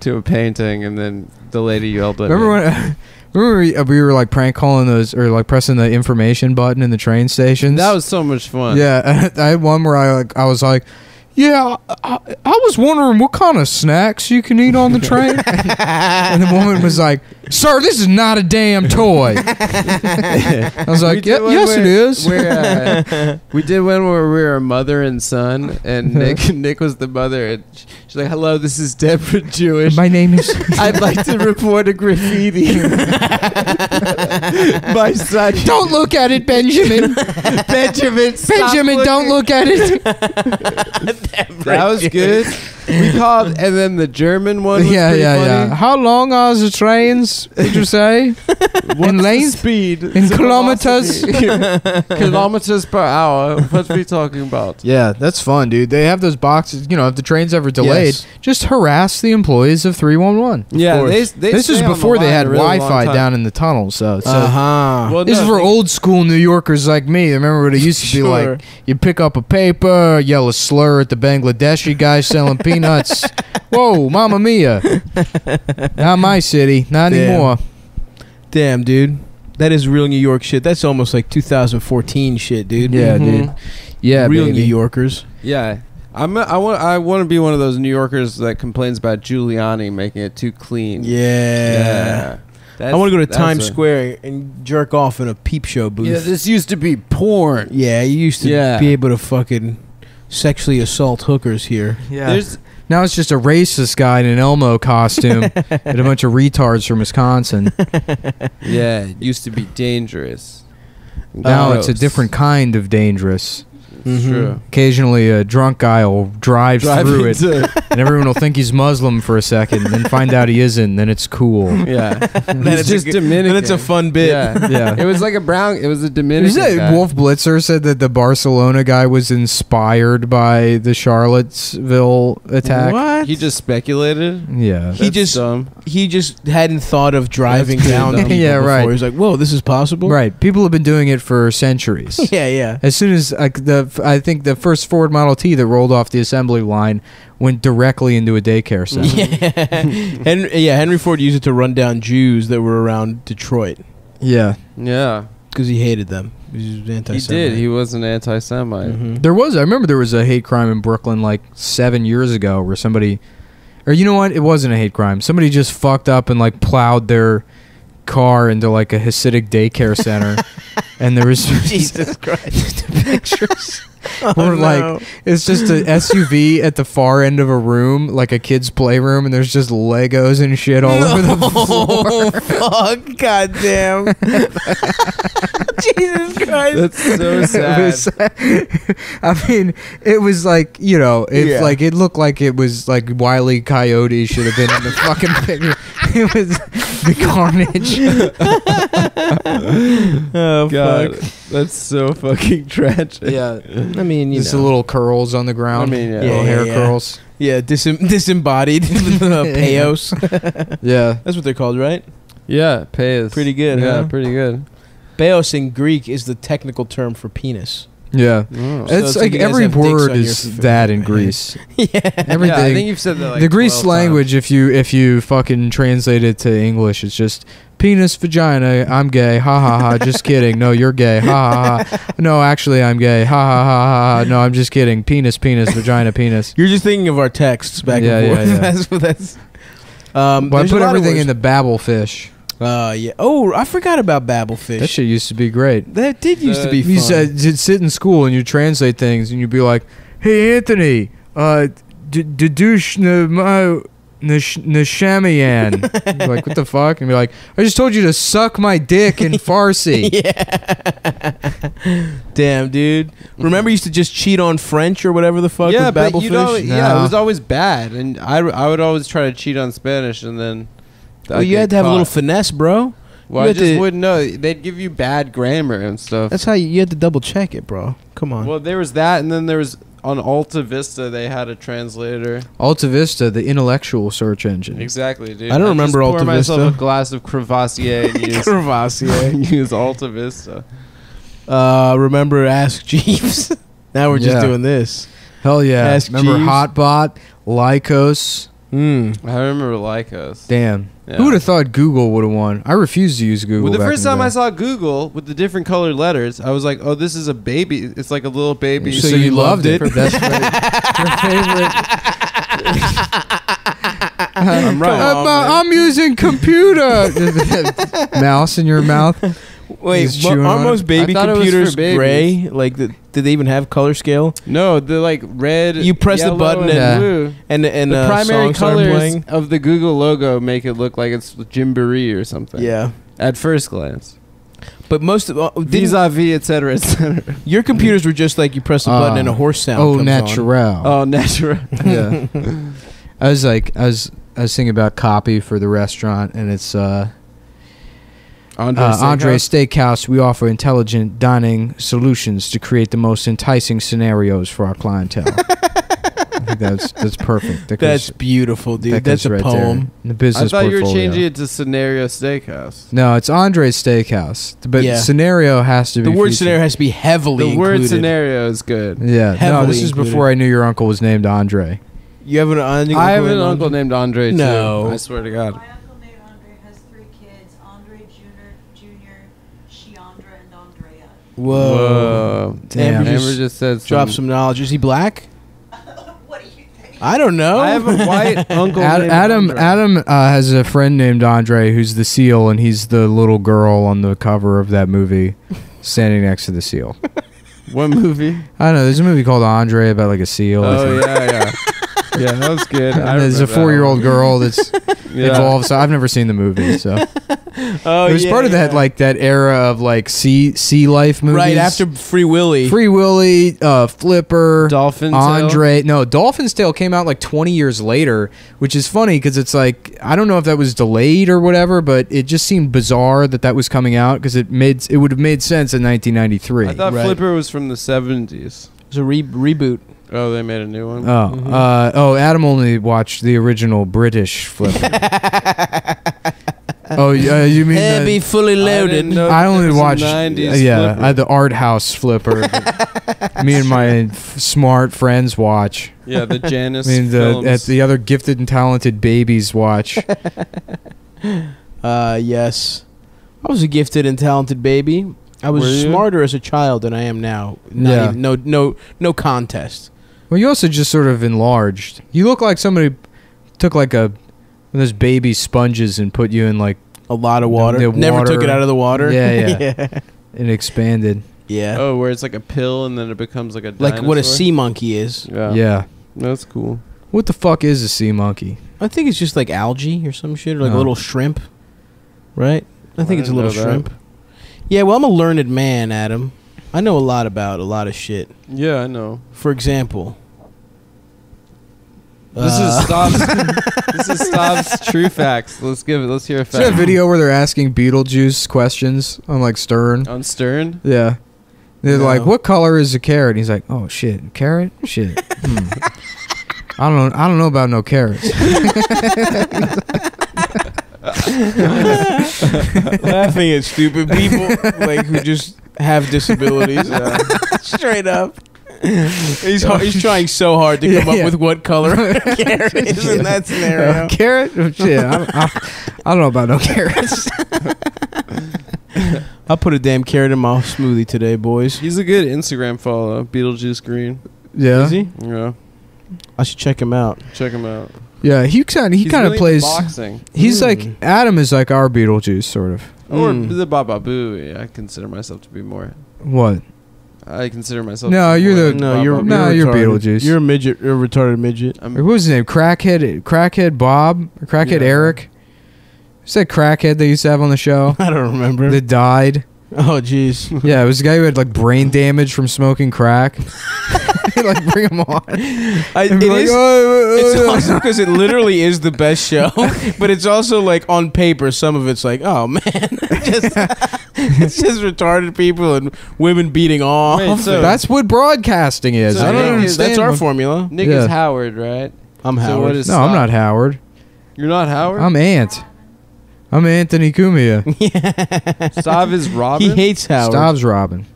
[SPEAKER 1] to a painting, and then the lady yelled at
[SPEAKER 2] remember
[SPEAKER 1] me.
[SPEAKER 2] when? Remember we, uh, we were like prank calling those or like pressing the information button in the train stations.
[SPEAKER 1] that was so much fun.
[SPEAKER 2] yeah. I had one where I like I was like. Yeah, I, I I was wondering what kind of snacks you can eat on the train. and the woman was like, "Sir, this is not a damn toy." I was
[SPEAKER 1] We
[SPEAKER 2] like,
[SPEAKER 1] did
[SPEAKER 2] "Yeah,
[SPEAKER 1] one
[SPEAKER 2] "Yes,
[SPEAKER 1] where-
[SPEAKER 2] it is."
[SPEAKER 1] where, uh, we did one where we were mother and son, and Nick Nick was the mother. And sh- she's like, "Hello, this is Deborah Jewish.
[SPEAKER 2] My name is
[SPEAKER 1] I'd like to report a graffiti. My son,
[SPEAKER 2] Don't look at it, Benjamin.
[SPEAKER 1] Benjamin. stop
[SPEAKER 2] Benjamin,
[SPEAKER 1] looking."
[SPEAKER 2] don't look at it.
[SPEAKER 1] That was good. We called, and then the German one. Was
[SPEAKER 2] yeah,
[SPEAKER 1] pretty
[SPEAKER 2] yeah,
[SPEAKER 1] funny.
[SPEAKER 2] yeah. How long are the trains? Would you say
[SPEAKER 1] What's
[SPEAKER 2] in
[SPEAKER 1] the
[SPEAKER 2] length?
[SPEAKER 1] speed
[SPEAKER 2] In kilometers?
[SPEAKER 1] kilometers per hour. What are we talking about?
[SPEAKER 2] Yeah, that's fun, dude. They have those boxes. You know, if the trains ever delayed,
[SPEAKER 3] Yes.
[SPEAKER 2] just harass the employees of three one one.
[SPEAKER 1] Yeah,
[SPEAKER 3] course.
[SPEAKER 1] they, they
[SPEAKER 2] This is
[SPEAKER 1] stay on the
[SPEAKER 2] before they
[SPEAKER 1] line a
[SPEAKER 2] had
[SPEAKER 1] really long
[SPEAKER 2] Wi-Fi
[SPEAKER 1] time.
[SPEAKER 2] down in the tunnel, so. so
[SPEAKER 3] Uh huh.
[SPEAKER 1] Well,
[SPEAKER 2] This
[SPEAKER 1] no,
[SPEAKER 2] is for
[SPEAKER 1] think-
[SPEAKER 2] old school New Yorkers like me. Remember what it used to be
[SPEAKER 1] Sure.
[SPEAKER 2] like? You pick up a paper, yell a slur at the Bangladeshi guy selling peanuts. Whoa, Mamma Mia! Not my city, not
[SPEAKER 3] Damn.
[SPEAKER 2] anymore.
[SPEAKER 3] Damn, dude. That is real New York shit. That's almost like 2014 shit, dude. Mm-hmm.
[SPEAKER 1] Mhm.
[SPEAKER 2] Yeah, dude. Yeah,
[SPEAKER 3] real
[SPEAKER 2] baby.
[SPEAKER 3] New Yorkers.
[SPEAKER 1] Yeah. I'm a, I want I want to be one of those New Yorkers that complains about Giuliani making it too clean.
[SPEAKER 3] Yeah.
[SPEAKER 1] That's-
[SPEAKER 3] I want to go to
[SPEAKER 1] that's
[SPEAKER 3] Times
[SPEAKER 1] a-
[SPEAKER 3] Square and jerk off in a peep show booth.
[SPEAKER 1] Yeah, this used to be porn.
[SPEAKER 3] Yeah, you used to
[SPEAKER 1] Yeah.
[SPEAKER 3] be able to fucking sexually assault hookers here.
[SPEAKER 2] Yeah. now it's just a racist guy in an Elmo costume and a bunch of retards from Wisconsin.
[SPEAKER 1] yeah, it used to be dangerous.
[SPEAKER 2] Now it's a
[SPEAKER 1] Gross.
[SPEAKER 2] different kind of dangerous.
[SPEAKER 1] It's
[SPEAKER 3] Mhm.
[SPEAKER 1] True.
[SPEAKER 2] Occasionally, a drunk guy will drive, through it,
[SPEAKER 1] into-
[SPEAKER 2] and everyone will think he's Muslim for a second, and then find out he isn't. Then it's cool.
[SPEAKER 1] yeah.
[SPEAKER 3] Then
[SPEAKER 1] He's
[SPEAKER 3] it's
[SPEAKER 1] just
[SPEAKER 3] a, good-
[SPEAKER 1] Dominican.
[SPEAKER 3] Then it's a fun bit.
[SPEAKER 1] Yeah.
[SPEAKER 2] Yeah.
[SPEAKER 1] It was like a brown. It was a
[SPEAKER 2] Is
[SPEAKER 1] Dominican.
[SPEAKER 2] that
[SPEAKER 1] guy.
[SPEAKER 2] Wolf Blitzer said that the Barcelona guy was inspired by the Charlottesville attack?
[SPEAKER 3] What?
[SPEAKER 1] He just speculated.
[SPEAKER 2] Yeah.
[SPEAKER 3] He
[SPEAKER 1] That's
[SPEAKER 3] just-
[SPEAKER 1] dumb.
[SPEAKER 3] he just hadn't thought of driving
[SPEAKER 1] pretty
[SPEAKER 3] down
[SPEAKER 1] dumb.
[SPEAKER 3] people
[SPEAKER 2] Yeah,
[SPEAKER 3] before.
[SPEAKER 2] right.
[SPEAKER 3] He was like, "Whoa, this is possible."
[SPEAKER 2] Right. People have been doing it for centuries.
[SPEAKER 3] Yeah, yeah.
[SPEAKER 2] As soon as like the, I think the first Ford Model T that rolled off the assembly line went directly into a daycare center.
[SPEAKER 3] Yeah. Henry, yeah, Henry Ford used it to run down Jews that were around Detroit
[SPEAKER 2] Yeah.
[SPEAKER 1] Yeah.
[SPEAKER 3] because he hated them. He was
[SPEAKER 1] He
[SPEAKER 3] anti-Semite.
[SPEAKER 1] did. He was an anti-Semite.
[SPEAKER 3] Mhm.
[SPEAKER 2] There was. I remember there was a hate crime in Brooklyn like seven years ago where somebody, or you know what? It wasn't a hate crime. Somebody just fucked up and like plowed their car into like a Hasidic daycare center, and there was
[SPEAKER 3] Jesus Christ.
[SPEAKER 2] pictures.
[SPEAKER 3] Oh,
[SPEAKER 2] Or, like,
[SPEAKER 3] no.
[SPEAKER 2] It's just a SUV at the far end of a room, like a kid's playroom, and there's just Legos and shit all over the floor.
[SPEAKER 3] Oh, fuck. Goddamn. Jesus Christ.
[SPEAKER 1] That's so
[SPEAKER 2] It
[SPEAKER 1] sad.
[SPEAKER 2] was- I mean, it was like you know, if
[SPEAKER 3] Yeah.
[SPEAKER 2] like it looked like it was like Wiley Coyote should have been in the fucking picture. It was the carnage.
[SPEAKER 3] oh,
[SPEAKER 1] God,
[SPEAKER 3] fuck.
[SPEAKER 1] that's so fucking tragic.
[SPEAKER 2] Yeah,
[SPEAKER 3] I mean, you
[SPEAKER 2] just
[SPEAKER 3] know.
[SPEAKER 2] the little curls on the ground.
[SPEAKER 1] I mean, yeah.
[SPEAKER 2] little
[SPEAKER 3] Yeah,
[SPEAKER 2] hair
[SPEAKER 3] yeah.
[SPEAKER 2] curls.
[SPEAKER 3] yeah, disem- disembodied uh, peos.
[SPEAKER 2] Yeah,
[SPEAKER 3] That's what they're called, right?
[SPEAKER 1] Yeah, pay is
[SPEAKER 3] Pretty good,
[SPEAKER 1] Yeah,
[SPEAKER 3] huh?
[SPEAKER 1] pretty good.
[SPEAKER 3] Peos in Greek is the technical term for penis.
[SPEAKER 2] yeah.
[SPEAKER 1] Oh.
[SPEAKER 2] it's
[SPEAKER 3] So it's
[SPEAKER 2] like
[SPEAKER 3] like you guys
[SPEAKER 2] every
[SPEAKER 3] have dicks
[SPEAKER 2] word
[SPEAKER 3] on your
[SPEAKER 2] is
[SPEAKER 3] f-
[SPEAKER 2] that in Greece.
[SPEAKER 3] yeah.
[SPEAKER 2] Everything.
[SPEAKER 1] Yeah, I think you've said that. Like
[SPEAKER 2] the Greece
[SPEAKER 1] 12
[SPEAKER 2] language, if you if you fucking translate it to English, it's just penis, vagina. I'm gay. Ha ha ha. Just kidding. No, you're gay. Ha ha ha. No, actually, I'm gay. Ha ha ha ha. ha. No, I'm just kidding. Penis, penis, vagina, penis.
[SPEAKER 3] You're just thinking of our texts back
[SPEAKER 2] Yeah,
[SPEAKER 3] and
[SPEAKER 2] yeah,
[SPEAKER 3] forth.
[SPEAKER 2] yeah.
[SPEAKER 3] that's what that's. Um,
[SPEAKER 2] But I put everything in the babble fish.
[SPEAKER 3] the. Uh, yeah. Oh, I forgot about Babelfish.
[SPEAKER 2] That shit used to be great.
[SPEAKER 3] That did used to
[SPEAKER 1] Uh,
[SPEAKER 3] be fun.
[SPEAKER 2] You said you'd sit in school and you translate things and you'd be like, "Hey, Anthony, uh, d- d- douche na my." Nishamian. like, what the fuck? And be like, I just told you to suck my dick in Farsi.
[SPEAKER 3] yeah. Damn, dude. Remember, you used to just cheat on French or whatever the fuck.
[SPEAKER 1] yeah,
[SPEAKER 3] with
[SPEAKER 1] but you
[SPEAKER 3] Babelfish?
[SPEAKER 1] know, yeah,
[SPEAKER 2] Nah.
[SPEAKER 1] it was always bad, and I, I would always try to cheat on Spanish, and then
[SPEAKER 3] Well, you had to have a little finesse, bro.
[SPEAKER 1] well, I
[SPEAKER 3] you had
[SPEAKER 1] just
[SPEAKER 3] to-
[SPEAKER 1] wouldn't know. They'd give you bad grammar and stuff.
[SPEAKER 3] That's how you, you had to double check it, bro. Come on.
[SPEAKER 1] well, there was that, and then there was on Alta Vista they had a translator.
[SPEAKER 2] Alta Vista, the intellectual search engine.
[SPEAKER 1] Exactly, dude.
[SPEAKER 3] Mm-hmm. I don't remember
[SPEAKER 1] just
[SPEAKER 3] Alta
[SPEAKER 1] pour myself
[SPEAKER 3] Vista.
[SPEAKER 1] a glass of Crevassier and use,
[SPEAKER 3] Crevassier.
[SPEAKER 1] use Alta Vista.
[SPEAKER 3] Uh, remember, ask Jeeves. now we're just
[SPEAKER 2] Yeah.
[SPEAKER 3] doing this.
[SPEAKER 2] Hell yeah.
[SPEAKER 3] Ask
[SPEAKER 2] Remember
[SPEAKER 3] Jeeves.
[SPEAKER 2] Hotbot, Lycos?
[SPEAKER 3] Hmm.
[SPEAKER 1] I remember Lycos.
[SPEAKER 2] Damn.
[SPEAKER 1] Yeah.
[SPEAKER 2] Who would have thought Google would have won? I refuse to use Google.
[SPEAKER 1] Well, the
[SPEAKER 2] back
[SPEAKER 1] first
[SPEAKER 2] in
[SPEAKER 1] time
[SPEAKER 2] the
[SPEAKER 1] I
[SPEAKER 2] day.
[SPEAKER 1] saw Google with the different colored letters, I was like, "Oh, this is a baby. It's like a little baby."
[SPEAKER 2] So, you, loved, it. That's right. Your favorite.
[SPEAKER 1] I'm right.
[SPEAKER 2] I'm, uh, I'm using computer. Mouse in your mouth.
[SPEAKER 3] Wait,
[SPEAKER 2] He's
[SPEAKER 3] mo-
[SPEAKER 2] chewing
[SPEAKER 3] are
[SPEAKER 2] on
[SPEAKER 3] most
[SPEAKER 2] it.
[SPEAKER 1] I
[SPEAKER 3] baby
[SPEAKER 1] thought it was for
[SPEAKER 3] computers
[SPEAKER 1] babies.
[SPEAKER 3] gray? Like, the, did they even have color scale?
[SPEAKER 1] No, the like red.
[SPEAKER 3] You press the
[SPEAKER 1] yellow,
[SPEAKER 3] button
[SPEAKER 1] and,
[SPEAKER 2] and-
[SPEAKER 1] blue.
[SPEAKER 3] And and
[SPEAKER 1] The
[SPEAKER 3] uh,
[SPEAKER 1] primary
[SPEAKER 3] songs started
[SPEAKER 1] colors
[SPEAKER 3] playing?
[SPEAKER 1] of the Google logo make it look like it's Gymboree or something.
[SPEAKER 3] Yeah,
[SPEAKER 1] At first glance,
[SPEAKER 3] but most of uh, didn't,
[SPEAKER 1] vis-a-vis, etc., etc.
[SPEAKER 3] your computers were just like you press a button
[SPEAKER 2] Ah.
[SPEAKER 3] and a horse sound.
[SPEAKER 2] Oh,
[SPEAKER 3] comes
[SPEAKER 2] natural.
[SPEAKER 1] Oh, natural.
[SPEAKER 2] Yeah. I was like, I was, I was thinking about copy for the restaurant, and it's uh,
[SPEAKER 1] Andre.
[SPEAKER 2] uh, Andre
[SPEAKER 1] Steakhouse?
[SPEAKER 2] Steakhouse. We offer intelligent dining solutions to create the most enticing scenarios for our clientele. I think that's that's perfect. That
[SPEAKER 3] On. That's
[SPEAKER 2] goes-
[SPEAKER 3] beautiful, dude.
[SPEAKER 2] that
[SPEAKER 3] That's
[SPEAKER 2] goes
[SPEAKER 3] a
[SPEAKER 2] right there
[SPEAKER 3] poem.
[SPEAKER 2] in The
[SPEAKER 1] I
[SPEAKER 2] business.
[SPEAKER 1] thought you were
[SPEAKER 2] portfolio.
[SPEAKER 1] changing it to Scenario Steakhouse.
[SPEAKER 2] No, it's Andre's Steakhouse, but
[SPEAKER 3] Yeah.
[SPEAKER 2] scenario has to be
[SPEAKER 3] The word
[SPEAKER 2] featured.
[SPEAKER 3] scenario has to be heavily
[SPEAKER 1] The word
[SPEAKER 3] included.
[SPEAKER 1] scenario is good.
[SPEAKER 2] Yeah, no,
[SPEAKER 3] heavily
[SPEAKER 2] this is
[SPEAKER 3] included.
[SPEAKER 2] before I knew your uncle was named Andre.
[SPEAKER 3] You have an uncle.
[SPEAKER 1] I have an uncle named Andre.
[SPEAKER 3] No.
[SPEAKER 1] too. I swear to God.
[SPEAKER 4] My uncle named Andre has three kids Andre Jr., Jr., Sheandra, and Andrea.
[SPEAKER 3] Whoa.
[SPEAKER 2] Damn.
[SPEAKER 3] Damn.
[SPEAKER 1] Amber
[SPEAKER 3] Amber
[SPEAKER 1] just,
[SPEAKER 3] just
[SPEAKER 1] said
[SPEAKER 3] Drop some knowledge. Is he black?
[SPEAKER 4] what do you think?
[SPEAKER 3] I don't know.
[SPEAKER 1] I have a white uncle.
[SPEAKER 2] Oh. Ad-
[SPEAKER 1] named
[SPEAKER 2] Adam
[SPEAKER 1] Andre.
[SPEAKER 2] Adam uh, has a friend named Andre who's the seal, and he's the little girl on the cover of that movie, standing next to the seal.
[SPEAKER 1] What movie?
[SPEAKER 2] I don't know. There's a movie called Andre about like a seal. or something.
[SPEAKER 1] Oh yeah, yeah, yeah. That was good. I
[SPEAKER 2] And there's
[SPEAKER 1] remember
[SPEAKER 2] a
[SPEAKER 1] that one.
[SPEAKER 2] four-year-old girl that's
[SPEAKER 1] Yeah.
[SPEAKER 2] involved. So I've never seen the movie. So
[SPEAKER 3] Oh,
[SPEAKER 2] it was
[SPEAKER 3] yeah,
[SPEAKER 2] part of that
[SPEAKER 3] yeah.
[SPEAKER 2] like that era of like sea sea life movies.
[SPEAKER 3] right after Free Willy.
[SPEAKER 2] Free Willy, uh, Flipper,
[SPEAKER 1] Dolphin Tale?
[SPEAKER 2] Andre. No, Dolphin's Tale came out like 20 years later, which is funny because it's like I don't know if that was delayed or whatever, but it just seemed bizarre that that was coming out because it made it would have made sense in 1993.
[SPEAKER 1] I thought
[SPEAKER 3] Right.
[SPEAKER 1] Flipper was from the seventies.
[SPEAKER 3] It was a re- reboot.
[SPEAKER 1] Oh, they made a new
[SPEAKER 2] Oh,
[SPEAKER 1] one.
[SPEAKER 2] uh, oh! Adam only watched the original British Flipper. oh, yeah, you mean the-
[SPEAKER 3] Heavy, fully
[SPEAKER 1] I didn't
[SPEAKER 3] loaded.
[SPEAKER 1] know
[SPEAKER 2] I
[SPEAKER 1] that
[SPEAKER 2] only
[SPEAKER 1] was a
[SPEAKER 2] watched uh,
[SPEAKER 1] 90s
[SPEAKER 2] yeah,
[SPEAKER 1] Flipper.
[SPEAKER 2] I had the art house Flipper. Me and my f- smart friends watch.
[SPEAKER 1] yeah, the
[SPEAKER 2] I
[SPEAKER 1] Janus.
[SPEAKER 2] mean, the,
[SPEAKER 1] films.
[SPEAKER 2] uh, at the other gifted and talented babies watch.
[SPEAKER 3] Uh, yes. I was a gifted and talented baby. I
[SPEAKER 1] Were
[SPEAKER 3] was
[SPEAKER 1] you?
[SPEAKER 3] smarter as a child than I am now. Not
[SPEAKER 2] Yeah.
[SPEAKER 3] even- no, no, no contest.
[SPEAKER 2] well, you also just sort of enlarged. You look like somebody took like a one of those baby sponges and put you in like
[SPEAKER 3] A lot of water.
[SPEAKER 2] The
[SPEAKER 3] Never took
[SPEAKER 2] water.
[SPEAKER 3] it out of the water.
[SPEAKER 2] Yeah, yeah.
[SPEAKER 3] yeah.
[SPEAKER 2] and expanded.
[SPEAKER 3] Yeah.
[SPEAKER 1] oh, where it's like a pill and then it becomes like a
[SPEAKER 3] like what a
[SPEAKER 1] dinosaur?
[SPEAKER 3] sea monkey is.
[SPEAKER 1] Yeah.
[SPEAKER 2] yeah.
[SPEAKER 1] that's cool.
[SPEAKER 2] What the fuck is a sea monkey?
[SPEAKER 3] I think it's just like algae or some shit, or like
[SPEAKER 2] No.
[SPEAKER 3] a little shrimp, right? Oh. I
[SPEAKER 1] I
[SPEAKER 3] think it's a
[SPEAKER 1] didn't
[SPEAKER 3] little
[SPEAKER 1] know that.
[SPEAKER 3] shrimp. Yeah, well, I'm a learned man, Adam. I know a lot about a lot of shit.
[SPEAKER 1] Yeah, I know.
[SPEAKER 3] For example,
[SPEAKER 1] This
[SPEAKER 3] Uh,
[SPEAKER 1] is Stobbs. this is Stobbs' true facts. Let's give it. Let's hear a
[SPEAKER 2] Is there a
[SPEAKER 1] fact.
[SPEAKER 2] video where they're asking Beetlejuice questions on like Stern?
[SPEAKER 1] on Stern.
[SPEAKER 2] Yeah. They're like,
[SPEAKER 3] No.
[SPEAKER 2] "What color is a carrot?" And he's like, "Oh shit, carrot, shit." Hmm. I don't know. I don't know about no carrots.
[SPEAKER 3] laughing at stupid people like who just have disabilities. Straight up. He's har he's trying so hard to
[SPEAKER 2] Yeah,
[SPEAKER 3] come up
[SPEAKER 2] yeah.
[SPEAKER 3] with what color a carrot is in that scenario.
[SPEAKER 2] Uh, carrot, Oh, shit. I, don't- I, I don't know about no carrots.
[SPEAKER 3] I put a damn carrot in my smoothie today, boys.
[SPEAKER 1] He's a good Instagram follow. Beetlejuice Green.
[SPEAKER 2] yeah,
[SPEAKER 3] Is he?
[SPEAKER 1] Yeah,
[SPEAKER 3] I should check him out.
[SPEAKER 1] check him out.
[SPEAKER 2] yeah. He kind of he
[SPEAKER 1] He's
[SPEAKER 2] kind of
[SPEAKER 1] really into
[SPEAKER 2] plays.
[SPEAKER 1] boxing
[SPEAKER 2] He's
[SPEAKER 3] Hmm.
[SPEAKER 2] like Adam is like our Beetlejuice, sort of.
[SPEAKER 1] or
[SPEAKER 3] Mm.
[SPEAKER 1] the Baba Booey. I consider myself to be more.
[SPEAKER 2] What?
[SPEAKER 3] Hmm.
[SPEAKER 2] I
[SPEAKER 1] I consider myself.
[SPEAKER 2] No,
[SPEAKER 1] to be
[SPEAKER 2] you're
[SPEAKER 1] more
[SPEAKER 2] the-
[SPEAKER 1] than
[SPEAKER 3] No,
[SPEAKER 1] Baba
[SPEAKER 3] you're
[SPEAKER 1] Booey.
[SPEAKER 2] No, you're
[SPEAKER 3] retarded.
[SPEAKER 2] Beetlejuice.
[SPEAKER 3] You're a midget. You're a retarded midget.
[SPEAKER 1] I'm-
[SPEAKER 2] What was his name? Crackhead, crackhead Bob, or crackhead
[SPEAKER 1] Yeah.
[SPEAKER 2] Eric. Who's that crackhead they used to have on the show
[SPEAKER 3] I don't remember.
[SPEAKER 2] that died?
[SPEAKER 3] oh, jeez.
[SPEAKER 2] Yeah, it was the guy who had like brain damage from smoking crack. like bring him on.
[SPEAKER 3] I,
[SPEAKER 2] And be like, "Oh, uh,
[SPEAKER 3] It's
[SPEAKER 2] uh, uh."
[SPEAKER 3] awesome because it literally is the best show, but it's also like on paper, some of it's like, oh man, just, it's just retarded people and women beating off.
[SPEAKER 1] Wait, so-
[SPEAKER 2] That's what broadcasting is.
[SPEAKER 1] So
[SPEAKER 2] I don't
[SPEAKER 1] Nick
[SPEAKER 2] understand.
[SPEAKER 1] is-
[SPEAKER 3] That's our
[SPEAKER 2] what-
[SPEAKER 3] formula.
[SPEAKER 1] Nick
[SPEAKER 2] Yeah.
[SPEAKER 1] is Howard, right?
[SPEAKER 3] I'm
[SPEAKER 1] So
[SPEAKER 3] Howard.
[SPEAKER 1] what is-
[SPEAKER 2] No, I'm not
[SPEAKER 1] Stop.
[SPEAKER 2] Howard.
[SPEAKER 1] You're not Howard.
[SPEAKER 2] I'm Ant. I'm Anthony Cumia.
[SPEAKER 1] Sav is Robin.
[SPEAKER 3] he hates Howard.
[SPEAKER 2] Stobbs Robin.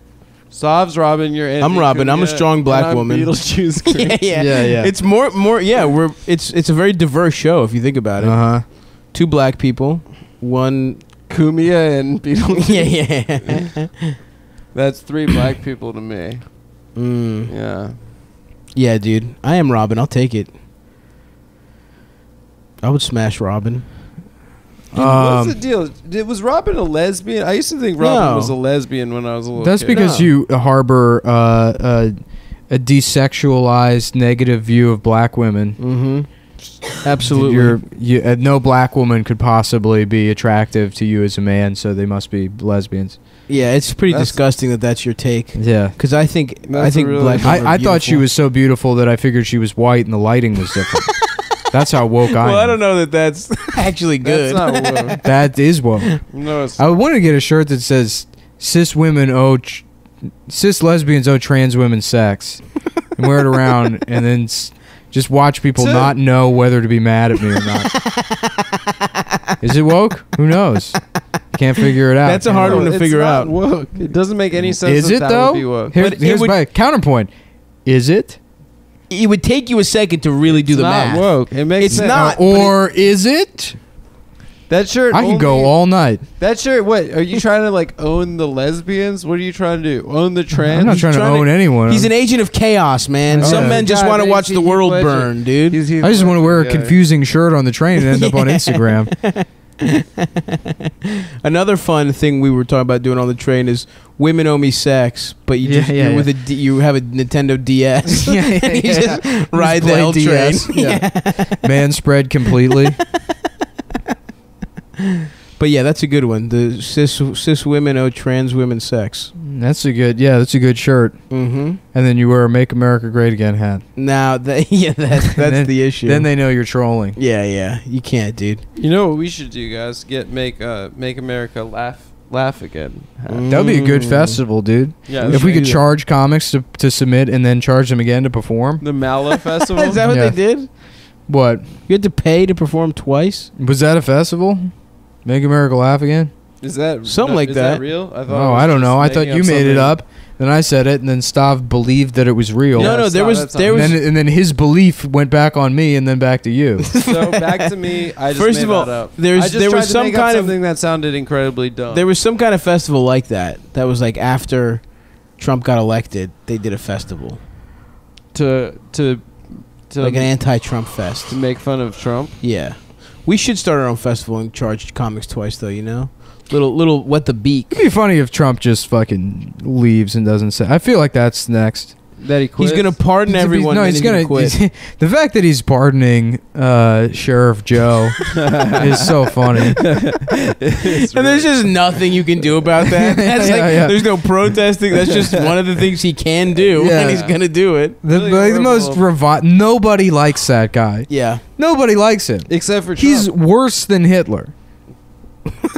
[SPEAKER 1] Sav's Robin. You're. Anthony
[SPEAKER 3] Robin. I'm a
[SPEAKER 1] Cumia,
[SPEAKER 3] strong
[SPEAKER 1] and
[SPEAKER 3] black
[SPEAKER 1] I'm
[SPEAKER 3] woman.
[SPEAKER 1] Beetlejuice Green.
[SPEAKER 3] yeah, yeah,
[SPEAKER 2] Yeah, yeah.
[SPEAKER 3] It's more, more. Yeah, we're. It's it's a very diverse show if you think about it.
[SPEAKER 1] Uh-huh.
[SPEAKER 2] Uh huh.
[SPEAKER 3] Two black people, one.
[SPEAKER 1] Cumia and Beetlejuice.
[SPEAKER 3] yeah, yeah.
[SPEAKER 1] That's three black people to me.
[SPEAKER 3] mm.
[SPEAKER 1] Yeah.
[SPEAKER 3] Yeah, dude. I am Robin. I'll take it. I would smash Robin.
[SPEAKER 1] What's
[SPEAKER 2] Um,
[SPEAKER 1] the deal? Did, was Robin a lesbian? I used to think Robin
[SPEAKER 3] No.
[SPEAKER 1] was a lesbian when I was a little.
[SPEAKER 2] that's
[SPEAKER 1] kid.
[SPEAKER 2] because
[SPEAKER 3] No.
[SPEAKER 2] you harbor uh, uh, a desexualized negative view of black women.
[SPEAKER 3] Mm-hmm. Absolutely.
[SPEAKER 2] You're, you, uh, no black woman could possibly be attractive to you as a man, so they must be lesbians.
[SPEAKER 3] yeah, it's pretty
[SPEAKER 1] That's-
[SPEAKER 3] disgusting that that's your take.
[SPEAKER 2] Yeah.
[SPEAKER 3] Because I think
[SPEAKER 1] That's
[SPEAKER 3] I think
[SPEAKER 1] a really-
[SPEAKER 3] black. women are
[SPEAKER 2] I, I thought she
[SPEAKER 3] beautiful.
[SPEAKER 2] was so beautiful that I figured she was white and the lighting was different. That's how woke I am.
[SPEAKER 3] Well, I don't know that that's actually good.
[SPEAKER 1] That's not woke.
[SPEAKER 2] That is woke.
[SPEAKER 1] no, it's
[SPEAKER 2] I wanted to get a shirt that says "cis women owe tr- cis lesbians owe trans women sex," and wear it around, and then s- just watch people
[SPEAKER 1] So-
[SPEAKER 2] not know whether to be mad at me or not. is it woke? Who knows? Can't figure it out.
[SPEAKER 3] That's a hard
[SPEAKER 1] no,
[SPEAKER 3] one to
[SPEAKER 1] it's
[SPEAKER 3] figure
[SPEAKER 1] not
[SPEAKER 3] out.
[SPEAKER 1] Woke. It doesn't make any sense.
[SPEAKER 2] Is
[SPEAKER 1] that
[SPEAKER 2] it
[SPEAKER 1] that
[SPEAKER 2] though?
[SPEAKER 1] Would be woke.
[SPEAKER 2] Here-
[SPEAKER 3] But it
[SPEAKER 2] here's
[SPEAKER 3] would-
[SPEAKER 2] my counterpoint. Is it
[SPEAKER 3] it would take you a second to really do
[SPEAKER 1] It's
[SPEAKER 3] the
[SPEAKER 1] not
[SPEAKER 3] math.
[SPEAKER 1] woke. It makes
[SPEAKER 3] It's
[SPEAKER 1] sense.
[SPEAKER 3] not. but it-
[SPEAKER 2] or is it?
[SPEAKER 1] That shirt.
[SPEAKER 2] I can go
[SPEAKER 1] only-
[SPEAKER 2] all night.
[SPEAKER 1] That shirt. What are you trying to like own the lesbians? What are you trying to do? Own the trans?
[SPEAKER 2] I'm not trying,
[SPEAKER 3] trying
[SPEAKER 2] to
[SPEAKER 3] to-
[SPEAKER 2] own anyone.
[SPEAKER 3] He's an agent of chaos, man.
[SPEAKER 1] Oh,
[SPEAKER 3] Some
[SPEAKER 1] yeah.
[SPEAKER 3] men just
[SPEAKER 1] God,
[SPEAKER 3] want to
[SPEAKER 1] they
[SPEAKER 3] watch
[SPEAKER 1] see
[SPEAKER 3] the
[SPEAKER 1] Heath
[SPEAKER 3] world
[SPEAKER 1] Ledger.
[SPEAKER 3] burn, dude.
[SPEAKER 1] He's- he's
[SPEAKER 2] I just want to wear a
[SPEAKER 1] yeah.
[SPEAKER 2] confusing shirt on the train and end up on Instagram.
[SPEAKER 3] Another fun thing we were talking about doing on the train is women owe me sex, but you
[SPEAKER 2] Yeah,
[SPEAKER 3] just
[SPEAKER 2] yeah,
[SPEAKER 3] you're
[SPEAKER 2] yeah.
[SPEAKER 3] with a D, you have a Nintendo DS.
[SPEAKER 2] Yeah, yeah,
[SPEAKER 3] and you
[SPEAKER 2] yeah.
[SPEAKER 3] just ride the
[SPEAKER 2] play
[SPEAKER 3] L train.
[SPEAKER 2] DS. Yeah. Man spread completely.
[SPEAKER 3] But yeah, that's a good one. The cis cis women owe trans women sex.
[SPEAKER 2] That's a good. Yeah, that's a good shirt.
[SPEAKER 3] Mm-hmm.
[SPEAKER 2] And then you wear a "Make America Great Again" hat.
[SPEAKER 3] Now that yeah, that, that's
[SPEAKER 2] Then-
[SPEAKER 3] the issue.
[SPEAKER 2] Then they know you're trolling.
[SPEAKER 3] yeah yeah you can't, dude.
[SPEAKER 1] You know what we should do, guys? Get make uh make America laugh laugh again.
[SPEAKER 2] That would be a good
[SPEAKER 3] Mm.
[SPEAKER 2] festival, dude.
[SPEAKER 1] Yeah,
[SPEAKER 2] if we could
[SPEAKER 3] should do that.
[SPEAKER 2] charge comics to, to submit and then charge them again to perform.
[SPEAKER 1] the Mallow Festival.
[SPEAKER 3] Is that what
[SPEAKER 2] Yeah.
[SPEAKER 3] they did?
[SPEAKER 2] What
[SPEAKER 3] You had to pay to perform twice.
[SPEAKER 2] was that a festival? Make America Laugh Again?
[SPEAKER 1] Is that
[SPEAKER 3] Something
[SPEAKER 1] no,
[SPEAKER 3] like
[SPEAKER 1] is
[SPEAKER 3] that.
[SPEAKER 1] real? I it
[SPEAKER 2] Oh,
[SPEAKER 1] was
[SPEAKER 2] I don't
[SPEAKER 1] just
[SPEAKER 2] know. I thought
[SPEAKER 1] making
[SPEAKER 2] you made it
[SPEAKER 1] something.
[SPEAKER 2] up. Then I said it, and then Stav believed that it was real.
[SPEAKER 1] Yeah,
[SPEAKER 3] no, no,
[SPEAKER 1] that's
[SPEAKER 3] there
[SPEAKER 1] not-
[SPEAKER 3] was
[SPEAKER 1] that's not-
[SPEAKER 3] there
[SPEAKER 2] and
[SPEAKER 3] was
[SPEAKER 2] then, and then his belief went back on me, and then back to you.
[SPEAKER 1] So back to me. I just
[SPEAKER 3] First
[SPEAKER 1] made
[SPEAKER 3] of all,
[SPEAKER 1] that up.
[SPEAKER 3] there's-
[SPEAKER 1] I just
[SPEAKER 3] there
[SPEAKER 1] tried
[SPEAKER 3] was
[SPEAKER 1] to
[SPEAKER 3] some
[SPEAKER 1] make up
[SPEAKER 3] kind of-
[SPEAKER 1] something that sounded incredibly dumb.
[SPEAKER 3] There was some kind of festival like that. That was like after Trump got elected, they did a festival,
[SPEAKER 1] to to to,
[SPEAKER 3] like an anti-Trump fest.
[SPEAKER 1] to make fun of Trump.
[SPEAKER 3] Yeah, we should start our own festival and charge comics twice, though. You know, little little wet the beak.
[SPEAKER 2] It'd be funny if Trump just fucking leaves and doesn't say. I feel like that's next.
[SPEAKER 1] That he
[SPEAKER 3] He's
[SPEAKER 1] quit.
[SPEAKER 3] gonna pardon
[SPEAKER 2] He's-
[SPEAKER 3] everyone.
[SPEAKER 2] no,
[SPEAKER 3] and
[SPEAKER 2] he's
[SPEAKER 3] then
[SPEAKER 2] gonna.
[SPEAKER 3] quit.
[SPEAKER 2] the fact that he's pardoning uh, Sheriff Joe is so funny.
[SPEAKER 3] and there's just nothing you can do about that. That's
[SPEAKER 2] Yeah,
[SPEAKER 3] like,
[SPEAKER 2] yeah.
[SPEAKER 3] There's no protesting. That's just one of the things he can do,
[SPEAKER 2] Yeah.
[SPEAKER 3] and he's gonna do it.
[SPEAKER 2] The,
[SPEAKER 1] Really
[SPEAKER 2] like, the most
[SPEAKER 1] horrible.
[SPEAKER 2] revi- Nobody likes that guy.
[SPEAKER 3] Yeah,
[SPEAKER 2] Nobody likes him.
[SPEAKER 1] except for
[SPEAKER 2] He's
[SPEAKER 1] Trump.
[SPEAKER 2] worse than Hitler.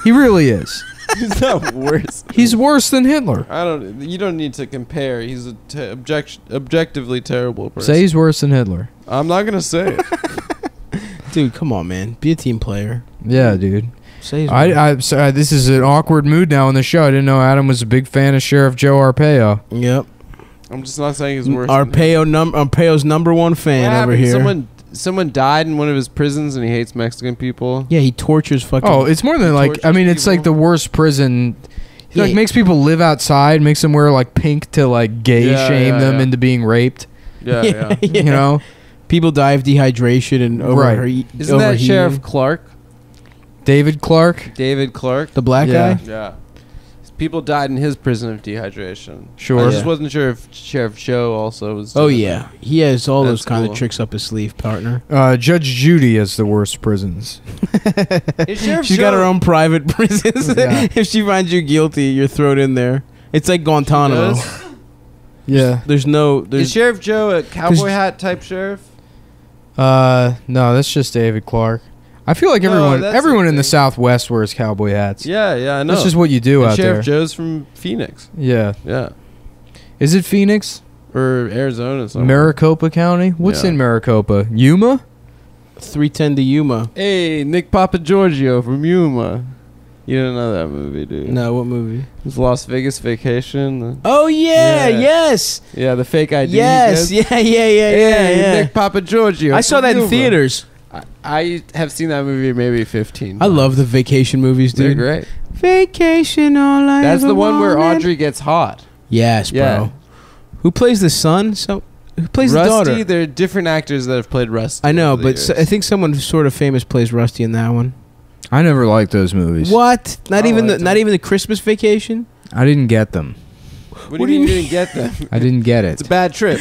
[SPEAKER 2] he really is.
[SPEAKER 1] he's not worse.
[SPEAKER 2] He's worse than Hitler.
[SPEAKER 1] I don't. You don't need to compare. He's a te- object, objectively terrible person.
[SPEAKER 2] Say he's worse than Hitler.
[SPEAKER 1] I'm not gonna say it.
[SPEAKER 3] dude, come on, man, be a team player.
[SPEAKER 2] Yeah, dude.
[SPEAKER 3] Say his
[SPEAKER 2] I,
[SPEAKER 3] word.
[SPEAKER 2] I sorry, this is an awkward mood now on the show. I didn't know Adam was a big fan of Sheriff Joe Arpaio.
[SPEAKER 3] yep.
[SPEAKER 1] I'm just not saying he's worse. than him.
[SPEAKER 3] Arpeo num- Arpeo's number one
[SPEAKER 1] What
[SPEAKER 3] fan over
[SPEAKER 1] happened?
[SPEAKER 3] here.
[SPEAKER 1] Someone someone died in one of his prisons, and he hates Mexican people.
[SPEAKER 3] yeah, he tortures fucking.
[SPEAKER 2] Oh, it's more than like I
[SPEAKER 1] tortures
[SPEAKER 2] mean, it's like
[SPEAKER 1] people.
[SPEAKER 2] the worst prison. He
[SPEAKER 3] Yeah.
[SPEAKER 2] like makes people live outside, makes them wear like pink to like gay
[SPEAKER 1] Yeah,
[SPEAKER 2] shame
[SPEAKER 1] yeah,
[SPEAKER 2] them
[SPEAKER 1] yeah.
[SPEAKER 2] into being raped.
[SPEAKER 1] Yeah, yeah.
[SPEAKER 3] Yeah.
[SPEAKER 2] You know,
[SPEAKER 3] people die of dehydration and over
[SPEAKER 2] Right.
[SPEAKER 1] Isn't that Sheriff Clark?
[SPEAKER 2] David Clark.
[SPEAKER 1] David Clark.
[SPEAKER 3] the black
[SPEAKER 2] Yeah.
[SPEAKER 3] guy?
[SPEAKER 1] Yeah. People died in his prison of dehydration.
[SPEAKER 2] Sure.
[SPEAKER 1] I just
[SPEAKER 3] Yeah.
[SPEAKER 1] wasn't sure if Sheriff Joe also was.
[SPEAKER 3] Oh
[SPEAKER 1] doing
[SPEAKER 3] yeah, he has all
[SPEAKER 1] That's
[SPEAKER 3] those kind
[SPEAKER 1] cool.
[SPEAKER 3] of tricks up his sleeve, partner.
[SPEAKER 2] Uh, Judge Judy is the worst prisons.
[SPEAKER 1] that. Is Sheriff
[SPEAKER 3] She's
[SPEAKER 1] Joe,
[SPEAKER 3] got her own private prison.
[SPEAKER 2] Yeah.
[SPEAKER 3] if she finds you guilty, you're thrown in there. It's like Guantanamo.
[SPEAKER 1] does?
[SPEAKER 2] Yeah.
[SPEAKER 3] There's no. There's
[SPEAKER 1] Is Sheriff Joe a cowboy
[SPEAKER 2] There's-
[SPEAKER 1] hat type sheriff?
[SPEAKER 2] Uh, no, that's just David Clark. I feel like
[SPEAKER 1] No,
[SPEAKER 2] everyone
[SPEAKER 1] that's
[SPEAKER 2] everyone
[SPEAKER 1] the
[SPEAKER 2] in the
[SPEAKER 1] thing.
[SPEAKER 2] Southwest wears cowboy hats.
[SPEAKER 1] Yeah, yeah, I know.
[SPEAKER 2] that's just what you do
[SPEAKER 1] And
[SPEAKER 2] out
[SPEAKER 1] Sheriff
[SPEAKER 2] there.
[SPEAKER 1] Joe's from Phoenix.
[SPEAKER 2] yeah.
[SPEAKER 1] Yeah.
[SPEAKER 2] Is it Phoenix?
[SPEAKER 1] Or Arizona somewhere.
[SPEAKER 2] Maricopa County? What's
[SPEAKER 1] Yeah.
[SPEAKER 2] in Maricopa? Yuma?
[SPEAKER 3] 310 to Yuma.
[SPEAKER 1] hey, Nick Papa Giorgio from Yuma. You don't know that movie, dude.
[SPEAKER 3] No, what movie?
[SPEAKER 1] It was Las Vegas Vacation. The-
[SPEAKER 3] Oh yeah,
[SPEAKER 1] Yeah.
[SPEAKER 3] yes,
[SPEAKER 1] Yeah, the fake ID.
[SPEAKER 3] yes,
[SPEAKER 1] you guys-
[SPEAKER 3] yeah, yeah, yeah,
[SPEAKER 1] Hey,
[SPEAKER 3] yeah, yeah.
[SPEAKER 1] Nick Papa Giorgio.
[SPEAKER 3] I saw
[SPEAKER 1] from
[SPEAKER 3] that in
[SPEAKER 1] Yuma.
[SPEAKER 3] theaters.
[SPEAKER 1] I, I have seen that movie maybe 15
[SPEAKER 3] I love the vacation movies,
[SPEAKER 1] They're
[SPEAKER 3] dude.
[SPEAKER 1] great.
[SPEAKER 3] Vacation all I
[SPEAKER 1] That's
[SPEAKER 3] ever
[SPEAKER 1] the one where
[SPEAKER 3] wanted.
[SPEAKER 1] Audrey gets hot.
[SPEAKER 3] Yes, bro.
[SPEAKER 1] Yeah.
[SPEAKER 3] Who plays the son? So who plays the
[SPEAKER 1] Rusty,
[SPEAKER 3] daughter?
[SPEAKER 1] there are different actors that have played Rusty.
[SPEAKER 3] I know,
[SPEAKER 1] over the
[SPEAKER 3] but so,
[SPEAKER 1] years.
[SPEAKER 3] I think someone sort of famous plays Rusty in that one.
[SPEAKER 2] I never liked those movies.
[SPEAKER 3] What? Not
[SPEAKER 2] Oh,
[SPEAKER 1] I
[SPEAKER 3] even the
[SPEAKER 1] liked
[SPEAKER 3] not
[SPEAKER 1] it.
[SPEAKER 3] even the Christmas vacation.
[SPEAKER 2] I didn't get them.
[SPEAKER 1] What, do you mean you didn't get them?
[SPEAKER 2] I didn't get it.
[SPEAKER 1] It's a bad trip.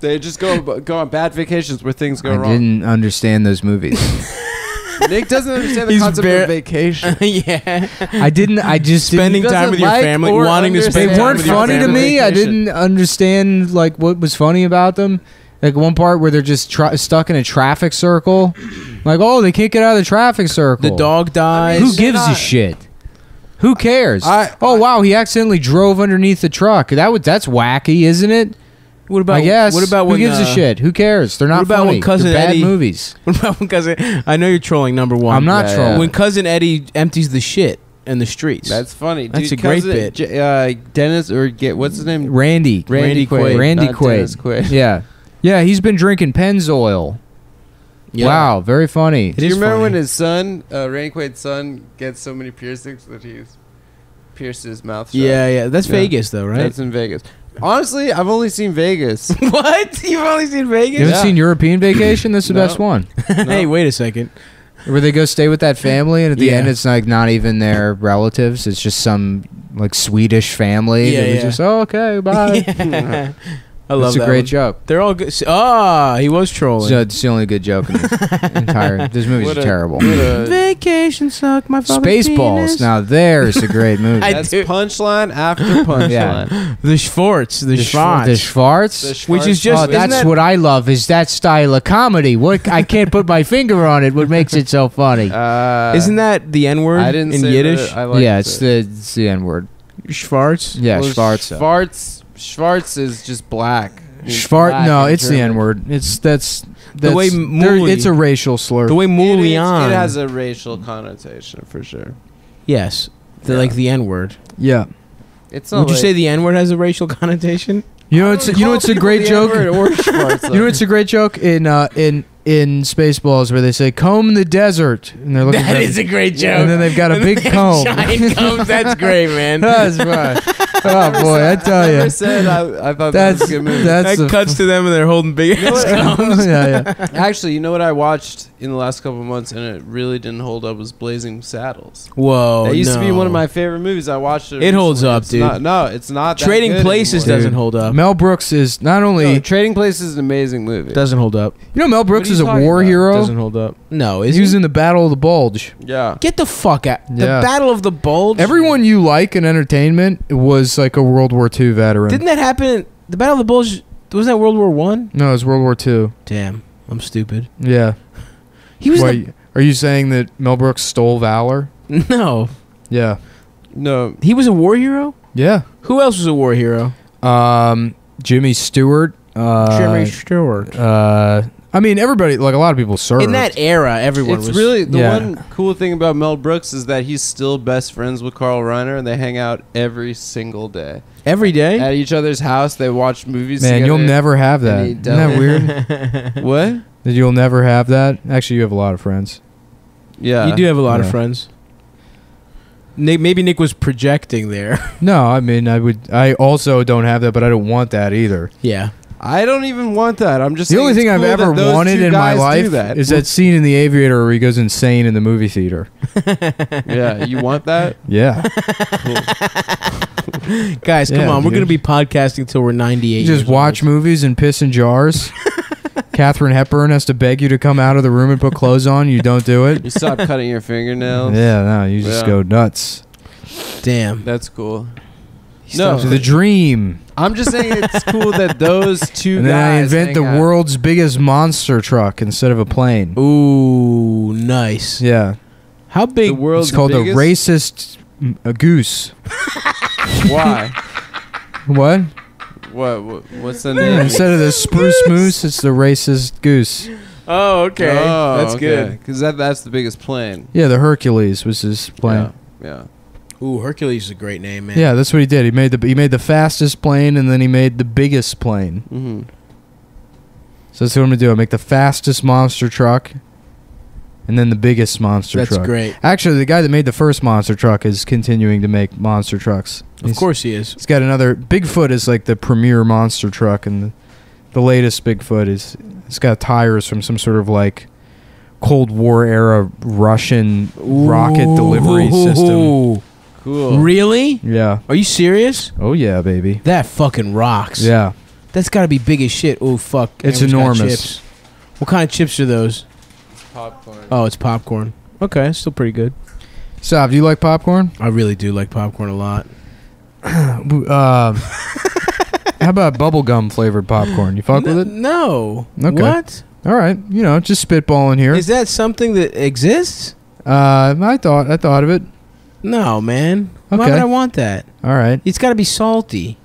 [SPEAKER 1] They just go go on bad vacations where things go
[SPEAKER 2] I
[SPEAKER 1] wrong.
[SPEAKER 2] didn't understand those movies.
[SPEAKER 1] Nick doesn't understand the
[SPEAKER 3] He's
[SPEAKER 1] concept
[SPEAKER 3] bare-
[SPEAKER 1] of vacation.
[SPEAKER 3] yeah,
[SPEAKER 2] I didn't. I just
[SPEAKER 3] spending
[SPEAKER 1] He doesn't
[SPEAKER 3] time with your
[SPEAKER 1] like
[SPEAKER 3] family,
[SPEAKER 1] or
[SPEAKER 3] wanting to
[SPEAKER 2] Didn't,
[SPEAKER 1] understand
[SPEAKER 3] spend.
[SPEAKER 2] they
[SPEAKER 3] time
[SPEAKER 2] weren't
[SPEAKER 3] with your
[SPEAKER 2] funny to
[SPEAKER 3] family.
[SPEAKER 2] me. I
[SPEAKER 1] Vacation.
[SPEAKER 2] didn't understand like what was funny about them. Like one part where they're just tra- stuck in a traffic circle. Like oh, they can't get out of the traffic circle.
[SPEAKER 3] The dog dies.
[SPEAKER 2] Who
[SPEAKER 1] Why
[SPEAKER 2] gives a
[SPEAKER 1] not?
[SPEAKER 2] shit? Who cares?
[SPEAKER 1] I-
[SPEAKER 2] oh wow, he accidentally drove underneath the truck. That would that's wacky, isn't it?
[SPEAKER 3] What about?
[SPEAKER 2] I guess.
[SPEAKER 3] What about
[SPEAKER 2] who
[SPEAKER 3] when,
[SPEAKER 2] gives a
[SPEAKER 3] uh,
[SPEAKER 2] shit? Who cares? They're not
[SPEAKER 3] what about when
[SPEAKER 2] funny. They're
[SPEAKER 3] Cousin
[SPEAKER 2] bad
[SPEAKER 3] Eddie-
[SPEAKER 2] movies.
[SPEAKER 3] What about when cousin? I know you're trolling. Number one.
[SPEAKER 2] I'm not
[SPEAKER 1] yeah,
[SPEAKER 2] trolling.
[SPEAKER 3] When cousin Eddie empties the shit in the streets.
[SPEAKER 1] That's funny.
[SPEAKER 3] That's
[SPEAKER 1] Dude,
[SPEAKER 3] a great
[SPEAKER 1] cousin-
[SPEAKER 3] bit.
[SPEAKER 1] J- uh, Dennis or get what's his name?
[SPEAKER 2] Randy.
[SPEAKER 3] Randy Quaid,
[SPEAKER 2] Randy
[SPEAKER 1] not Dennis
[SPEAKER 2] Quaid.
[SPEAKER 1] Quaid.
[SPEAKER 2] Yeah. Yeah, he's been drinking Pennzoil.
[SPEAKER 3] Yeah.
[SPEAKER 2] Wow, very funny.
[SPEAKER 3] It
[SPEAKER 1] Do you
[SPEAKER 3] is
[SPEAKER 1] remember
[SPEAKER 3] funny.
[SPEAKER 1] when his son, uh, Randy Quaid's son, gets so many piercings that he's pierced his mouth? Shut?
[SPEAKER 3] Yeah, yeah. That's
[SPEAKER 1] Yeah.
[SPEAKER 3] Vegas, though, right?
[SPEAKER 1] That's in Vegas. Honestly, I've only seen Vegas.
[SPEAKER 3] what? You've only seen
[SPEAKER 2] You
[SPEAKER 3] Vegas?
[SPEAKER 2] haven't
[SPEAKER 1] Yeah.
[SPEAKER 2] seen European Vacation? That's the
[SPEAKER 1] No.
[SPEAKER 2] best one.
[SPEAKER 3] hey, wait a second.
[SPEAKER 2] Where they go stay with that family, and at the
[SPEAKER 3] Yeah.
[SPEAKER 2] end, it's like not even their relatives. It's just some like Swedish family.
[SPEAKER 3] Yeah,
[SPEAKER 2] that was
[SPEAKER 3] yeah.
[SPEAKER 2] just oh, okay, bye.
[SPEAKER 3] I love
[SPEAKER 2] It's a
[SPEAKER 3] that
[SPEAKER 2] great
[SPEAKER 3] one.
[SPEAKER 2] joke.
[SPEAKER 3] They're all good. Ah, he was trolling.
[SPEAKER 2] So it's the only good joke in this entire. This movie's
[SPEAKER 1] What a-
[SPEAKER 2] terrible.
[SPEAKER 1] what a-
[SPEAKER 3] Vacation sucked my father's
[SPEAKER 2] Spaceballs.
[SPEAKER 3] penis.
[SPEAKER 2] Now there's a great movie.
[SPEAKER 3] I
[SPEAKER 1] that's
[SPEAKER 3] do-
[SPEAKER 1] punchline after punchline.
[SPEAKER 3] the Schwartz,
[SPEAKER 2] the,
[SPEAKER 3] the,
[SPEAKER 2] Schwartz.
[SPEAKER 3] Schwartz.
[SPEAKER 2] the Schwartz.
[SPEAKER 1] The
[SPEAKER 3] Which
[SPEAKER 1] Schwartz-
[SPEAKER 3] is just-
[SPEAKER 2] oh,
[SPEAKER 3] isn't
[SPEAKER 2] that's
[SPEAKER 3] that-
[SPEAKER 2] what I love is that style of comedy. What I can't put my finger on it. What makes it so funny?
[SPEAKER 1] Uh,
[SPEAKER 3] Isn't that the N word
[SPEAKER 1] I didn't
[SPEAKER 3] in
[SPEAKER 1] say
[SPEAKER 3] Yiddish?
[SPEAKER 1] that. I liked
[SPEAKER 2] yeah, it's
[SPEAKER 1] it.
[SPEAKER 2] the, it's the N word.
[SPEAKER 3] Schwartz.
[SPEAKER 2] Yeah,
[SPEAKER 1] Well,
[SPEAKER 2] Schwartz.
[SPEAKER 1] Schwartz. Schwartz is just black. He's
[SPEAKER 2] Schwartz.
[SPEAKER 1] black
[SPEAKER 2] No,
[SPEAKER 1] in
[SPEAKER 2] it's the
[SPEAKER 1] German.
[SPEAKER 2] N word. It's that's,
[SPEAKER 3] The
[SPEAKER 2] that's
[SPEAKER 3] way
[SPEAKER 2] there-
[SPEAKER 3] Mooley-
[SPEAKER 2] It's a racial slur.
[SPEAKER 3] The way
[SPEAKER 1] It, is-
[SPEAKER 3] Moulian.
[SPEAKER 1] it has a racial connotation for sure.
[SPEAKER 3] yes, the,
[SPEAKER 1] Yeah.
[SPEAKER 3] like the N word.
[SPEAKER 2] yeah.
[SPEAKER 1] It's not
[SPEAKER 3] Would you
[SPEAKER 1] like-
[SPEAKER 3] say the N word has a racial connotation?
[SPEAKER 2] You know, it's you know, it's a great joke.
[SPEAKER 1] Or
[SPEAKER 2] You know, it's a great joke in uh, in in Spaceballs where they say "comb the desert" and they're looking.
[SPEAKER 3] That
[SPEAKER 2] for-
[SPEAKER 3] is a great joke.
[SPEAKER 2] And then they've got a
[SPEAKER 3] And
[SPEAKER 2] big
[SPEAKER 3] they have
[SPEAKER 2] comb.
[SPEAKER 3] Giant combs. That's great, man.
[SPEAKER 2] That's right. Oh boy, I tell
[SPEAKER 1] I
[SPEAKER 2] you,
[SPEAKER 1] said I, I thought that
[SPEAKER 2] that's
[SPEAKER 1] was a good movie.
[SPEAKER 2] that's
[SPEAKER 3] that
[SPEAKER 2] a-
[SPEAKER 3] cuts to them and they're holding big ass combs.
[SPEAKER 2] yeah, yeah.
[SPEAKER 1] Actually, you know what I watched in the last couple of months and it really didn't hold up was Blazing Saddles.
[SPEAKER 2] Oh,
[SPEAKER 3] Whoa!
[SPEAKER 1] that used to be
[SPEAKER 3] no.
[SPEAKER 1] one of my favorite movies. I watched it.
[SPEAKER 3] It holds
[SPEAKER 1] recently.
[SPEAKER 3] up,
[SPEAKER 1] It's
[SPEAKER 3] dude.
[SPEAKER 1] not- no, it's not. that
[SPEAKER 3] Trading
[SPEAKER 1] good
[SPEAKER 3] Places
[SPEAKER 1] anymore.
[SPEAKER 3] doesn't hold up.
[SPEAKER 2] Mel Brooks is not only
[SPEAKER 1] No, Trading Places is an amazing movie.
[SPEAKER 3] Doesn't hold up.
[SPEAKER 2] you know Mel Brooks
[SPEAKER 1] are you
[SPEAKER 2] is a
[SPEAKER 1] talking
[SPEAKER 2] war
[SPEAKER 1] about?
[SPEAKER 2] hero.
[SPEAKER 3] Doesn't hold up. No, is
[SPEAKER 2] He was in the Battle of the Bulge.
[SPEAKER 1] yeah.
[SPEAKER 3] Get the fuck out!
[SPEAKER 2] Yeah.
[SPEAKER 3] The Battle of the Bulge.
[SPEAKER 2] Everyone you like in entertainment was like a World War II veteran.
[SPEAKER 3] didn't that happen? The Battle of the Bulge wasn't that World War One?
[SPEAKER 2] no, it's World War II.
[SPEAKER 3] Damn, I'm stupid.
[SPEAKER 2] Yeah.
[SPEAKER 3] He was
[SPEAKER 2] Why- are you saying that Mel Brooks stole valor?
[SPEAKER 3] the, no.
[SPEAKER 2] Yeah.
[SPEAKER 1] No.
[SPEAKER 3] He was a war hero.
[SPEAKER 2] Yeah.
[SPEAKER 3] Who else was a war hero?
[SPEAKER 2] Um, Jimmy Stewart. Uh,
[SPEAKER 3] Stewart.
[SPEAKER 2] Uh, I mean, everybody like a lot of people served.
[SPEAKER 3] In that era, everyone
[SPEAKER 1] It's
[SPEAKER 3] was
[SPEAKER 1] really the
[SPEAKER 2] yeah.
[SPEAKER 1] one cool thing about Mel Brooks is that he's still best friends with Carl Reiner and they hang out every single day
[SPEAKER 3] every day.
[SPEAKER 1] at each other's house. They watch movies.
[SPEAKER 2] man, you'll
[SPEAKER 1] together.
[SPEAKER 2] never have that.
[SPEAKER 1] and he
[SPEAKER 2] Isn't that
[SPEAKER 1] don't.
[SPEAKER 2] weird?
[SPEAKER 1] what?
[SPEAKER 2] that you'll never have that. Actually, you have a lot of friends.
[SPEAKER 1] Yeah,
[SPEAKER 3] you do have a lot of
[SPEAKER 2] Yeah.
[SPEAKER 3] friends. Nick, maybe Nick was projecting there.
[SPEAKER 2] No, I mean, I would. I also don't have that, but I don't want that either.
[SPEAKER 3] yeah.
[SPEAKER 1] I don't even want that. I'm just
[SPEAKER 2] The
[SPEAKER 1] saying
[SPEAKER 2] only
[SPEAKER 1] it's
[SPEAKER 2] thing I've
[SPEAKER 1] cool
[SPEAKER 2] ever
[SPEAKER 1] that those
[SPEAKER 2] wanted
[SPEAKER 1] two
[SPEAKER 2] in
[SPEAKER 1] guys
[SPEAKER 2] my
[SPEAKER 1] do
[SPEAKER 2] life
[SPEAKER 1] that.
[SPEAKER 2] is that scene in The Aviator where he goes insane in the movie theater.
[SPEAKER 1] yeah, you want that?
[SPEAKER 2] Yeah,
[SPEAKER 3] Guys, come
[SPEAKER 2] Yeah,
[SPEAKER 3] on. We're
[SPEAKER 2] dude.
[SPEAKER 3] going to be podcasting till we're 98.
[SPEAKER 2] you just
[SPEAKER 3] years
[SPEAKER 2] watch
[SPEAKER 3] old.
[SPEAKER 2] movies and piss in jars. Catherine Hepburn has to beg you to come out of the room and put clothes on. You don't do it.
[SPEAKER 1] You stop cutting your fingernails.
[SPEAKER 2] Yeah, no, you just
[SPEAKER 1] Yeah.
[SPEAKER 2] go nuts.
[SPEAKER 3] Damn.
[SPEAKER 1] That's cool.
[SPEAKER 3] He
[SPEAKER 1] No.
[SPEAKER 3] stops
[SPEAKER 2] The dream.
[SPEAKER 1] I'm just saying it's cool that those two
[SPEAKER 2] And then I
[SPEAKER 1] guys
[SPEAKER 2] invent
[SPEAKER 1] hang
[SPEAKER 2] the
[SPEAKER 1] out.
[SPEAKER 2] world's biggest monster truck instead of a plane.
[SPEAKER 3] it. Ooh, nice.
[SPEAKER 2] Yeah.
[SPEAKER 3] How big?
[SPEAKER 1] The world's
[SPEAKER 2] it's called
[SPEAKER 1] biggest?
[SPEAKER 2] a racist mm, a goose.
[SPEAKER 1] Why?
[SPEAKER 2] What?
[SPEAKER 1] What, what? What's the
[SPEAKER 2] Yeah,
[SPEAKER 1] name?
[SPEAKER 2] instead of the spruce moose, it's the racist goose.
[SPEAKER 3] Oh, okay. That's good.
[SPEAKER 1] Because that, that's the biggest plane.
[SPEAKER 2] Yeah, the Hercules was his plane.
[SPEAKER 1] Yeah.
[SPEAKER 3] Ooh, Hercules is a great name,
[SPEAKER 2] Yeah.
[SPEAKER 3] man.
[SPEAKER 2] that's what he did. He made the he made the fastest plane and then he made the biggest plane.
[SPEAKER 1] yeah.
[SPEAKER 3] Mm-hmm.
[SPEAKER 1] hmm
[SPEAKER 2] So that's what I'm gonna do. I make the fastest monster truck and then the biggest monster
[SPEAKER 3] That's
[SPEAKER 2] truck.
[SPEAKER 3] great.
[SPEAKER 2] Actually the guy that made the first monster truck is continuing to make monster trucks.
[SPEAKER 3] Of
[SPEAKER 2] He's-
[SPEAKER 3] course he is.
[SPEAKER 2] It's got another Bigfoot is like the premier monster truck, and the, the latest Bigfoot is it's got tires from some sort of like Cold War era Russian rocket delivery system.
[SPEAKER 3] Ooh.
[SPEAKER 1] Cool.
[SPEAKER 3] Really?
[SPEAKER 2] Yeah.
[SPEAKER 3] Are you serious?
[SPEAKER 2] Oh yeah, baby.
[SPEAKER 3] That fucking rocks.
[SPEAKER 2] Yeah.
[SPEAKER 3] That's got to be big as shit. Oh fuck.
[SPEAKER 2] It's
[SPEAKER 3] Everyone's got
[SPEAKER 2] enormous.
[SPEAKER 3] chips. What kind of chips are those?
[SPEAKER 1] Popcorn.
[SPEAKER 3] Oh, it's popcorn. Okay, it's still pretty good.
[SPEAKER 2] Sav, do you like popcorn?
[SPEAKER 3] I really do like popcorn a lot.
[SPEAKER 1] um,
[SPEAKER 2] Uh, how about bubblegum flavored popcorn? You fuck
[SPEAKER 3] N-
[SPEAKER 2] with it?
[SPEAKER 3] No.
[SPEAKER 2] Okay.
[SPEAKER 3] What?
[SPEAKER 2] All right. You know, just spitballing here.
[SPEAKER 3] Is that something that exists?
[SPEAKER 2] Uh, I thought I thought of it.
[SPEAKER 3] No, man. Why
[SPEAKER 2] Okay.
[SPEAKER 3] would I want that?
[SPEAKER 2] All right.
[SPEAKER 3] It's got to be salty.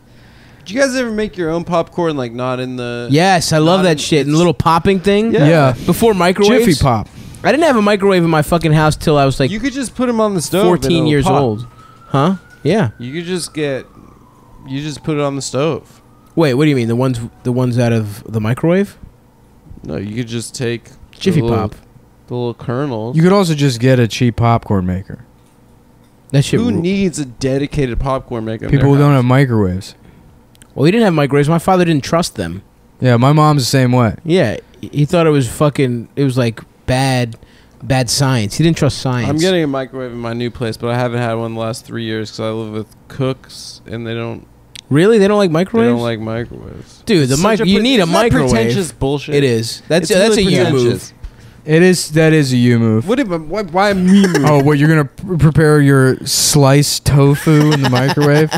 [SPEAKER 1] Did you guys ever make your own popcorn, like not in the?
[SPEAKER 3] Yes, I love
[SPEAKER 1] Not
[SPEAKER 3] that
[SPEAKER 1] in-
[SPEAKER 3] shit. And the
[SPEAKER 1] it's-
[SPEAKER 3] little popping thing.
[SPEAKER 1] Yeah.
[SPEAKER 2] Yeah.
[SPEAKER 3] Before microwaves.
[SPEAKER 2] Jiffy Pop.
[SPEAKER 3] I didn't have a microwave in my fucking house till I was like
[SPEAKER 1] you could just put them on the stove. and
[SPEAKER 3] 14
[SPEAKER 1] it'll
[SPEAKER 3] years
[SPEAKER 1] pop.
[SPEAKER 3] old. Huh? Yeah.
[SPEAKER 1] You could just get. You just put it on the stove.
[SPEAKER 3] Wait, what do you mean? The ones the ones out of the microwave?
[SPEAKER 1] No, you could just take the
[SPEAKER 3] Jiffy
[SPEAKER 1] little-
[SPEAKER 3] Pop.
[SPEAKER 1] the little kernels.
[SPEAKER 2] You could also just get a cheap popcorn maker.
[SPEAKER 3] That shit.
[SPEAKER 1] Who
[SPEAKER 3] ruled.
[SPEAKER 1] needs a dedicated popcorn maker? in
[SPEAKER 2] People who
[SPEAKER 1] their
[SPEAKER 2] don't
[SPEAKER 1] house?
[SPEAKER 2] have microwaves.
[SPEAKER 3] Well, he didn't have microwaves. My father didn't trust them.
[SPEAKER 2] Yeah, my mom's the same way.
[SPEAKER 3] Yeah, he thought it was fucking. It was like bad Bad science. He didn't trust science.
[SPEAKER 1] I'm getting a microwave in my new place, but I haven't had one the last three years because I live with cooks and they don't
[SPEAKER 3] really. They don't like
[SPEAKER 1] they
[SPEAKER 3] microwaves.
[SPEAKER 1] don't like microwaves.
[SPEAKER 3] Dude, the
[SPEAKER 1] It's
[SPEAKER 3] mic.
[SPEAKER 1] such
[SPEAKER 3] You
[SPEAKER 1] pre-
[SPEAKER 3] need a
[SPEAKER 1] isn't that Pretentious
[SPEAKER 3] microwave.
[SPEAKER 1] bullshit.
[SPEAKER 3] It is.
[SPEAKER 1] It's
[SPEAKER 3] That's
[SPEAKER 1] really
[SPEAKER 3] that's a you
[SPEAKER 1] pretentious.
[SPEAKER 3] move.
[SPEAKER 2] It is that is a you move.
[SPEAKER 1] What if, why, why me? move?
[SPEAKER 2] Oh, what you're gonna pr- prepare your sliced tofu in the microwave?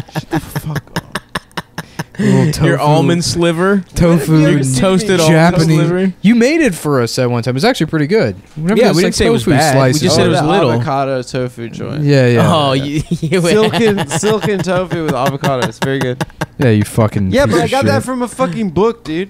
[SPEAKER 2] Little tofu-
[SPEAKER 3] Your almond sliver.
[SPEAKER 2] tofu,
[SPEAKER 1] Have you ever
[SPEAKER 2] and
[SPEAKER 1] seen
[SPEAKER 3] toasted
[SPEAKER 1] me-
[SPEAKER 3] almond
[SPEAKER 2] Japanese.
[SPEAKER 3] sliver?
[SPEAKER 2] You made it for us at one time. It was actually pretty good. Whenever
[SPEAKER 3] Yeah,
[SPEAKER 2] those,
[SPEAKER 3] we
[SPEAKER 2] like,
[SPEAKER 3] didn't say it was
[SPEAKER 2] tofu
[SPEAKER 3] bad. We
[SPEAKER 2] slices-
[SPEAKER 3] just said it
[SPEAKER 1] Oh,
[SPEAKER 3] was
[SPEAKER 1] the
[SPEAKER 3] little.
[SPEAKER 1] avocado tofu joint.
[SPEAKER 2] Yeah, yeah,
[SPEAKER 3] Oh, you, you
[SPEAKER 1] silken silken tofu with avocado. It's very good.
[SPEAKER 2] yeah. You fucking
[SPEAKER 1] Yeah, but
[SPEAKER 2] piece
[SPEAKER 1] I
[SPEAKER 2] of
[SPEAKER 1] got that
[SPEAKER 2] shit.
[SPEAKER 1] from a fucking book, dude.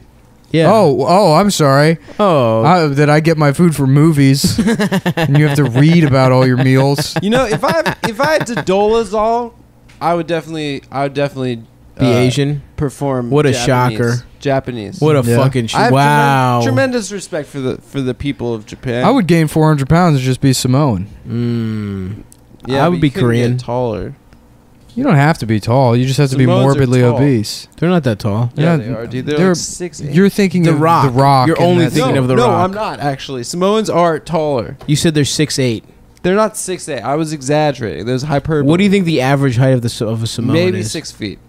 [SPEAKER 3] yeah.
[SPEAKER 2] Oh, oh, I'm sorry.
[SPEAKER 3] oh.
[SPEAKER 2] I, that I get my food from movies, and you have to read about all your meals.
[SPEAKER 1] You know, if I if I had to dolazol, I would definitely I would definitely uh,
[SPEAKER 3] Be Asian.
[SPEAKER 1] perform.
[SPEAKER 3] What a
[SPEAKER 1] Japanese-
[SPEAKER 3] shocker.
[SPEAKER 1] Japanese.
[SPEAKER 3] What a
[SPEAKER 2] Yeah.
[SPEAKER 3] fucking sh-
[SPEAKER 1] I have tremen-
[SPEAKER 3] wow.
[SPEAKER 1] Tremendous respect for the for the people of Japan.
[SPEAKER 2] I would gain 400 pounds and just be Samoan.
[SPEAKER 3] Mm.
[SPEAKER 1] Yeah,
[SPEAKER 3] I
[SPEAKER 1] but
[SPEAKER 3] would
[SPEAKER 1] you
[SPEAKER 3] be
[SPEAKER 1] couldn't
[SPEAKER 3] Korean.
[SPEAKER 1] Get taller.
[SPEAKER 2] You don't have to be tall. You just have to
[SPEAKER 1] Samoans
[SPEAKER 2] be
[SPEAKER 1] are
[SPEAKER 2] morbidly
[SPEAKER 1] tall.
[SPEAKER 2] obese.
[SPEAKER 3] They're not that tall.
[SPEAKER 1] Yeah,
[SPEAKER 2] Yeah,
[SPEAKER 1] they are, dude. They're,
[SPEAKER 2] they're-
[SPEAKER 1] like six. eight.
[SPEAKER 2] You're thinking
[SPEAKER 3] The
[SPEAKER 2] of
[SPEAKER 3] Rock.
[SPEAKER 2] The Rock.
[SPEAKER 3] You're
[SPEAKER 2] and
[SPEAKER 3] only
[SPEAKER 2] that's-
[SPEAKER 3] thinking
[SPEAKER 1] no,
[SPEAKER 3] of The
[SPEAKER 1] no,
[SPEAKER 3] Rock.
[SPEAKER 1] I'm not actually. Samoans are taller.
[SPEAKER 3] You said they're six eight.
[SPEAKER 1] They're not six eight. I was exaggerating. There's hyperbole.
[SPEAKER 3] What do you think the average height of the Sa- of a Samoan
[SPEAKER 1] Maybe
[SPEAKER 3] is?
[SPEAKER 1] six feet.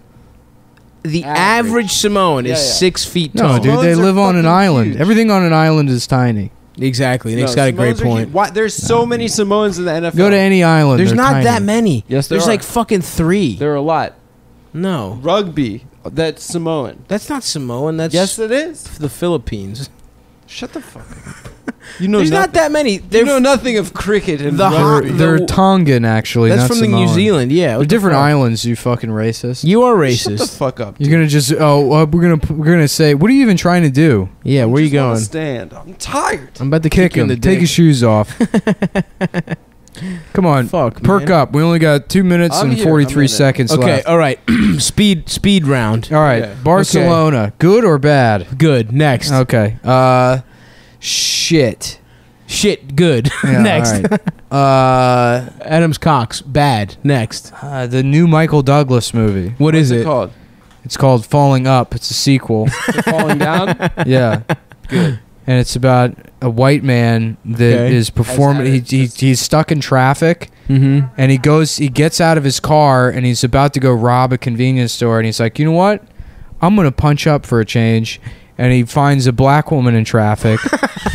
[SPEAKER 3] The average,
[SPEAKER 1] Average.
[SPEAKER 3] Samoan is
[SPEAKER 1] Yeah, yeah.
[SPEAKER 3] six feet
[SPEAKER 2] No,
[SPEAKER 3] tall.
[SPEAKER 2] dude, they
[SPEAKER 1] Samoans are
[SPEAKER 2] live on an
[SPEAKER 1] fucking
[SPEAKER 2] island.
[SPEAKER 1] huge.
[SPEAKER 2] Everything on an island is tiny.
[SPEAKER 3] Exactly. Nick's
[SPEAKER 1] No,
[SPEAKER 3] got a
[SPEAKER 1] Samoans
[SPEAKER 3] great
[SPEAKER 1] are huge.
[SPEAKER 3] point.
[SPEAKER 1] Why, there's so many Samoans in the NFL.
[SPEAKER 2] Go to any island.
[SPEAKER 3] There's
[SPEAKER 2] they're
[SPEAKER 3] not
[SPEAKER 2] tiny.
[SPEAKER 3] that many.
[SPEAKER 1] Yes, there
[SPEAKER 3] There's
[SPEAKER 1] are.
[SPEAKER 3] like fucking three.
[SPEAKER 1] there are a lot.
[SPEAKER 3] no,
[SPEAKER 1] Rugby. That's Samoan.
[SPEAKER 3] that's not Samoan. That's
[SPEAKER 1] Yes, it is.
[SPEAKER 3] f- the Philippines.
[SPEAKER 1] Shut the fuck up. You know
[SPEAKER 3] There's not
[SPEAKER 1] nothing.
[SPEAKER 3] that many.
[SPEAKER 1] You
[SPEAKER 3] They're
[SPEAKER 1] know nothing of cricket and
[SPEAKER 3] The hot-
[SPEAKER 2] They're,
[SPEAKER 1] rugby.
[SPEAKER 2] they're
[SPEAKER 3] the-
[SPEAKER 2] Tongan, actually.
[SPEAKER 3] that's
[SPEAKER 2] not
[SPEAKER 3] from the
[SPEAKER 2] Samoan.
[SPEAKER 3] New Zealand. Yeah,
[SPEAKER 2] They're
[SPEAKER 3] what the
[SPEAKER 2] different
[SPEAKER 3] fuck?
[SPEAKER 2] islands. You fucking racist.
[SPEAKER 3] You are
[SPEAKER 1] Shut the
[SPEAKER 3] racist.
[SPEAKER 1] fuck up.
[SPEAKER 2] You're gonna just oh uh, we're gonna we're gonna say what are you even trying to do?
[SPEAKER 3] yeah, where
[SPEAKER 1] I
[SPEAKER 3] you
[SPEAKER 1] just wanna
[SPEAKER 3] going?
[SPEAKER 1] Stand. I'm tired.
[SPEAKER 3] I'm about to
[SPEAKER 2] Kick
[SPEAKER 3] you in
[SPEAKER 2] him.
[SPEAKER 3] the
[SPEAKER 2] Take
[SPEAKER 3] dick.
[SPEAKER 2] his shoes off. Come on,
[SPEAKER 3] Fuck,
[SPEAKER 2] perk
[SPEAKER 3] man.
[SPEAKER 2] up. We only got two minutes
[SPEAKER 1] I'm
[SPEAKER 2] and
[SPEAKER 1] here.
[SPEAKER 2] forty
[SPEAKER 1] I'm in
[SPEAKER 2] three
[SPEAKER 1] it.
[SPEAKER 2] seconds
[SPEAKER 3] Okay, uh,
[SPEAKER 2] left.
[SPEAKER 3] all right. speed speed round.
[SPEAKER 2] All right,
[SPEAKER 1] Okay.
[SPEAKER 2] Barcelona, good or bad?
[SPEAKER 3] Good. Next.
[SPEAKER 2] Okay. Uh, shit.
[SPEAKER 3] Shit. Good.
[SPEAKER 2] Yeah,
[SPEAKER 3] Next.
[SPEAKER 2] all right. uh,
[SPEAKER 3] Adams Cox. Bad. Next.
[SPEAKER 2] uh, the new Michael Douglas movie.
[SPEAKER 3] What is
[SPEAKER 1] What's
[SPEAKER 3] it?
[SPEAKER 1] called?
[SPEAKER 2] It's called Falling Up. It's a sequel.
[SPEAKER 1] The falling down.
[SPEAKER 2] yeah.
[SPEAKER 1] Good.
[SPEAKER 2] And it's about a white man that is
[SPEAKER 3] Okay.
[SPEAKER 2] performing. He, he, he's stuck in traffic.
[SPEAKER 3] Mm-hmm.
[SPEAKER 2] and he goes he gets out of his car and he's about to go rob a convenience store and he's like you know what i'm gonna punch up for a change and he finds a black woman in traffic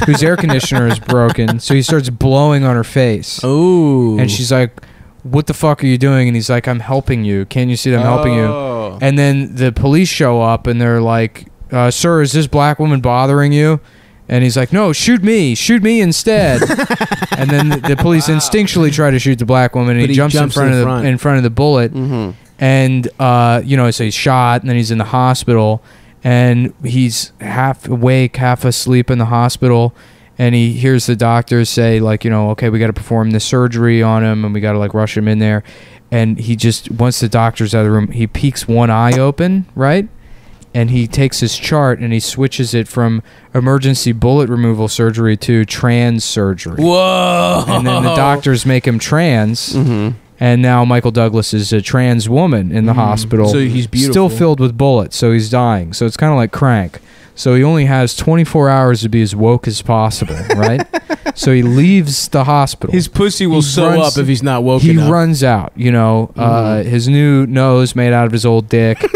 [SPEAKER 2] whose air conditioner is broken so he starts blowing on her face
[SPEAKER 3] Oh.
[SPEAKER 2] and she's like what the fuck are you doing and he's like i'm helping you can you see that i'm helping you
[SPEAKER 1] Oh.
[SPEAKER 2] and then the police show up and they're like uh, sir is this black woman bothering you and he's like no shoot me shoot me instead and then the, the police instinctually try to shoot the black woman and
[SPEAKER 3] But
[SPEAKER 2] he,
[SPEAKER 3] he
[SPEAKER 2] jumps,
[SPEAKER 3] jumps
[SPEAKER 2] in front of
[SPEAKER 3] in
[SPEAKER 2] the
[SPEAKER 3] front.
[SPEAKER 2] in front of the bullet
[SPEAKER 1] Mm-hmm.
[SPEAKER 2] and uh, you know so he's shot and then he's in the hospital and he's half awake half asleep in the hospital and he hears the doctors say like you know okay we got to perform this surgery on him and we got to like rush him in there and he just once the doctor's out of the room he peeks one eye open right and he takes his chart and he switches it from emergency bullet removal surgery to trans surgery
[SPEAKER 3] Whoa.
[SPEAKER 2] and then the
[SPEAKER 3] Oh.
[SPEAKER 2] doctors make him trans
[SPEAKER 3] Mm-hmm.
[SPEAKER 2] and now michael douglas is a trans woman in the hospital
[SPEAKER 3] Mm. So he's beautiful.
[SPEAKER 2] still filled with bullets so he's dying so it's kind of like crank so he only has 24 hours to be as woke as possible right so he leaves the hospital
[SPEAKER 3] His pussy will
[SPEAKER 2] He
[SPEAKER 3] sew
[SPEAKER 2] runs-
[SPEAKER 3] up if he's not woken
[SPEAKER 2] he
[SPEAKER 3] up.
[SPEAKER 2] runs out you know uh,
[SPEAKER 3] Mm-hmm.
[SPEAKER 2] his new nose made out of his old dick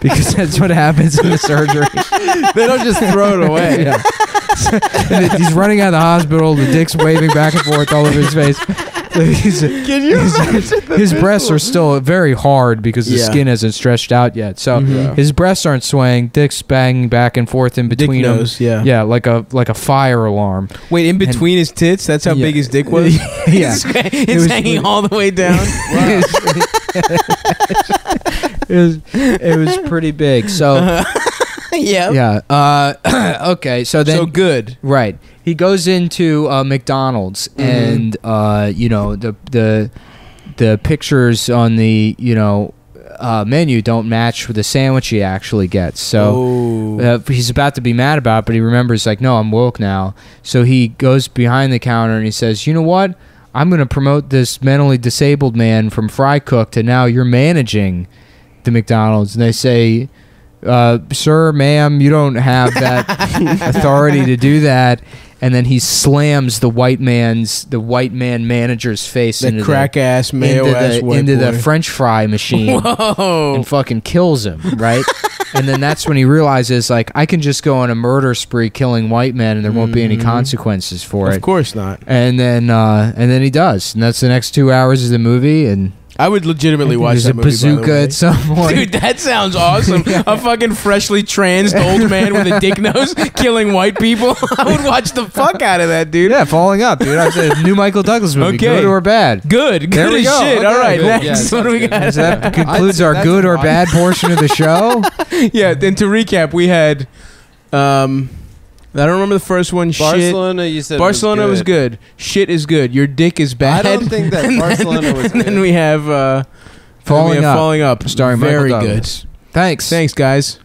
[SPEAKER 2] because that's what happens in the surgery
[SPEAKER 1] they don't just throw it away.
[SPEAKER 2] Yeah. And it- he's running out of the hospital. The dick's waving back and forth all over his face. He's-
[SPEAKER 1] Can you
[SPEAKER 2] his- his breasts are still very hard because the
[SPEAKER 3] Yeah.
[SPEAKER 2] skin hasn't stretched out yet. So
[SPEAKER 1] Yeah.
[SPEAKER 2] his breasts aren't swaying. Dick's banging back and forth in
[SPEAKER 3] Dick
[SPEAKER 2] between them.
[SPEAKER 3] nose. Yeah.
[SPEAKER 2] Yeah, like a like a fire alarm.
[SPEAKER 3] Wait, in between his tits. That's how
[SPEAKER 2] Yeah.
[SPEAKER 3] big his dick was.
[SPEAKER 2] yeah,
[SPEAKER 3] It's, it's
[SPEAKER 2] was-
[SPEAKER 3] hanging all the way down.
[SPEAKER 2] it, was, it was pretty big. So
[SPEAKER 1] Uh-huh.
[SPEAKER 3] yeah.
[SPEAKER 2] yeah, uh, okay. So then
[SPEAKER 3] so good.
[SPEAKER 2] Right. He goes into uh, McDonald's and uh, you know the the the pictures on the you know uh, menu don't match with the sandwich he actually gets. So
[SPEAKER 3] Oh.
[SPEAKER 2] uh, he's about to be mad about, it, but he remembers like, no, I'm woke now. So he goes behind the counter and he says, you know what? I'm going to promote this mentally disabled man from fry cook to now you're managing the McDonald's, and they say. Uh, sir, ma'am, you don't have that authority to do that. and then he slams the white man's the white man manager's face
[SPEAKER 3] The
[SPEAKER 2] into
[SPEAKER 3] crack
[SPEAKER 2] the,
[SPEAKER 3] ass mayo
[SPEAKER 2] into
[SPEAKER 3] ass
[SPEAKER 2] the,
[SPEAKER 3] white
[SPEAKER 2] into the
[SPEAKER 3] boy.
[SPEAKER 2] French fry machine
[SPEAKER 3] Whoa!
[SPEAKER 2] and fucking kills him, right? and then that's when he realizes, like, I can just go on a murder spree killing white men, and there won't be any consequences for
[SPEAKER 3] Mm-hmm. Of
[SPEAKER 2] it.
[SPEAKER 3] course not.
[SPEAKER 2] And then, uh, and then he does, and that's the next two hours of the movie, and
[SPEAKER 3] I would legitimately watch
[SPEAKER 2] there's
[SPEAKER 3] that
[SPEAKER 2] a
[SPEAKER 3] movie, by the
[SPEAKER 2] bazooka
[SPEAKER 3] way.
[SPEAKER 2] at some point.
[SPEAKER 3] Dude, that sounds awesome. A fucking freshly transed old man with a dick nose killing white people. I would watch the fuck out of that, dude.
[SPEAKER 2] yeah, falling up, dude. I said new Michael Douglas movie,
[SPEAKER 3] Okay.
[SPEAKER 2] good or bad.
[SPEAKER 3] Good. Good
[SPEAKER 2] There we
[SPEAKER 3] as
[SPEAKER 2] go.
[SPEAKER 3] shit.
[SPEAKER 2] Okay,
[SPEAKER 3] All right,
[SPEAKER 1] good. Yeah,
[SPEAKER 3] next.
[SPEAKER 1] sounds
[SPEAKER 3] what do we
[SPEAKER 1] good.
[SPEAKER 3] got?
[SPEAKER 2] So that concludes
[SPEAKER 1] I'd-
[SPEAKER 2] our
[SPEAKER 1] that's
[SPEAKER 2] good or
[SPEAKER 1] fine.
[SPEAKER 2] bad portion of the show.
[SPEAKER 3] Yeah, then to recap, we had. um I don't remember the first one. shit.
[SPEAKER 1] Barcelona, you said
[SPEAKER 3] Barcelona was good. Shit is good. Your dick is bad.
[SPEAKER 1] I don't think that
[SPEAKER 3] And then-
[SPEAKER 1] Barcelona was
[SPEAKER 3] And then
[SPEAKER 1] good.
[SPEAKER 3] we have uh,
[SPEAKER 2] Falling
[SPEAKER 3] we have
[SPEAKER 2] up,
[SPEAKER 3] falling up,
[SPEAKER 2] starring
[SPEAKER 3] Very
[SPEAKER 2] Michael
[SPEAKER 3] good.
[SPEAKER 2] Douglas. Thanks.
[SPEAKER 3] Thanks, guys.